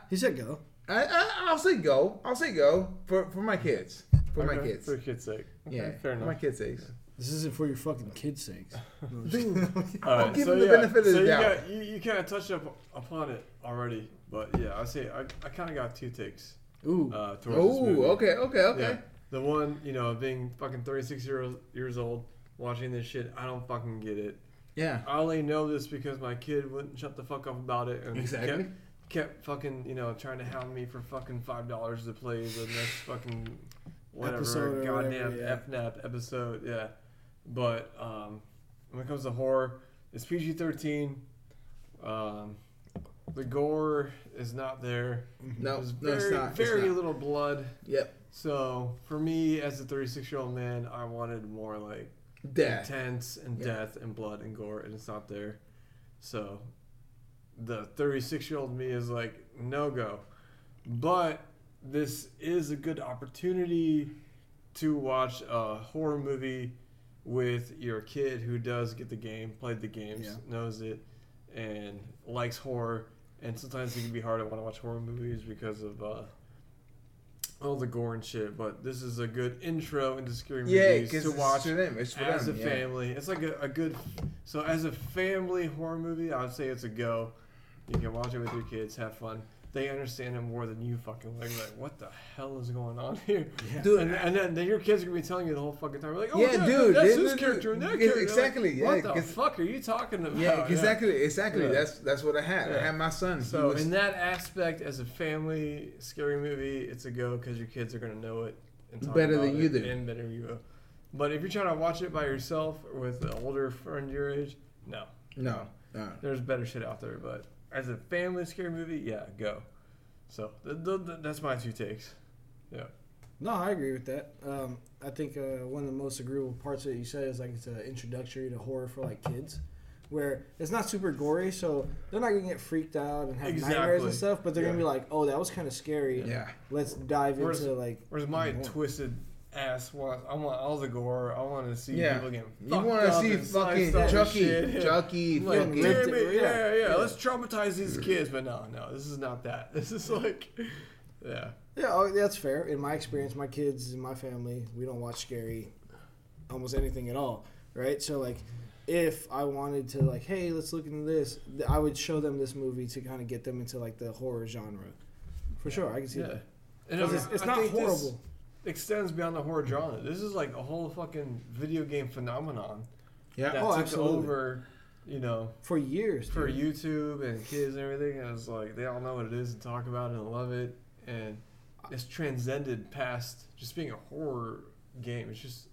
Speaker 2: He said go.
Speaker 3: I, I I'll say go. I'll say go for for my kids. For my
Speaker 1: Okay,
Speaker 3: kids.
Speaker 1: For kids' sake. Okay,
Speaker 3: yeah,
Speaker 1: fair
Speaker 3: for
Speaker 1: enough.
Speaker 3: my kids' sakes.
Speaker 2: This isn't for your fucking kids' sakes.
Speaker 1: All
Speaker 3: I'll
Speaker 1: right,
Speaker 3: give
Speaker 1: so
Speaker 3: him the
Speaker 1: yeah,
Speaker 3: benefit of
Speaker 1: so
Speaker 3: the
Speaker 1: you
Speaker 3: doubt.
Speaker 1: Got, you, you kind of touched up upon it already, but yeah, I say I, I kind of got two takes
Speaker 2: Ooh.
Speaker 1: uh, towards this movie.
Speaker 3: Oh, okay, okay, okay.
Speaker 1: Yeah, the one you know being fucking thirty six years years old watching this shit, I don't fucking get it.
Speaker 3: Yeah.
Speaker 1: I only know this because my kid wouldn't shut the fuck up about it and
Speaker 3: Exactly.
Speaker 1: kept, kept fucking you know trying to hound me for fucking five dollars to play the next fucking whatever
Speaker 2: Episode or
Speaker 1: goddamn
Speaker 2: whatever, yeah.
Speaker 1: FNAP episode. Yeah, but um, when it comes to horror, it's PG thirteen. Um, the gore is not there.
Speaker 2: Mm-hmm.
Speaker 3: No,
Speaker 1: There's
Speaker 3: no,
Speaker 1: very,
Speaker 3: it's not.
Speaker 1: very
Speaker 3: it's not.
Speaker 1: little blood.
Speaker 3: Yep.
Speaker 1: So for me, as a 36 year old man, I wanted more like
Speaker 3: Death.
Speaker 1: intense and
Speaker 3: Yeah.
Speaker 1: death and blood and gore, and it's not there. So the 36 year old me is like no go, but this is a good opportunity to watch a horror movie with your kid who does get the game, played the games,
Speaker 2: Yeah.
Speaker 1: knows it, and likes horror. And sometimes it can be hard. I want to watch horror movies because of uh, all the gore and shit. But this is a good intro into scary
Speaker 3: Yeah,
Speaker 1: movies
Speaker 3: because
Speaker 1: to watch
Speaker 3: for them. It's for
Speaker 1: as
Speaker 3: them,
Speaker 1: a
Speaker 3: yeah.
Speaker 1: family. It's like a, a good. So as a family horror movie, I would say it's a go. You can watch it with your kids, have fun. They understand it more than you fucking. Like, like what the hell is going on here,
Speaker 3: Dude.
Speaker 1: And, and then, then your kids are gonna be telling you the whole fucking time. Like, oh
Speaker 3: Yeah,
Speaker 1: yeah,
Speaker 3: dude,
Speaker 1: that's
Speaker 3: yeah,
Speaker 1: this
Speaker 3: dude,
Speaker 1: character and that
Speaker 3: dude.
Speaker 1: character. Like,
Speaker 3: Exactly, yeah,
Speaker 1: what the
Speaker 3: 'cause-
Speaker 1: fuck are you talking about?
Speaker 3: Yeah, exactly, exactly.
Speaker 1: Oh, Yeah.
Speaker 3: That's that's what I had. I
Speaker 1: Yeah.
Speaker 3: had my son.
Speaker 1: So
Speaker 3: he was,
Speaker 1: in that aspect, as a family scary movie, it's a go because your kids are gonna know it and talk
Speaker 3: Better
Speaker 1: about
Speaker 3: than you
Speaker 1: it
Speaker 3: do.
Speaker 1: and better you do. But if you're trying to watch it by yourself or with an older friend your age, no,
Speaker 3: no, no.
Speaker 1: there's better shit out there. But as a family scary movie, yeah, go. So th- th- th- that's my two takes.
Speaker 2: No, I agree with that. Um, I think uh, one of the most agreeable parts that you said is like it's an introductory to horror for like kids, where it's not super gory, so they're not gonna get freaked out and have nightmares
Speaker 1: Exactly.
Speaker 2: and stuff. But they're gonna
Speaker 1: Yeah.
Speaker 2: be like, "Oh, that was kind of scary.
Speaker 3: Yeah,
Speaker 2: Let's dive
Speaker 1: Whereas-
Speaker 2: into like."
Speaker 1: Whereas my
Speaker 2: Mhm.
Speaker 1: twisted ass wants, I want all the gore. I want to see
Speaker 3: Yeah.
Speaker 1: people getting
Speaker 3: you
Speaker 1: fucked
Speaker 3: want to
Speaker 1: up
Speaker 3: see
Speaker 1: and sliced
Speaker 3: fucking
Speaker 1: up and
Speaker 3: Chucky,
Speaker 1: shit.
Speaker 3: Chucky,
Speaker 1: I'm like,
Speaker 2: fucking
Speaker 1: damn
Speaker 2: ripped
Speaker 3: fucking.
Speaker 2: it.
Speaker 1: it, yeah, yeah,
Speaker 2: Yeah.
Speaker 1: let's traumatize these kids. But no, no, this is not that. This is like, yeah.
Speaker 2: Yeah, oh, that's fair. In my experience, my kids and my family, we don't watch scary, almost anything at all, right? So like, if I wanted to like, hey, let's look into this, th- I would show them this movie to kind of get them into like the horror genre. For sure, I can see
Speaker 1: yeah.
Speaker 2: that.
Speaker 1: And
Speaker 2: 'Cause
Speaker 1: I-
Speaker 2: It's, it's
Speaker 1: I
Speaker 2: not
Speaker 1: think this
Speaker 2: horrible.
Speaker 1: extends beyond the horror genre. This is like a whole fucking video game phenomenon
Speaker 3: Yeah.
Speaker 1: that
Speaker 2: Oh,
Speaker 1: took
Speaker 2: absolutely.
Speaker 1: over, you know,
Speaker 2: For years,
Speaker 1: for
Speaker 2: dude.
Speaker 1: YouTube and kids and everything. And it's like they all know what it is and talk about it and love it. And it's transcended past just being a horror game. It's just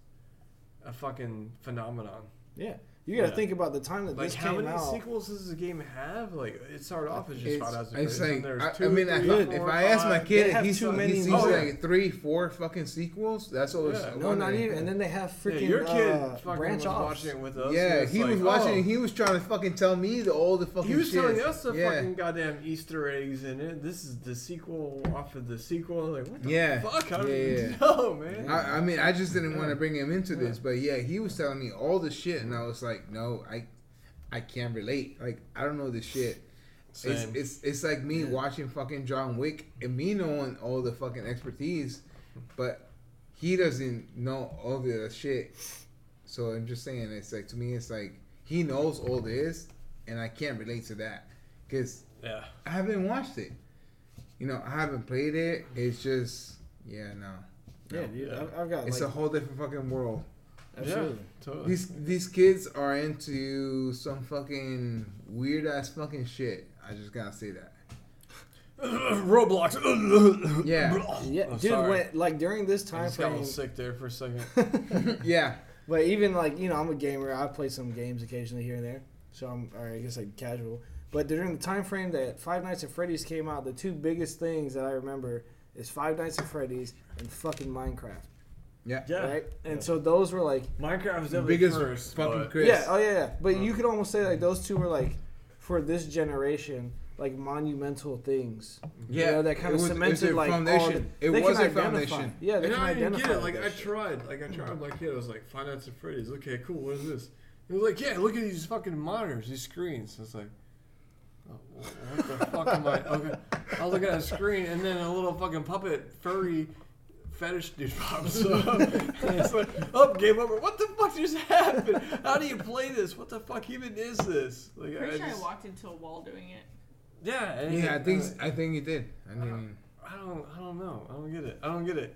Speaker 1: a fucking phenomenon.
Speaker 2: Yeah, you got to
Speaker 1: Yeah.
Speaker 2: think about the time that
Speaker 1: Like
Speaker 2: this
Speaker 1: how
Speaker 2: came
Speaker 1: many
Speaker 2: out.
Speaker 1: sequels does this game have? Like it started off as just
Speaker 3: It's,
Speaker 1: five hours. of
Speaker 3: it's
Speaker 1: footage,
Speaker 3: like
Speaker 1: and there's
Speaker 3: I, I
Speaker 1: two,
Speaker 3: mean, I-
Speaker 1: three,
Speaker 2: good.
Speaker 1: four,
Speaker 3: if I ask my
Speaker 1: five.
Speaker 2: They
Speaker 3: kid,
Speaker 2: have
Speaker 3: he's
Speaker 2: too many
Speaker 3: he sees
Speaker 1: movies.
Speaker 3: like three, four fucking sequels. That's always
Speaker 1: Yeah.
Speaker 2: no, not
Speaker 3: wondering.
Speaker 2: even. And then they have
Speaker 1: Yeah,
Speaker 2: freaking
Speaker 1: your kid
Speaker 2: uh,
Speaker 1: fucking
Speaker 2: branch
Speaker 1: was
Speaker 2: offs.
Speaker 1: watching it with us.
Speaker 3: yeah,
Speaker 1: and
Speaker 3: he
Speaker 1: it's
Speaker 3: was
Speaker 1: like,
Speaker 3: watching.
Speaker 1: oh.
Speaker 3: and He was trying to fucking tell me the, all the fucking.
Speaker 1: He was
Speaker 3: shit.
Speaker 1: telling us the
Speaker 3: yeah.
Speaker 1: fucking goddamn Easter eggs in it. This is the sequel off of the sequel. Like what the
Speaker 3: Yeah.
Speaker 1: fuck? I don't
Speaker 3: Yeah,
Speaker 1: even
Speaker 3: yeah.
Speaker 1: know, man.
Speaker 3: I, I mean, I just didn't want to
Speaker 1: Yeah.
Speaker 3: bring him into this,
Speaker 1: Yeah.
Speaker 3: but yeah, he was telling me all the shit, and I was like, no, I, I can't relate. Like, I don't know this shit. It's,
Speaker 1: Same.
Speaker 3: it's it's like me watching fucking John Wick and me knowing all the fucking expertise, but he doesn't know all the shit. So I'm just saying, it's like to me, it's like he knows all this, and I can't relate to that because
Speaker 1: Yeah.
Speaker 3: I haven't watched it. You know, I haven't played it. It's just, yeah, no.
Speaker 2: Yeah, dude.
Speaker 1: Yeah.
Speaker 2: I've, I've got
Speaker 3: It's a
Speaker 2: like
Speaker 3: whole different fucking world.
Speaker 2: absolutely.
Speaker 1: Yeah, totally.
Speaker 3: These these kids are into some fucking weird ass fucking shit. I just gotta say that.
Speaker 1: Roblox.
Speaker 3: Yeah.
Speaker 2: Yeah,
Speaker 1: Oh,
Speaker 2: dude.
Speaker 1: sorry.
Speaker 2: When, like during this
Speaker 1: I
Speaker 2: time
Speaker 1: just got a
Speaker 2: frame,
Speaker 1: little sick there for a second.
Speaker 3: Yeah.
Speaker 2: but even like you know, I'm a gamer. I play some games occasionally here and there, so I'm or I guess like casual. But during the time frame that Five Nights at Freddy's came out, the two biggest things that I remember is Five Nights at Freddy's and fucking Minecraft,
Speaker 1: Yeah.
Speaker 2: right? And so those were like,
Speaker 1: Minecraft was
Speaker 3: The
Speaker 1: definitely
Speaker 3: biggest
Speaker 1: first,
Speaker 3: fucking
Speaker 1: but-
Speaker 3: Chris.
Speaker 2: yeah, oh yeah, yeah.
Speaker 3: Uh-huh.
Speaker 2: But you could almost say like those two were like, for this generation, like monumental things.
Speaker 3: Yeah.
Speaker 2: you know, that kind
Speaker 3: it
Speaker 2: of
Speaker 3: was-
Speaker 2: cemented
Speaker 3: it was a
Speaker 2: like all the-
Speaker 3: foundation. it
Speaker 2: they can
Speaker 3: was a
Speaker 2: identify.
Speaker 3: foundation.
Speaker 2: Yeah, they
Speaker 1: And
Speaker 2: can
Speaker 1: I didn't
Speaker 2: identify.
Speaker 1: get it.
Speaker 2: with
Speaker 1: Like I
Speaker 2: that shit.
Speaker 1: tried. Like I tried. Like yeah, I was like, find out some Freddy's. Okay, cool. What is this? He was like, yeah, look at these fucking monitors, these screens. I was like, oh, what the fuck am I? Okay, I was looking at a screen, and then a little fucking puppet furry fetish dude pops up. and it's like, oh, game over. What the fuck just happened? How do you play this? What the fuck even is this? Like,
Speaker 5: Pretty sure I
Speaker 1: just-
Speaker 5: walked into a wall doing it.
Speaker 1: Yeah, and
Speaker 3: Yeah, I think
Speaker 1: uh,
Speaker 3: I think he did. I
Speaker 1: Uh-huh.
Speaker 3: mean,
Speaker 1: I don't. I don't know. I don't get it. I don't get it.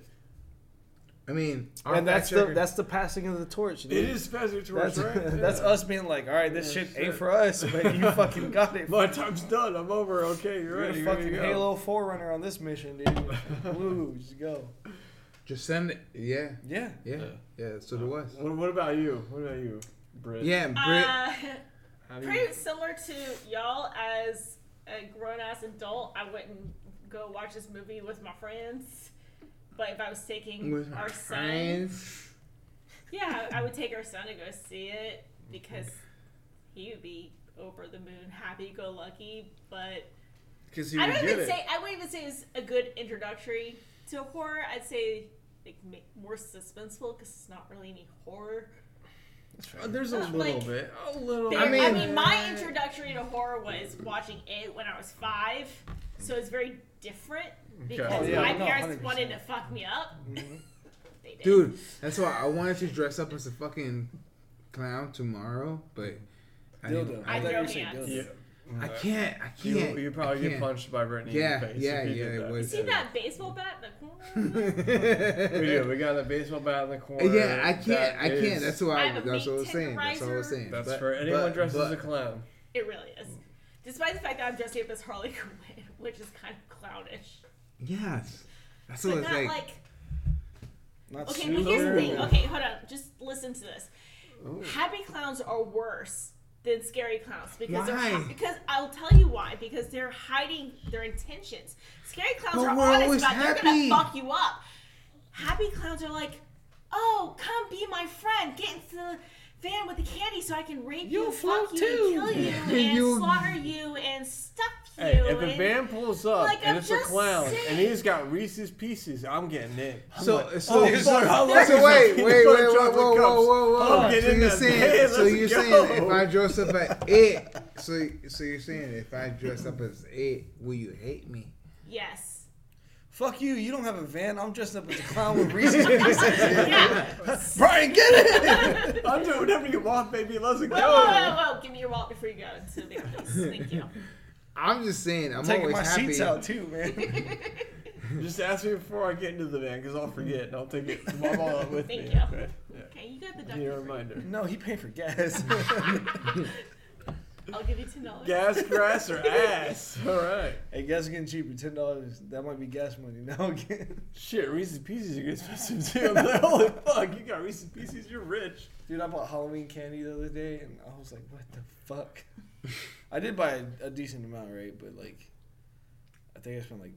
Speaker 3: I mean, our
Speaker 2: And that's
Speaker 3: fact
Speaker 2: the
Speaker 3: checker-
Speaker 2: that's the passing of the torch. Dude.
Speaker 1: It is Fezzer Torch,
Speaker 2: That's,
Speaker 1: right?
Speaker 2: that's
Speaker 1: Yeah.
Speaker 2: us being like, all right, this
Speaker 1: Yeah,
Speaker 2: shit ain't
Speaker 1: shit.
Speaker 2: for us, but you fucking got it.
Speaker 1: My time's done. I'm over. Okay, you're
Speaker 2: You're
Speaker 1: ready.
Speaker 2: a
Speaker 1: Here
Speaker 2: fucking
Speaker 1: we go.
Speaker 2: Halo Forerunner on this mission, dude. Woo, just go.
Speaker 3: just send it. Yeah,
Speaker 2: Yeah.
Speaker 3: yeah,
Speaker 1: Yeah. Uh,
Speaker 3: yeah. So there was.
Speaker 1: What, what about you? What about you, Britt?
Speaker 3: Yeah, Brit.
Speaker 5: Uh,
Speaker 1: How do you,
Speaker 5: pretty similar to y'all as a grown ass adult. I wouldn't go watch this movie with my friends, but if I was taking
Speaker 3: with
Speaker 5: our
Speaker 3: our
Speaker 5: son,
Speaker 3: friends.
Speaker 5: yeah, I would take our son to go see it because he would be over the moon, happy go lucky. But
Speaker 1: because he
Speaker 5: I
Speaker 1: would
Speaker 5: don't
Speaker 1: get
Speaker 5: even
Speaker 1: it.
Speaker 5: say I wouldn't even say it's a good introductory to horror. I'd say like ma- more suspenseful because it's not really any horror.
Speaker 1: Uh, there's a
Speaker 5: Not
Speaker 1: little
Speaker 5: like-
Speaker 1: bit. A little.
Speaker 5: I mean,
Speaker 3: mean-
Speaker 5: my introductory to horror was watching it when I was five, so it's very different because
Speaker 2: Oh, yeah,
Speaker 5: my
Speaker 2: no,
Speaker 5: parents
Speaker 2: 100%.
Speaker 5: wanted to fuck me up.
Speaker 1: Mm-hmm.
Speaker 5: they did.
Speaker 3: Dude, that's why I wanted to dress up as a fucking clown tomorrow, but I,
Speaker 2: Dildo.
Speaker 3: didn't-
Speaker 5: I
Speaker 3: I,
Speaker 5: throw
Speaker 2: thought you said dildo.
Speaker 5: hands.
Speaker 1: yeah.
Speaker 3: I can't. I
Speaker 1: You,
Speaker 3: can't.
Speaker 1: you probably get
Speaker 3: can't.
Speaker 1: punched by Brittany
Speaker 3: Yeah,
Speaker 1: in the face. if
Speaker 3: yeah,
Speaker 1: you
Speaker 3: yeah,
Speaker 1: did
Speaker 3: it
Speaker 1: that.
Speaker 5: You
Speaker 3: was.
Speaker 5: see that baseball bat in the corner?
Speaker 1: We do.
Speaker 3: yeah,
Speaker 1: We got the baseball bat in the corner.
Speaker 3: Uh, I can't.
Speaker 1: That
Speaker 3: I can't.
Speaker 1: is-
Speaker 3: that's what
Speaker 5: I
Speaker 3: I.
Speaker 5: have a
Speaker 3: That's what I was
Speaker 5: meat
Speaker 3: saying. That's what I was
Speaker 5: tenderizer.
Speaker 3: saying.
Speaker 1: That's
Speaker 3: But-
Speaker 1: for anyone
Speaker 3: but-
Speaker 1: dressed as a
Speaker 3: but-
Speaker 1: clown.
Speaker 5: it really is. Despite the fact that I'm dressing up as Harley Quinn, which is kind of clownish.
Speaker 3: Yes, that's
Speaker 5: but
Speaker 3: what
Speaker 5: not
Speaker 3: I was like.
Speaker 5: like.
Speaker 2: Not
Speaker 5: Okay, but here's the thing. Okay, hold on. Just listen to this.
Speaker 1: Ooh.
Speaker 5: Happy clowns are worse than scary clowns because they're
Speaker 3: Why?
Speaker 5: hi- because I'll tell you why because they're hiding their intentions. Scary clowns
Speaker 3: But
Speaker 5: are
Speaker 3: we're
Speaker 5: honest
Speaker 3: always
Speaker 5: about they're gonna
Speaker 3: happy.
Speaker 5: fuck you up. Happy clowns are like, oh, come be my friend, get into the van with the candy so I can rape you,
Speaker 2: You'll
Speaker 5: fuck
Speaker 2: float
Speaker 5: you,
Speaker 2: too.
Speaker 5: kill you, and
Speaker 3: You'll-
Speaker 5: slaughter you, and stuff you.
Speaker 1: Hey, if a
Speaker 5: and-
Speaker 1: van pulls up
Speaker 5: Like,
Speaker 1: and
Speaker 5: I'm
Speaker 1: it's a
Speaker 5: just
Speaker 1: clown and
Speaker 5: saying.
Speaker 1: he's got Reese's Pieces, I'm getting it. I'm
Speaker 3: So,
Speaker 1: like,
Speaker 3: so,
Speaker 1: oh,
Speaker 3: so,
Speaker 1: fuck, I like
Speaker 3: so
Speaker 1: these
Speaker 3: wait, wait,
Speaker 1: peanut
Speaker 3: wait,
Speaker 1: butter
Speaker 3: whoa,
Speaker 1: chocolate
Speaker 3: whoa, whoa,
Speaker 1: cups.
Speaker 3: whoa,
Speaker 1: Oh,
Speaker 3: whoa.
Speaker 1: get
Speaker 3: so
Speaker 1: in
Speaker 3: you're
Speaker 1: that
Speaker 3: saying,
Speaker 1: van,
Speaker 3: so
Speaker 1: let's
Speaker 3: you're
Speaker 1: go.
Speaker 3: saying, if I dress up as it, so so you're saying, if I dress up as it, will you hate me?
Speaker 5: yes.
Speaker 2: Fuck you. You don't have a van. I'm dressed up as a clown with Reese's pieces.
Speaker 5: Yeah.
Speaker 2: Brian, get it.
Speaker 1: I'm doing whatever you want, baby. Let's
Speaker 5: Whoa, whoa,
Speaker 1: go.
Speaker 5: whoa, whoa. Give me your wallet before you go into the van, please. Thank you.
Speaker 3: I'm just saying, I'm
Speaker 2: Taking
Speaker 3: always
Speaker 2: my
Speaker 3: happy.
Speaker 2: seats out too, man.
Speaker 1: Just ask me before I get into the van, because I'll forget and I'll take it my wallet with
Speaker 5: Thank
Speaker 1: me.
Speaker 5: you.
Speaker 1: Okay. Yeah.
Speaker 5: Okay, you got the
Speaker 1: Give me a
Speaker 5: duck.
Speaker 1: reminder.
Speaker 2: No, he paid for gas.
Speaker 5: I'll give you ten dollars.
Speaker 1: Gas, grass, or ass. All right.
Speaker 2: hey, gas is getting cheaper. Ten dollars. That might be gas money now.
Speaker 1: Shit, Reese's Pieces are expensive too. I'm like, holy fuck, you got Reese's Pieces, you're rich.
Speaker 2: Dude, I bought Halloween candy the other day, and I was like, "What the fuck?" I did buy a, a decent amount, right? But like, I think I spent like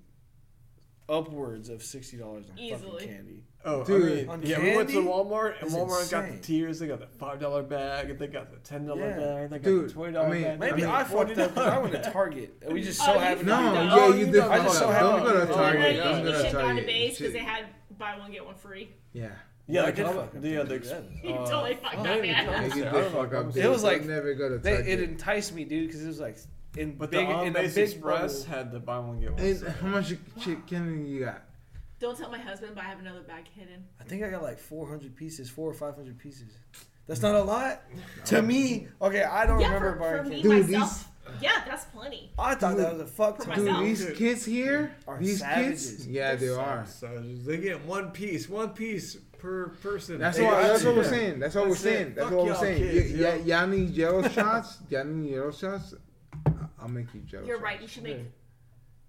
Speaker 2: upwards of sixty dollars on
Speaker 5: Easily.
Speaker 2: fucking candy.
Speaker 1: Oh,
Speaker 3: Dude.
Speaker 1: I
Speaker 2: On
Speaker 1: mean, yeah, we went to
Speaker 2: candy?
Speaker 1: Walmart, and
Speaker 2: That's
Speaker 1: Walmart's got the
Speaker 2: insane.
Speaker 1: tiers. They got the five dollar bag, and they got the ten dollar
Speaker 2: Yeah.
Speaker 1: bag, they got
Speaker 3: Dude,
Speaker 1: the twenty dollar
Speaker 3: I mean,
Speaker 1: bag. they
Speaker 2: Maybe
Speaker 1: got the
Speaker 2: I fucked up. 'cause I went to
Speaker 1: $40.
Speaker 2: Target. and We just
Speaker 5: Oh,
Speaker 2: so
Speaker 5: you
Speaker 2: happened.
Speaker 3: No,
Speaker 2: to
Speaker 5: fucked
Speaker 2: be done.
Speaker 5: up.
Speaker 3: yeah,
Speaker 1: Oh,
Speaker 3: you
Speaker 1: you
Speaker 3: did
Speaker 1: done
Speaker 3: fuck
Speaker 2: fucked
Speaker 3: up.
Speaker 2: up.
Speaker 3: Don't go to
Speaker 2: Oh,
Speaker 5: Or
Speaker 2: yeah,
Speaker 3: Target.
Speaker 5: you
Speaker 3: Don't go
Speaker 5: you
Speaker 3: to
Speaker 5: should have gone to
Speaker 3: Target.
Speaker 5: base
Speaker 3: Shit.
Speaker 5: because they had buy one get one free.
Speaker 3: Yeah.
Speaker 1: Yeah, the
Speaker 2: I did
Speaker 1: com-
Speaker 2: fuck up.
Speaker 1: the, uh, the
Speaker 2: Dude, that was-
Speaker 5: You totally fucked
Speaker 1: I
Speaker 5: up,
Speaker 1: didn't even
Speaker 5: man.
Speaker 1: tell
Speaker 3: You
Speaker 1: Yeah, I
Speaker 3: did
Speaker 1: don't know.
Speaker 3: fuck up.
Speaker 1: It
Speaker 3: dude.
Speaker 2: was like-
Speaker 3: Don't never go to
Speaker 2: They,
Speaker 3: Target.
Speaker 2: it enticed me, dude, because it was like in
Speaker 1: But
Speaker 2: big
Speaker 1: the on
Speaker 2: in a
Speaker 1: base
Speaker 2: big
Speaker 1: express
Speaker 2: express.
Speaker 1: had the buy one get one.
Speaker 3: And
Speaker 1: sale.
Speaker 3: how much chicken you got?
Speaker 5: Don't tell my husband, but I have another bag hidden.
Speaker 2: I think I got like four hundred pieces, four or five hundred pieces. That's not a lot to me. Okay, I don't
Speaker 5: Yeah,
Speaker 2: remember
Speaker 5: for, for
Speaker 2: Barney.
Speaker 5: me,
Speaker 2: King.
Speaker 3: Dude,
Speaker 5: myself. Yeah, that's plenty.
Speaker 2: I thought that was a fuck
Speaker 5: For
Speaker 2: ton.
Speaker 5: myself.
Speaker 3: Dude, these kids here,
Speaker 2: Are
Speaker 3: these
Speaker 2: savages.
Speaker 3: kids, yeah, they are.
Speaker 1: Sausages. They get one piece, one piece per person.
Speaker 3: That's
Speaker 1: They
Speaker 3: what
Speaker 1: got
Speaker 3: that's
Speaker 1: you.
Speaker 3: what we're saying. That's what we're
Speaker 1: That's it.
Speaker 3: saying. That's
Speaker 1: Fuck
Speaker 3: what we're
Speaker 1: y'all
Speaker 3: saying.
Speaker 1: kids,
Speaker 3: Y-
Speaker 1: yo.
Speaker 3: y- Y'all need yellow shots. Y'all need yellow shots. I- I'll make you jealous.
Speaker 5: You're right. You should make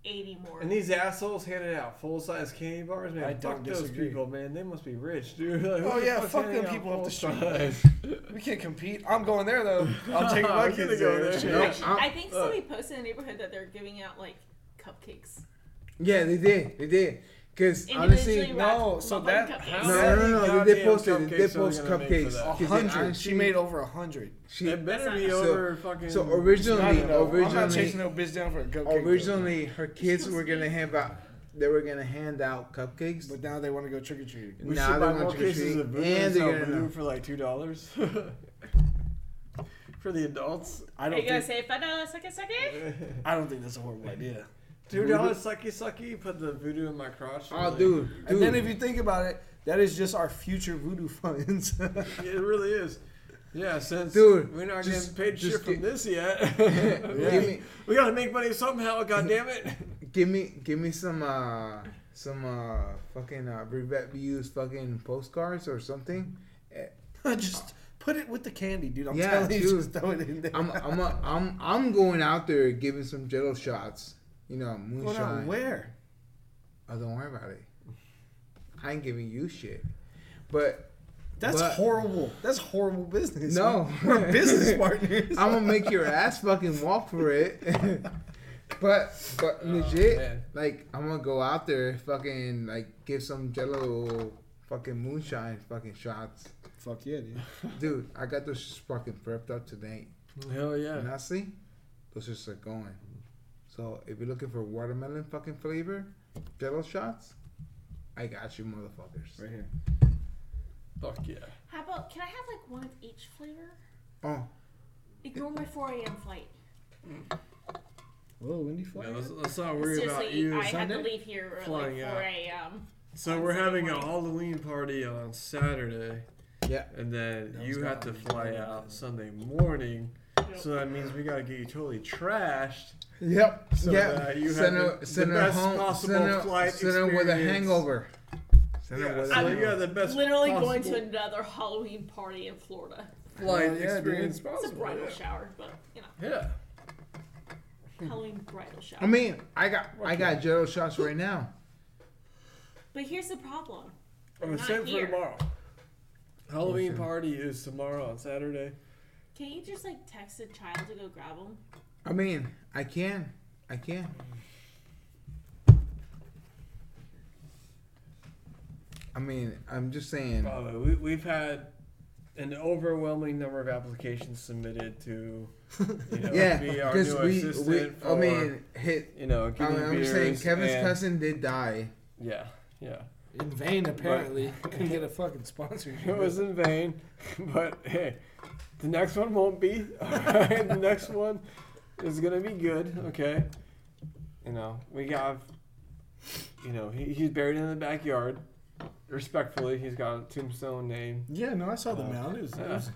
Speaker 5: 80 more.
Speaker 1: And these assholes handed out full size candy bars, man.
Speaker 2: I
Speaker 1: fuck
Speaker 2: don't
Speaker 1: those
Speaker 2: disagree.
Speaker 1: people, man. They must be rich, dude. Like, who
Speaker 2: Oh,
Speaker 1: the
Speaker 2: yeah,
Speaker 1: fuck's
Speaker 2: fuck them
Speaker 1: handing out
Speaker 2: people up the street.
Speaker 1: full-size?
Speaker 2: We can't compete. I'm going there though. I'm taking my
Speaker 1: I'm
Speaker 2: kids
Speaker 1: gonna
Speaker 2: to
Speaker 1: go
Speaker 2: go there.
Speaker 1: there.
Speaker 2: Shit.
Speaker 1: No.
Speaker 5: Actually,
Speaker 3: I'm-
Speaker 5: I think somebody posted in the neighborhood that they're giving out like cupcakes.
Speaker 3: Yeah, they did. They did. Because honestly, no,
Speaker 5: Individually wrapped
Speaker 2: no, so
Speaker 5: one
Speaker 2: that-
Speaker 5: cupcake.
Speaker 1: How
Speaker 3: no,
Speaker 1: many
Speaker 3: no, no. They
Speaker 1: goddamn
Speaker 3: posted. They
Speaker 1: cupcakes are
Speaker 3: posted
Speaker 1: gonna make for
Speaker 3: cupcakes.
Speaker 1: that?
Speaker 2: A
Speaker 3: 'Cause they
Speaker 2: hundred. She
Speaker 3: honestly-
Speaker 2: made over a hundred.
Speaker 3: She,
Speaker 1: It better be
Speaker 5: So-
Speaker 1: over fucking.
Speaker 3: so
Speaker 2: Not
Speaker 3: originally,
Speaker 2: enough. I'm not chasing
Speaker 3: originally,
Speaker 2: no bitch down for a cupcake. though.
Speaker 3: originally, her kids were gonna hand out. They were gonna hand out cupcakes.
Speaker 2: but now they want to go trick or treating.
Speaker 1: we
Speaker 3: Nah,
Speaker 1: should
Speaker 3: they
Speaker 1: buy
Speaker 3: want
Speaker 1: more
Speaker 3: trick or
Speaker 1: cases
Speaker 3: treat,
Speaker 1: of booze
Speaker 3: and
Speaker 1: and
Speaker 3: they're
Speaker 1: sell
Speaker 3: gonna
Speaker 1: booze for like two dollars for the adults.
Speaker 2: I
Speaker 5: Are
Speaker 2: don't
Speaker 5: you gonna
Speaker 2: think.
Speaker 5: say five dollars second second?
Speaker 2: I don't think that's a horrible idea.
Speaker 1: Two dollars sucky sucky. Put the voodoo in my crotch.
Speaker 3: Oh,
Speaker 1: Like,
Speaker 3: dude, dude.
Speaker 2: And then if you think about it, that is just our future voodoo funds.
Speaker 1: It really is. Yeah, since
Speaker 3: Dude,
Speaker 1: we're not
Speaker 3: just-
Speaker 1: getting paid
Speaker 3: just
Speaker 1: shit from
Speaker 3: gi-
Speaker 1: this yet,
Speaker 3: give me,
Speaker 1: we gotta make money somehow. God damn it!
Speaker 3: give me, give me some, uh, some, uh, fucking, uh, Brevet Views fucking postcards or something.
Speaker 2: just put it with the candy, dude. I'm
Speaker 3: Yeah,
Speaker 2: telling you,
Speaker 3: dude.
Speaker 2: just throw it in there.
Speaker 3: I'm, I'm, a, I'm, I'm going out there giving some Jello shots. You know,
Speaker 2: Going out
Speaker 3: moonshine.
Speaker 2: where?
Speaker 3: Oh, don't worry about it. I ain't giving you shit. But
Speaker 2: That's
Speaker 3: But-
Speaker 2: horrible. That's horrible business.
Speaker 3: No.
Speaker 2: we're business partners.
Speaker 3: I'm gonna make your ass fucking walk for it. but, but legit,
Speaker 1: man.
Speaker 3: like I'm gonna go out there, fucking, like give some Jello, fucking moonshine, fucking shots.
Speaker 2: Fuck yeah, dude.
Speaker 3: Dude, I got those fucking prepped up today.
Speaker 1: Hell yeah!
Speaker 3: And honestly, those just are going. So if you're looking for watermelon fucking flavor, jello shots, I got you motherfuckers.
Speaker 2: Right here.
Speaker 1: Fuck yeah!
Speaker 5: How about can I have like one of each flavor?
Speaker 3: Oh,
Speaker 5: Ignore my 4 a.m. flight.
Speaker 2: Whoa, Wendy
Speaker 1: Yeah,
Speaker 2: Flyer.
Speaker 1: let's, let's not
Speaker 5: It's
Speaker 1: worry
Speaker 5: just
Speaker 1: about
Speaker 5: that
Speaker 1: you.
Speaker 5: I had to
Speaker 2: Sunday?
Speaker 5: leave here at like
Speaker 1: Flying
Speaker 5: 4
Speaker 1: out.
Speaker 5: a.m.
Speaker 1: So we're having a
Speaker 5: Sunday
Speaker 1: Halloween party on Saturday.
Speaker 3: Yeah.
Speaker 1: And then
Speaker 2: That was
Speaker 1: you have to
Speaker 2: gone.
Speaker 1: fly out Sunday morning. So that means we gotta get you totally trashed.
Speaker 3: yep.
Speaker 1: So
Speaker 3: yep.
Speaker 1: that you
Speaker 3: send
Speaker 1: have
Speaker 3: her,
Speaker 1: the-
Speaker 3: send
Speaker 1: the
Speaker 3: her
Speaker 1: best
Speaker 3: home.
Speaker 1: possible
Speaker 3: Send her,
Speaker 1: flight
Speaker 3: send her with a
Speaker 1: experience.
Speaker 3: hangover. Send her with a
Speaker 1: so you
Speaker 3: hangover.
Speaker 1: got the best.
Speaker 5: Literally going
Speaker 1: possible
Speaker 5: to another Halloween party in Florida.
Speaker 1: flight
Speaker 2: Oh, yeah, dude.
Speaker 1: experience
Speaker 5: It's a
Speaker 1: possible.
Speaker 5: bridal
Speaker 1: yeah.
Speaker 5: shower, but you know,
Speaker 1: Yeah.
Speaker 5: Halloween bridal shower.
Speaker 3: I mean, I got I got jello shots right now.
Speaker 5: but here's the problem.
Speaker 1: I'm
Speaker 5: Not
Speaker 1: sent for
Speaker 5: here.
Speaker 1: tomorrow. Halloween
Speaker 3: Okay.
Speaker 1: party is tomorrow on Saturday.
Speaker 5: Can you just like text a child to go grab them?
Speaker 3: I mean, I can, I can. I mean, I'm just saying.
Speaker 1: Bravo. Uh, We, we've had an overwhelming number of applications submitted to, you know,
Speaker 3: yeah,
Speaker 1: be our new
Speaker 3: because we,
Speaker 1: assistant.
Speaker 3: we I
Speaker 1: for,
Speaker 3: mean, hit.
Speaker 1: you know,
Speaker 3: I
Speaker 1: getting
Speaker 3: mean, Oh, I'm
Speaker 1: beers
Speaker 3: saying Kevin's
Speaker 1: and-
Speaker 3: cousin did die.
Speaker 1: Yeah, yeah.
Speaker 2: In vain, apparently. Couldn't get a fucking sponsor.
Speaker 1: It was in vain, but hey, the next one won't be. All right, the next one is gonna be good. Okay, you know we got, you know, he, he's buried in the backyard. Respectfully, he's got a tombstone name.
Speaker 2: Yeah, no, I saw the
Speaker 1: Uh,
Speaker 2: mound. It was, it
Speaker 1: yeah.
Speaker 2: was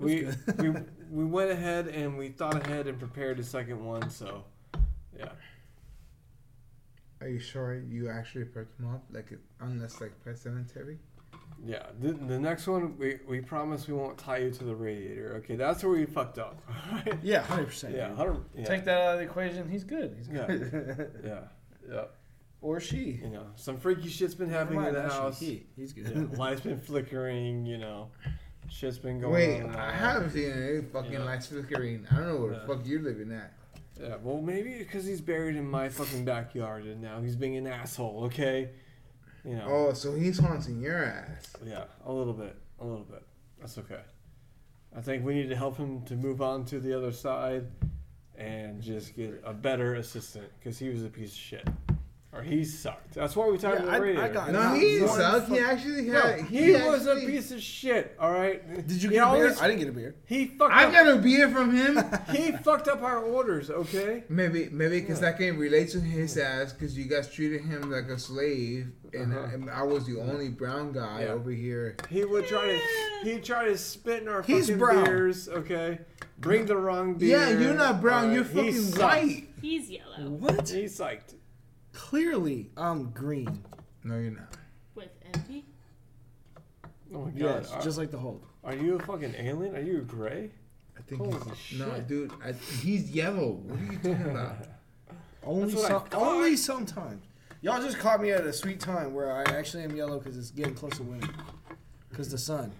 Speaker 1: We
Speaker 2: good.
Speaker 1: we we went ahead and we thought ahead and prepared a second one. So, yeah.
Speaker 3: Are you sure you actually picked him up? Like, unless like pet cemetery?
Speaker 1: Yeah, the, the next one we, we promise we won't tie you to the radiator. Okay, that's where we fucked up. alright?
Speaker 2: yeah, hundred percent.
Speaker 1: yeah, I don't- yeah,
Speaker 2: Take that out of the equation. He's good. He's
Speaker 1: Yeah.
Speaker 2: good.
Speaker 1: yeah, yeah.
Speaker 2: or she.
Speaker 1: You know, some freaky shit's been happening
Speaker 2: Never
Speaker 1: in the
Speaker 2: mind, not
Speaker 1: house.
Speaker 2: she, he. He's good.
Speaker 1: Yeah, light's been flickering. You know, shit's been going.
Speaker 3: Wait,
Speaker 1: on and
Speaker 3: I
Speaker 1: on.
Speaker 3: haven't seen any fucking
Speaker 1: Yeah.
Speaker 3: lights flickering. I don't know where
Speaker 1: Yeah.
Speaker 3: the fuck you're living at.
Speaker 1: Yeah, well, maybe because he's buried in my fucking backyard, and now he's being an asshole. Okay, you know.
Speaker 3: Oh, so he's haunting your ass.
Speaker 1: Yeah, a little bit, a little bit. That's okay. I think we need to help him to move on to the other side and just get a better assistant because he was a piece of shit. or he sucked. That's why we talked
Speaker 2: Yeah,
Speaker 1: about
Speaker 2: I- I
Speaker 1: radio.
Speaker 2: got
Speaker 3: No,
Speaker 2: Not
Speaker 3: he
Speaker 2: one
Speaker 3: sucked. He
Speaker 2: fuck-
Speaker 3: actually
Speaker 1: No,
Speaker 3: had.
Speaker 1: he was a
Speaker 3: actually-
Speaker 1: piece of shit. All right.
Speaker 2: Did
Speaker 1: He
Speaker 2: you get a beer?
Speaker 1: always-
Speaker 2: I didn't get a beer.
Speaker 1: He fucked
Speaker 3: I
Speaker 1: up.
Speaker 3: got a beer from him.
Speaker 1: he fucked up our orders. Okay.
Speaker 3: Maybe, maybe because I can relate to his ass because you guys treated him like a slave, and,
Speaker 1: Uh-huh.
Speaker 3: and I was the only brown guy
Speaker 1: Yeah.
Speaker 3: over here.
Speaker 1: He would try to he try to spit in our
Speaker 3: He's
Speaker 1: fucking
Speaker 3: brown.
Speaker 1: beers. Okay. Bring the wrong beer.
Speaker 3: Yeah, you're not brown.
Speaker 1: All
Speaker 3: you're
Speaker 1: right, he
Speaker 3: fucking
Speaker 1: sucked.
Speaker 3: white.
Speaker 5: He's yellow
Speaker 2: What?
Speaker 1: He psyched.
Speaker 2: Clearly, I'm green.
Speaker 3: No, you're not.
Speaker 5: with envy.
Speaker 1: Oh my god.
Speaker 2: Yes,
Speaker 1: are,
Speaker 2: just like the Hulk.
Speaker 1: are you a fucking alien? Are you gray?
Speaker 3: I think
Speaker 1: Holy
Speaker 3: he's, no,
Speaker 1: shit.
Speaker 3: dude. I, he's yellow. What are you talking about?
Speaker 2: Only,
Speaker 1: That's what
Speaker 2: some,
Speaker 1: I thought.
Speaker 2: only sometimes. Y'all just caught me at a sweet time where I actually am yellow because it's getting close to winter. Because the sun.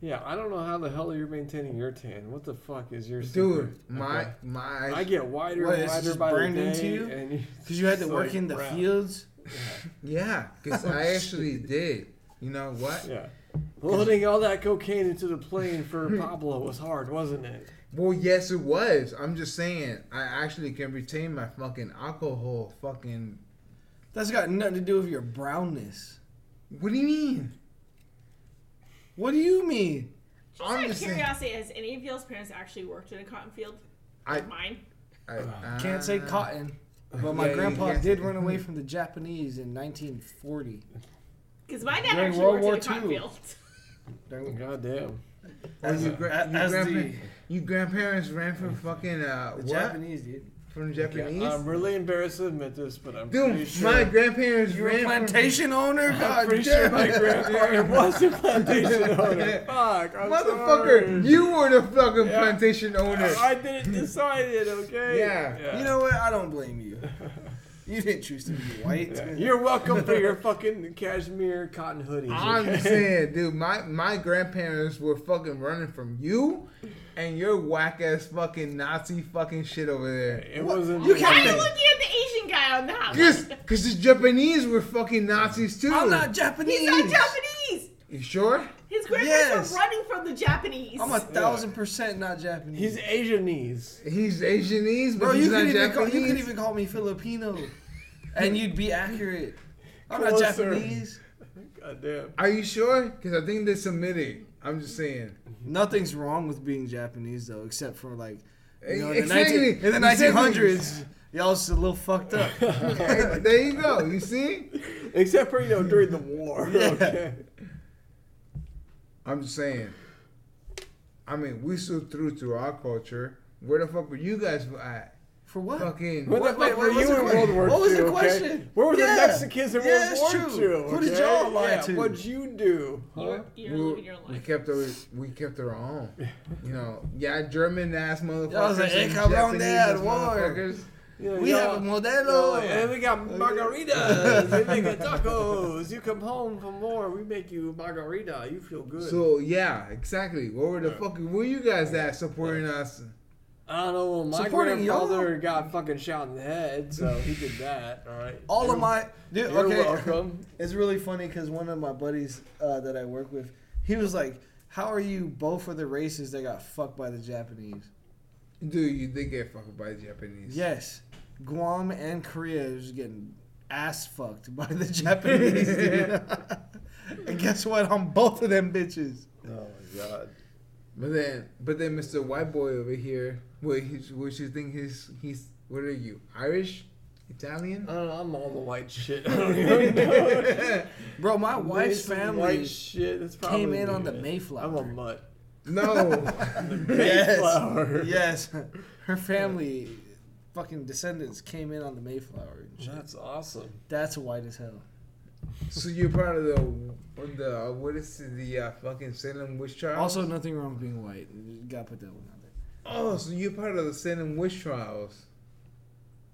Speaker 1: Yeah, I don't know how the hell you're maintaining your tan. What the fuck is your secret?
Speaker 3: Dude, my
Speaker 1: Okay.
Speaker 3: my.
Speaker 1: I get wider
Speaker 2: What,
Speaker 1: and
Speaker 2: it's
Speaker 1: wider
Speaker 2: just
Speaker 1: by the
Speaker 2: burned
Speaker 1: day.
Speaker 2: into you?
Speaker 1: And you
Speaker 2: Because you had to work in the fields.
Speaker 3: Yeah, because I actually did. You know what?
Speaker 1: Yeah. Loading all that cocaine into the plane for Pablo was hard, wasn't it?
Speaker 3: Well, yes, it was. I'm just saying, I actually can retain my fucking alcohol. Fucking.
Speaker 2: That's got nothing to do with your brownness.
Speaker 3: What do you mean?
Speaker 2: What do you mean?
Speaker 5: Just
Speaker 3: I'm
Speaker 5: out of
Speaker 3: just saying-
Speaker 5: curiosity, has any of y'all's parents actually worked in a cotton field?
Speaker 3: I,
Speaker 5: Mine.
Speaker 3: I
Speaker 2: Can't say
Speaker 3: uh,
Speaker 2: cotton. But my
Speaker 3: Yeah, you
Speaker 2: grandpa
Speaker 3: can't
Speaker 2: did
Speaker 3: say-
Speaker 2: run away from the Japanese in 1940.
Speaker 5: Because my dad
Speaker 2: During
Speaker 5: actually
Speaker 2: World
Speaker 5: worked
Speaker 2: War
Speaker 5: in a cotton
Speaker 2: II.
Speaker 5: field.
Speaker 2: During-
Speaker 1: God damn.
Speaker 3: Well,
Speaker 2: As-
Speaker 3: your, gra-
Speaker 2: a-
Speaker 3: your,
Speaker 2: as
Speaker 3: grandpa-
Speaker 2: the-
Speaker 3: your grandparents ran from fucking uh,
Speaker 2: The
Speaker 3: what?
Speaker 2: Japanese, dude.
Speaker 3: From the
Speaker 1: Yeah,
Speaker 3: Japanese?
Speaker 2: um,
Speaker 1: I'm really embarrassed to admit this, but I'm pretty
Speaker 3: Dude,
Speaker 1: sure.
Speaker 3: my grandparents
Speaker 2: You're
Speaker 3: ran
Speaker 2: a
Speaker 3: from-
Speaker 2: plantation owner?
Speaker 1: I'm
Speaker 2: God
Speaker 1: pretty sure
Speaker 2: damn.
Speaker 1: my grandfather was a plantation owner.
Speaker 3: Yeah.
Speaker 1: Fuck, I'm
Speaker 3: Motherfucker,
Speaker 1: sorry.
Speaker 3: you were the fucking
Speaker 1: Yeah.
Speaker 3: plantation owner.
Speaker 1: I didn't decide it, okay?
Speaker 3: Yeah.
Speaker 2: You know what? I don't blame you. You didn't choose to be white.
Speaker 1: Yeah. You're welcome for your fucking cashmere cotton hoodies.
Speaker 3: I'm
Speaker 1: okay?
Speaker 3: saying, dude, my, my grandparents were fucking running from you and your whack ass fucking Nazi fucking shit over there.
Speaker 1: It wasn't.
Speaker 3: You
Speaker 5: Why are you
Speaker 3: can't-
Speaker 5: looking at the Asian guy on that
Speaker 3: Because
Speaker 5: one?
Speaker 3: the Japanese were fucking Nazis too.
Speaker 2: I'm not Japanese.
Speaker 5: He's not Japanese!
Speaker 3: You sure?
Speaker 5: His
Speaker 2: Yes.
Speaker 5: grandparents are running from the Japanese.
Speaker 2: I'm a thousand percent not Japanese.
Speaker 1: He's Asianese.
Speaker 3: He's Asianese, but
Speaker 2: Bro,
Speaker 3: he's
Speaker 2: you
Speaker 3: not
Speaker 2: could, even call,
Speaker 3: Japanese.
Speaker 2: you could even call me Filipino, and you'd be accurate. I'm not
Speaker 1: Closer.
Speaker 2: Japanese.
Speaker 1: God damn.
Speaker 3: Are you sure? Because I think they're Semitic. I'm just saying.
Speaker 2: Nothing's wrong with being Japanese though, except for like you know, in, the
Speaker 3: Exactly.
Speaker 2: 19 in the
Speaker 3: Exactly.
Speaker 2: 1900s, y'all was a little fucked up.
Speaker 3: Hey, there you go. You see?
Speaker 1: Except for, you know, during the war.
Speaker 2: Yeah.
Speaker 1: Okay.
Speaker 3: I'm just saying. I mean, we still through to our culture. Where the fuck were you guys at?
Speaker 2: For what?
Speaker 3: Fucking.
Speaker 1: Where the
Speaker 2: Wait,
Speaker 1: fuck
Speaker 2: wait,
Speaker 1: were
Speaker 2: what's the
Speaker 1: you in
Speaker 2: question?
Speaker 1: World War
Speaker 2: What was
Speaker 1: II,
Speaker 2: the
Speaker 1: okay?
Speaker 2: question?
Speaker 1: Where were
Speaker 2: Yeah.
Speaker 1: the Mexicans in
Speaker 2: Yeah, it's
Speaker 1: World War
Speaker 2: true.
Speaker 1: II?
Speaker 2: Who did
Speaker 1: okay?
Speaker 2: y'all lie
Speaker 1: Yeah,
Speaker 2: to?
Speaker 1: What'd you do? Huh?
Speaker 5: You're, you're
Speaker 3: we,
Speaker 5: living your life.
Speaker 3: we kept our we kept our own, you know. Yeah, German ass motherfuckers.
Speaker 2: Y'all was like, "Hey,
Speaker 3: and
Speaker 2: come on,
Speaker 3: Japanese
Speaker 2: Dad,
Speaker 3: ass
Speaker 2: war."
Speaker 3: motherfuckers.
Speaker 1: You know,
Speaker 2: We have
Speaker 1: y'all-
Speaker 2: a
Speaker 1: Oh,
Speaker 2: modelo.
Speaker 1: and we got margaritas. we make a tacos. You come home from war, we make you margarita. You feel good.
Speaker 3: So yeah, exactly. Where were the
Speaker 1: Yeah.
Speaker 3: fuck were you guys at supporting us?
Speaker 1: I don't know. Well, my
Speaker 2: Supporting y'all.
Speaker 1: grandfather got fucking shot in the head, so he did that. All right.
Speaker 2: All
Speaker 1: You're-
Speaker 2: of my dude.
Speaker 1: You're
Speaker 2: okay,
Speaker 1: welcome.
Speaker 2: It's really funny because one of my buddies uh, that I work with, he was like, "How are you both of the races that got fucked by the Japanese?"
Speaker 3: Dude, you did get fucked by the Japanese.
Speaker 2: Yes, Guam and Korea is getting ass fucked by the Japanese. dude. and guess what? I'm both of them bitches.
Speaker 1: Oh my god.
Speaker 3: But then, but then, Mr. White Boy over here, what he's, what you think he's he's what are you Irish, Italian?
Speaker 1: I don't know. I'm all the white shit. I don't even know.
Speaker 2: Bro, my wife's
Speaker 1: Some
Speaker 2: family
Speaker 1: White shit. That's probably
Speaker 2: came in on
Speaker 1: me,
Speaker 2: the
Speaker 1: man.
Speaker 2: Mayflower.
Speaker 1: I'm a mutt.
Speaker 3: No,
Speaker 1: Mayflower.
Speaker 2: yes, her family, fucking descendants came in on the Mayflower. and shit.
Speaker 1: That's awesome.
Speaker 2: That's white as hell.
Speaker 3: so you're part of the the uh, what is it, the uh, fucking Salem witch trial?
Speaker 2: Also, nothing wrong with being white. Gotta put that one out there.
Speaker 3: oh, so you're part of the Salem witch trials.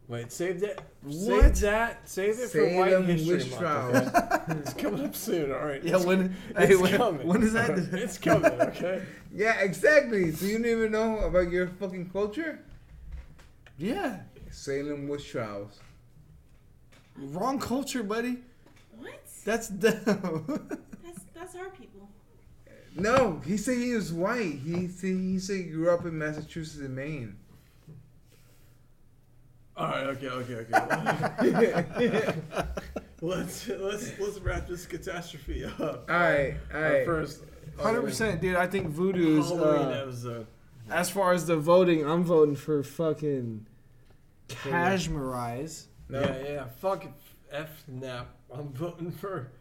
Speaker 1: Wait, save that.
Speaker 2: What?
Speaker 1: Save that. Save it for White
Speaker 3: Salem
Speaker 1: History
Speaker 3: witch
Speaker 1: Month.
Speaker 3: trials.
Speaker 1: okay? it's coming up soon. All right.
Speaker 2: Yeah, when,
Speaker 1: It's
Speaker 2: hey, when,
Speaker 1: coming.
Speaker 2: when is that?
Speaker 1: it's coming, okay?
Speaker 3: yeah, exactly. So you didn't even know about your fucking culture.
Speaker 2: yeah,
Speaker 3: Salem witch trials.
Speaker 2: wrong culture, buddy.
Speaker 5: what?
Speaker 2: That's dumb.
Speaker 5: That's, that's our people.
Speaker 3: No, he said he was white. He said he said he grew up in Massachusetts and Maine.
Speaker 1: All right. Okay. Okay. Okay. let's let's let's wrap this catastrophe up.
Speaker 3: All right, all
Speaker 1: Our
Speaker 3: right.
Speaker 1: first uh,
Speaker 2: Hundred percent, dude. I think voodoo is.
Speaker 1: Halloween
Speaker 2: Uh,
Speaker 1: episode.
Speaker 2: as far as the voting, I'm voting for fucking Kashmirize.
Speaker 3: No.
Speaker 1: Yeah. Yeah. Fuck it. F nap. I'm voting for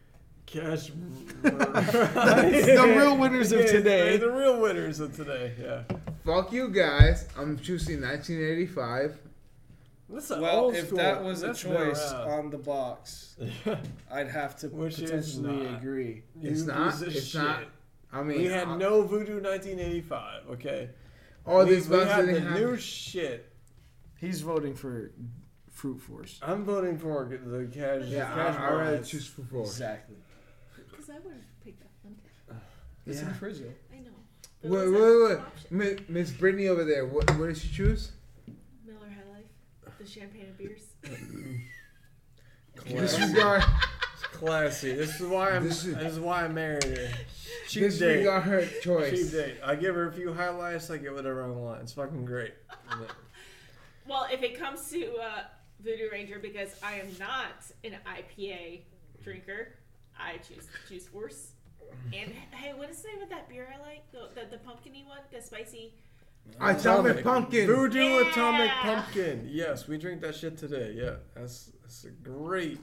Speaker 1: cash.
Speaker 2: the real winners of
Speaker 1: Yeah,
Speaker 2: today.
Speaker 1: The real winners of today. Yeah.
Speaker 3: Fuck you guys. I'm choosing 1985.
Speaker 1: That's a
Speaker 2: Well,
Speaker 1: old
Speaker 2: if
Speaker 1: school.
Speaker 2: that was a
Speaker 1: That's been
Speaker 2: choice uh,
Speaker 1: around.
Speaker 2: on the box, I'd have to
Speaker 1: Which is
Speaker 2: potentially
Speaker 1: not.
Speaker 2: agree.
Speaker 1: You
Speaker 3: It's not,
Speaker 1: piece of
Speaker 3: it's not.
Speaker 1: shit.
Speaker 3: I mean,
Speaker 1: We had
Speaker 3: I-
Speaker 1: no Voodoo 1985. Okay.
Speaker 3: all
Speaker 1: we,
Speaker 3: these
Speaker 1: we
Speaker 3: bugs
Speaker 1: had the
Speaker 3: didn't have.
Speaker 1: new shit.
Speaker 2: He's voting for Fruit Force.
Speaker 1: I'm voting for the cash.
Speaker 3: yeah,
Speaker 1: cash
Speaker 3: I, I rather
Speaker 1: prize.
Speaker 3: choose for four.
Speaker 2: Exactly.
Speaker 5: Because I would have picked that one.
Speaker 2: It's
Speaker 3: Yeah.
Speaker 2: in fridge. though.
Speaker 5: I know. But
Speaker 3: Wait,
Speaker 5: was that an
Speaker 3: wait,
Speaker 5: option?
Speaker 3: wait. Mi- Miss Brittany over there. What, what did she choose?
Speaker 5: Miller High Life, the champagne and beers.
Speaker 3: Disregard,
Speaker 1: Classy. This is why I'm.
Speaker 3: This
Speaker 1: This
Speaker 3: is-
Speaker 1: is, why I married her. Cheap date.
Speaker 3: disregard her
Speaker 1: Cheap
Speaker 3: choice.
Speaker 1: date. I give her a few highlights. I get whatever I want. It's fucking great.
Speaker 5: Well, if it comes to uh, Voodoo Ranger, because I am not an IPA drinker, I choose Juice Force. And hey, what is the name of that beer I like? The, the, the pumpkiny one, the spicy.
Speaker 3: Atomic
Speaker 1: Atomic.
Speaker 3: Pumpkin.
Speaker 1: Voodoo
Speaker 5: Yeah.
Speaker 1: Atomic Pumpkin. Yes, we drink that shit today. Yeah, that's that's a great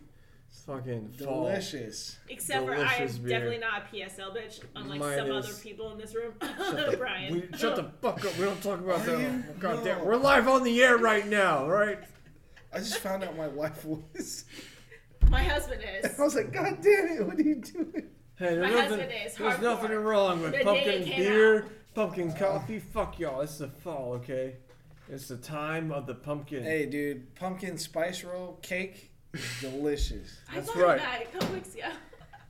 Speaker 1: fucking fall.
Speaker 2: Delicious.
Speaker 5: Except for I am
Speaker 1: Delicious beer.
Speaker 5: definitely not a PSL bitch, unlike some
Speaker 1: Mine is-
Speaker 5: other people in this room.
Speaker 1: Shut the,
Speaker 5: Brian,
Speaker 1: we- shut the fuck up. We don't talk about
Speaker 2: Are
Speaker 1: that.
Speaker 2: you-
Speaker 1: God damn,
Speaker 2: No.
Speaker 1: we're live on the air right now, all right?
Speaker 2: I just found out my wife was.
Speaker 5: my husband is.
Speaker 2: I was like, God damn it, what are you doing?
Speaker 1: Hey, there's
Speaker 5: My
Speaker 1: nothing,
Speaker 5: husband is
Speaker 1: there's
Speaker 5: hardcore.
Speaker 1: nothing wrong with
Speaker 5: The day
Speaker 1: pumpkin
Speaker 5: it came
Speaker 1: beer, pumpkin coffee. Fuck y'all. It's the fall, okay? It's the time of the pumpkin.
Speaker 2: Hey, dude, pumpkin spice roll cake, delicious.
Speaker 5: I
Speaker 1: That's
Speaker 5: bought
Speaker 1: right.
Speaker 5: that a couple weeks ago.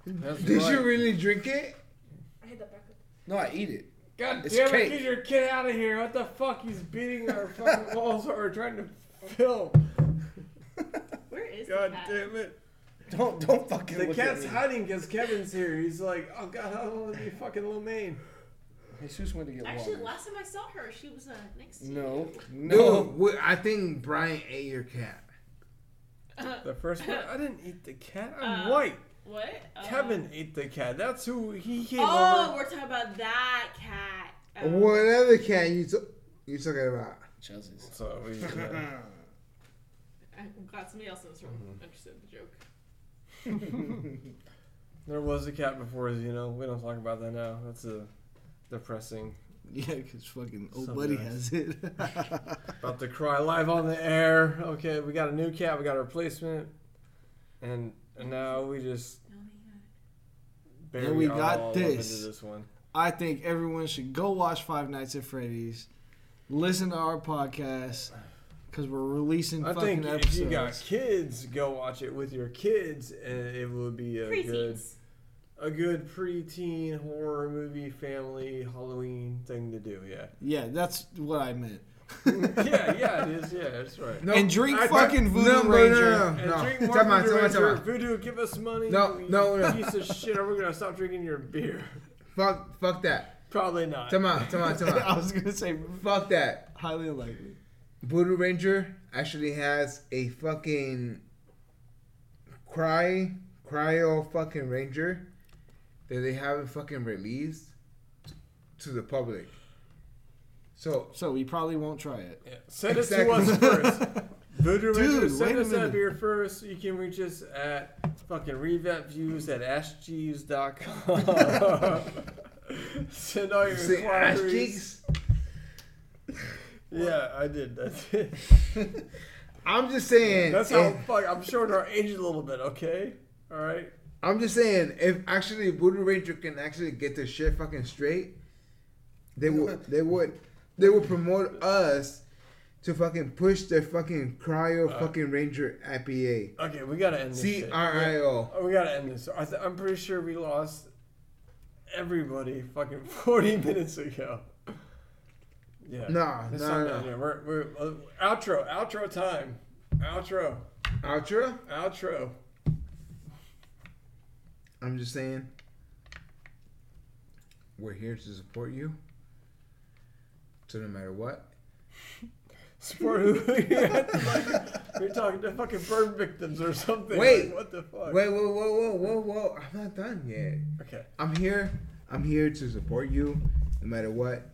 Speaker 1: That's
Speaker 3: Did
Speaker 1: right.
Speaker 3: you really drink it?
Speaker 5: I had that breakfast.
Speaker 2: No, I eat it.
Speaker 1: God
Speaker 2: It's
Speaker 1: damn
Speaker 2: cake.
Speaker 1: it, get your kid out of here. What the fuck? He's beating our fucking walls that we're trying to fill.
Speaker 5: Where is
Speaker 1: God
Speaker 5: that?
Speaker 1: damn it.
Speaker 2: Don't don't fucking
Speaker 1: The
Speaker 2: look
Speaker 1: cat's
Speaker 2: at me.
Speaker 1: hiding because Kevin's here. He's like, oh god, I don't want to be fucking Lomaine.
Speaker 2: Jesus went to get
Speaker 5: Actually,
Speaker 2: water.
Speaker 5: last time I saw her, she was uh, next to you.
Speaker 2: No,
Speaker 3: No,
Speaker 2: no.
Speaker 3: we- I think Brian ate your cat.
Speaker 1: The first one, I didn't eat the cat. I'm
Speaker 5: Uh,
Speaker 1: white.
Speaker 5: What? Uh,
Speaker 1: Kevin ate the cat. That's who he came
Speaker 5: Oh,
Speaker 1: over.
Speaker 5: we're talking about that cat. Oh.
Speaker 3: What other cat you t- you talking about?
Speaker 2: Chelsea's.
Speaker 1: So we, uh, yeah.
Speaker 5: I'm glad somebody else in this room
Speaker 1: Mm-hmm.
Speaker 5: understood the joke.
Speaker 1: There was a cat before, as you know. We don't talk about that now. That's a depressing.
Speaker 2: Yeah, because fucking
Speaker 1: old Some buddy guys.
Speaker 2: it.
Speaker 1: About to cry live on the air. Okay, we got a new cat. We got a replacement, and, and now we just
Speaker 5: No, yeah.
Speaker 1: bury
Speaker 2: we
Speaker 1: our
Speaker 2: got
Speaker 1: love
Speaker 2: this.
Speaker 1: into this one.
Speaker 2: I think everyone should go watch Five Nights at Freddy's, listen to our podcast, because we're releasing
Speaker 1: I
Speaker 2: fucking
Speaker 1: think
Speaker 2: episodes.
Speaker 1: if you got kids, go watch it with your kids, and it will be a good
Speaker 5: Preteens.
Speaker 1: a good preteen horror movie family Halloween thing to do. Yeah,
Speaker 2: yeah, that's what I meant.
Speaker 1: yeah, yeah, it is. Yeah, that's right.
Speaker 3: No,
Speaker 2: and drink
Speaker 1: I-
Speaker 2: fucking Voodoo
Speaker 3: no, no,
Speaker 2: Ranger.
Speaker 3: no, no,
Speaker 1: And
Speaker 3: no.
Speaker 1: drink
Speaker 3: Time
Speaker 1: more
Speaker 3: out,
Speaker 1: Voodoo
Speaker 3: time out, time
Speaker 1: Ranger.
Speaker 3: out.
Speaker 1: Voodoo, give us money.
Speaker 3: No,
Speaker 1: you
Speaker 3: no, no.
Speaker 1: Piece of shit. Are we gonna stop drinking your beer?
Speaker 3: Fuck, fuck that.
Speaker 1: Probably not.
Speaker 3: Come on, come on, come
Speaker 2: I
Speaker 3: on.
Speaker 2: was gonna say
Speaker 3: Fuck that.
Speaker 2: highly unlikely.
Speaker 3: Voodoo Ranger actually has a fucking cry cryo fucking ranger that they haven't fucking released to the public. So
Speaker 2: So we probably won't try it.
Speaker 1: Yeah. Send us
Speaker 3: Exactly.
Speaker 1: to us first. Voodoo Ranger,
Speaker 2: Dude, wait
Speaker 1: send
Speaker 2: a
Speaker 1: us that
Speaker 2: minute.
Speaker 1: beer first. You can reach us at fucking revapviews at ashjeeves.com. send all your
Speaker 3: you say ass
Speaker 1: inquiries.
Speaker 3: cheeks.
Speaker 1: Yeah, I did. That's it.
Speaker 3: I'm just saying.
Speaker 1: That's how
Speaker 3: if-
Speaker 1: fuck. I'm showing our age a little bit. Okay. All right.
Speaker 3: I'm just saying. If actually Voodoo Ranger can actually get their shit fucking straight, they would. They would. They would promote us to fucking push their fucking cryo
Speaker 1: Uh,
Speaker 3: fucking ranger IPA.
Speaker 1: Okay, we gotta end this.
Speaker 3: C
Speaker 1: shit.
Speaker 3: R I O.
Speaker 1: Oh, we gotta end this. I th- I'm pretty sure we lost everybody fucking 40 minutes ago. Yeah.
Speaker 3: No,
Speaker 1: This
Speaker 3: no,
Speaker 1: time-
Speaker 3: no.
Speaker 1: yeah, we're, we're, uh, outro, outro time. Outro,
Speaker 3: Ultra?
Speaker 1: outro.
Speaker 3: I'm just saying. We're here to support you. So no matter what,
Speaker 1: Support who? You're talking to fucking burn victims or something.
Speaker 3: Wait.
Speaker 1: Like, what the fuck?
Speaker 3: Wait, whoa, whoa, whoa, whoa, whoa! I'm not done yet.
Speaker 1: Okay.
Speaker 3: I'm here. I'm here to support you, no matter what,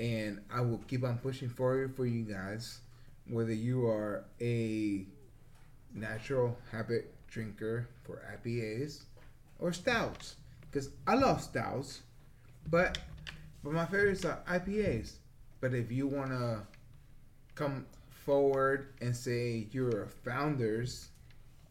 Speaker 3: and I will keep on pushing forward for you guys, whether you are a natural habit drinker for IPAs or stouts, because I love stouts, but but my favorites are IPAs. But if you wanna come forward and say you're founders,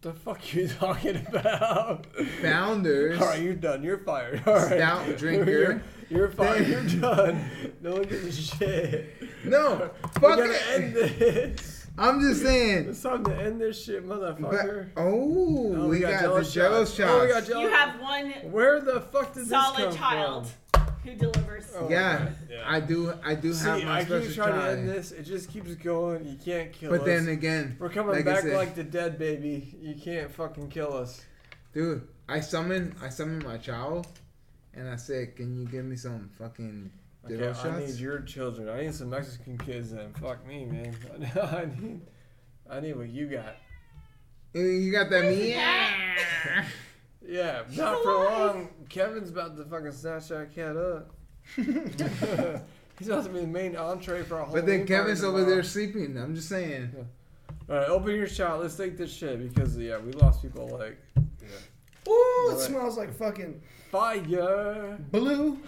Speaker 1: The fuck you talking about?
Speaker 3: founders.
Speaker 1: All right, you're done. You're fired. All right.
Speaker 3: Stout drinker.
Speaker 1: You're, you're fired. You're done. No one gives a shit.
Speaker 3: No,
Speaker 1: We
Speaker 3: fuck
Speaker 1: gotta
Speaker 3: it.
Speaker 1: end this.
Speaker 3: I'm just saying.
Speaker 1: It's time to end this shit,
Speaker 3: But,
Speaker 1: motherfucker.
Speaker 3: oh,
Speaker 1: Oh,
Speaker 3: we, got, the jello shots.
Speaker 1: Oh, we got jello.
Speaker 5: You have one
Speaker 1: Where the fuck does this
Speaker 5: solid
Speaker 1: come
Speaker 5: child
Speaker 1: from?
Speaker 5: who delivers.
Speaker 1: Oh.
Speaker 3: yeah,
Speaker 1: Yeah.
Speaker 3: I do. I do
Speaker 1: See,
Speaker 3: have my
Speaker 1: I
Speaker 3: special
Speaker 1: keep trying to end
Speaker 3: child.
Speaker 1: this. It just keeps going. You can't kill
Speaker 3: But
Speaker 1: us.
Speaker 3: then again,
Speaker 1: We're coming
Speaker 3: like I
Speaker 1: back
Speaker 3: said-
Speaker 1: like the dead, baby. You can't fucking kill us.
Speaker 3: dude, I summon, I summon my child, and I said, "Can you give me some fucking jello
Speaker 1: Okay, I need
Speaker 3: shots?"
Speaker 1: your children. I need some Mexican kids then. Fuck me, man. I need, I need what you got.
Speaker 3: Eh, You got that me?
Speaker 1: Yeah, not for
Speaker 5: alive.
Speaker 1: long. Kevin's about to fucking snatch that cat up. He's about to be the main entree for a whole.
Speaker 3: But then Kevin's over there sleeping. I'm just saying.
Speaker 1: All right, open your shot. Let's take this shit because yeah, we lost people like
Speaker 2: Ooh, it
Speaker 1: Alright.
Speaker 2: smells like fucking
Speaker 1: fire.
Speaker 2: blue.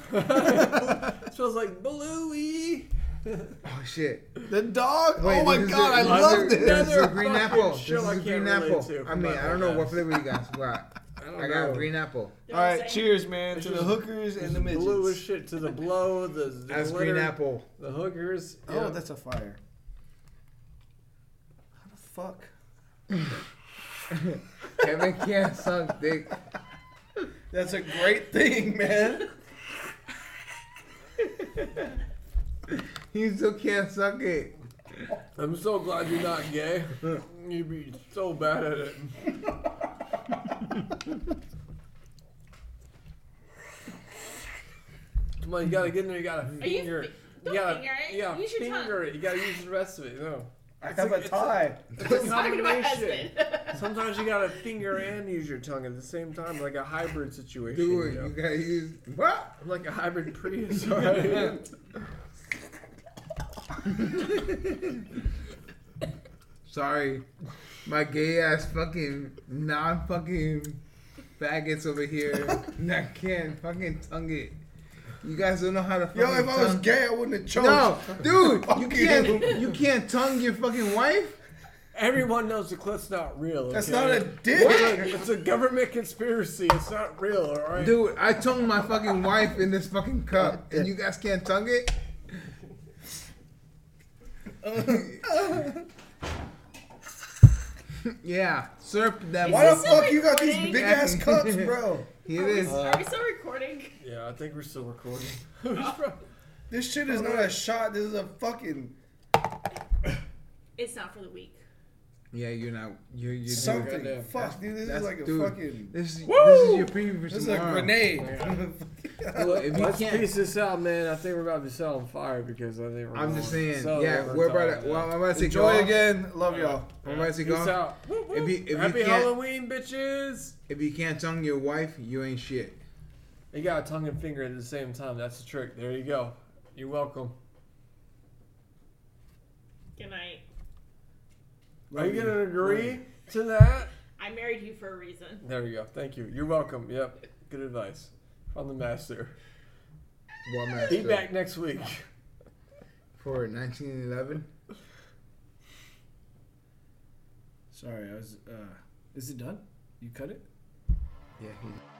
Speaker 1: smells like bluey.
Speaker 3: Oh shit!
Speaker 7: The dog.
Speaker 3: Wait,
Speaker 7: oh my
Speaker 3: this is
Speaker 7: god,
Speaker 3: it.
Speaker 7: I
Speaker 3: This is
Speaker 7: love
Speaker 3: a- This is
Speaker 7: this.
Speaker 3: a green
Speaker 1: Motherfucking
Speaker 3: apple. This
Speaker 1: show
Speaker 3: is
Speaker 1: I
Speaker 3: a
Speaker 1: can't
Speaker 3: green
Speaker 1: relate
Speaker 3: apple.
Speaker 1: to
Speaker 3: I
Speaker 1: from
Speaker 3: mean,
Speaker 1: my
Speaker 3: I don't know what
Speaker 1: past.
Speaker 3: flavor you guys got.
Speaker 1: I don't
Speaker 3: I got
Speaker 1: know.
Speaker 3: green apple.
Speaker 5: You know
Speaker 7: All
Speaker 5: what I'm
Speaker 7: right,
Speaker 5: saying?
Speaker 7: cheers, man, to the
Speaker 1: just-
Speaker 7: hookers and the midgets.
Speaker 1: Blue as shit to the blow. The, the
Speaker 3: That's green
Speaker 1: glitter,
Speaker 3: apple.
Speaker 1: The hookers.
Speaker 7: Oh,
Speaker 1: yeah.
Speaker 7: that's a fire. How the fuck?
Speaker 3: Kevin can't suck dick.
Speaker 7: That's a great thing, man.
Speaker 3: He still can't suck it.
Speaker 1: I'm so glad you're not gay. You'd be so bad at it. Come on, you gotta get in there. You gotta
Speaker 5: Are you
Speaker 1: finger.
Speaker 5: fi- don't
Speaker 1: gotta,
Speaker 5: finger it.
Speaker 1: You gotta
Speaker 5: Use your
Speaker 1: finger it. You gotta use the rest of it. No.
Speaker 7: I
Speaker 1: It's like- it's It's a
Speaker 5: Talking to my
Speaker 1: combination.
Speaker 5: husband.
Speaker 1: Sometimes you gotta finger and use your tongue at the same time, like a hybrid situation.
Speaker 3: Do it.
Speaker 1: you know?
Speaker 3: You gotta use. What?
Speaker 1: I'm like a hybrid Prius. Already.
Speaker 3: Sorry. My gay ass fucking non fucking faggots over here that can't fucking tongue it. You guys don't know how to fucking
Speaker 7: Yo, if I was
Speaker 3: tongue-
Speaker 7: gay, I wouldn't have chose.
Speaker 3: No, dude,
Speaker 7: Fuck
Speaker 3: you
Speaker 7: you.
Speaker 3: can't you can't tongue your fucking wife.
Speaker 1: Everyone knows the clip's not real.
Speaker 7: That's
Speaker 1: okay?
Speaker 7: not a
Speaker 1: It's
Speaker 7: dick.
Speaker 1: a- it's a government conspiracy. It's not real, all right?
Speaker 3: Dude, I tongued my fucking wife in this fucking cup, and you guys can't tongue it. yeah, slurp that.
Speaker 7: Why the
Speaker 5: Is this still
Speaker 7: fuck you got these
Speaker 5: recording?
Speaker 7: big ass cups, bro?
Speaker 3: Here it is.
Speaker 5: Are we still recording?
Speaker 1: Yeah, I think we're still recording. Who's
Speaker 7: This shit is not a shot. This is a fucking
Speaker 5: It's not for the weak.
Speaker 3: Yeah, you're not. You're you're
Speaker 7: something.
Speaker 3: Doing,
Speaker 7: Fuck, dude. This is
Speaker 3: that's-
Speaker 7: like a
Speaker 3: dude,
Speaker 7: fucking.
Speaker 3: This is this is your preview for
Speaker 7: This is a
Speaker 3: tomorrow.
Speaker 7: grenade.
Speaker 3: if you
Speaker 1: Let's
Speaker 3: can't-
Speaker 1: piece this out, man. I think we're about to be set on fire because I think we're
Speaker 3: I'm just
Speaker 1: going
Speaker 3: saying.
Speaker 1: so
Speaker 3: yeah,
Speaker 1: over
Speaker 3: we're
Speaker 1: time,
Speaker 3: about to.
Speaker 1: yeah.
Speaker 3: Well, I'm about to take
Speaker 7: uh, Enjoy
Speaker 3: off.
Speaker 7: again. Love y'all.
Speaker 3: I'm about to take
Speaker 1: Peace
Speaker 3: off.
Speaker 1: out. Woo, woo.
Speaker 3: If you- if you
Speaker 1: Happy
Speaker 3: can't-
Speaker 1: Halloween, bitches.
Speaker 3: If you can't tongue your wife, you ain't shit.
Speaker 1: You got a tongue and finger at the same time. That's the trick. There you go. You're welcome.
Speaker 5: Good night.
Speaker 1: Are you gonna agree to that?
Speaker 5: I married you for a reason.
Speaker 1: There we go. Thank you. You're welcome. Yep. Good advice from the master.
Speaker 3: One
Speaker 1: Be
Speaker 3: master
Speaker 1: back next week.
Speaker 3: for 1911.
Speaker 2: Sorry, I was. uh Is it done? You cut it?
Speaker 3: Yeah. he-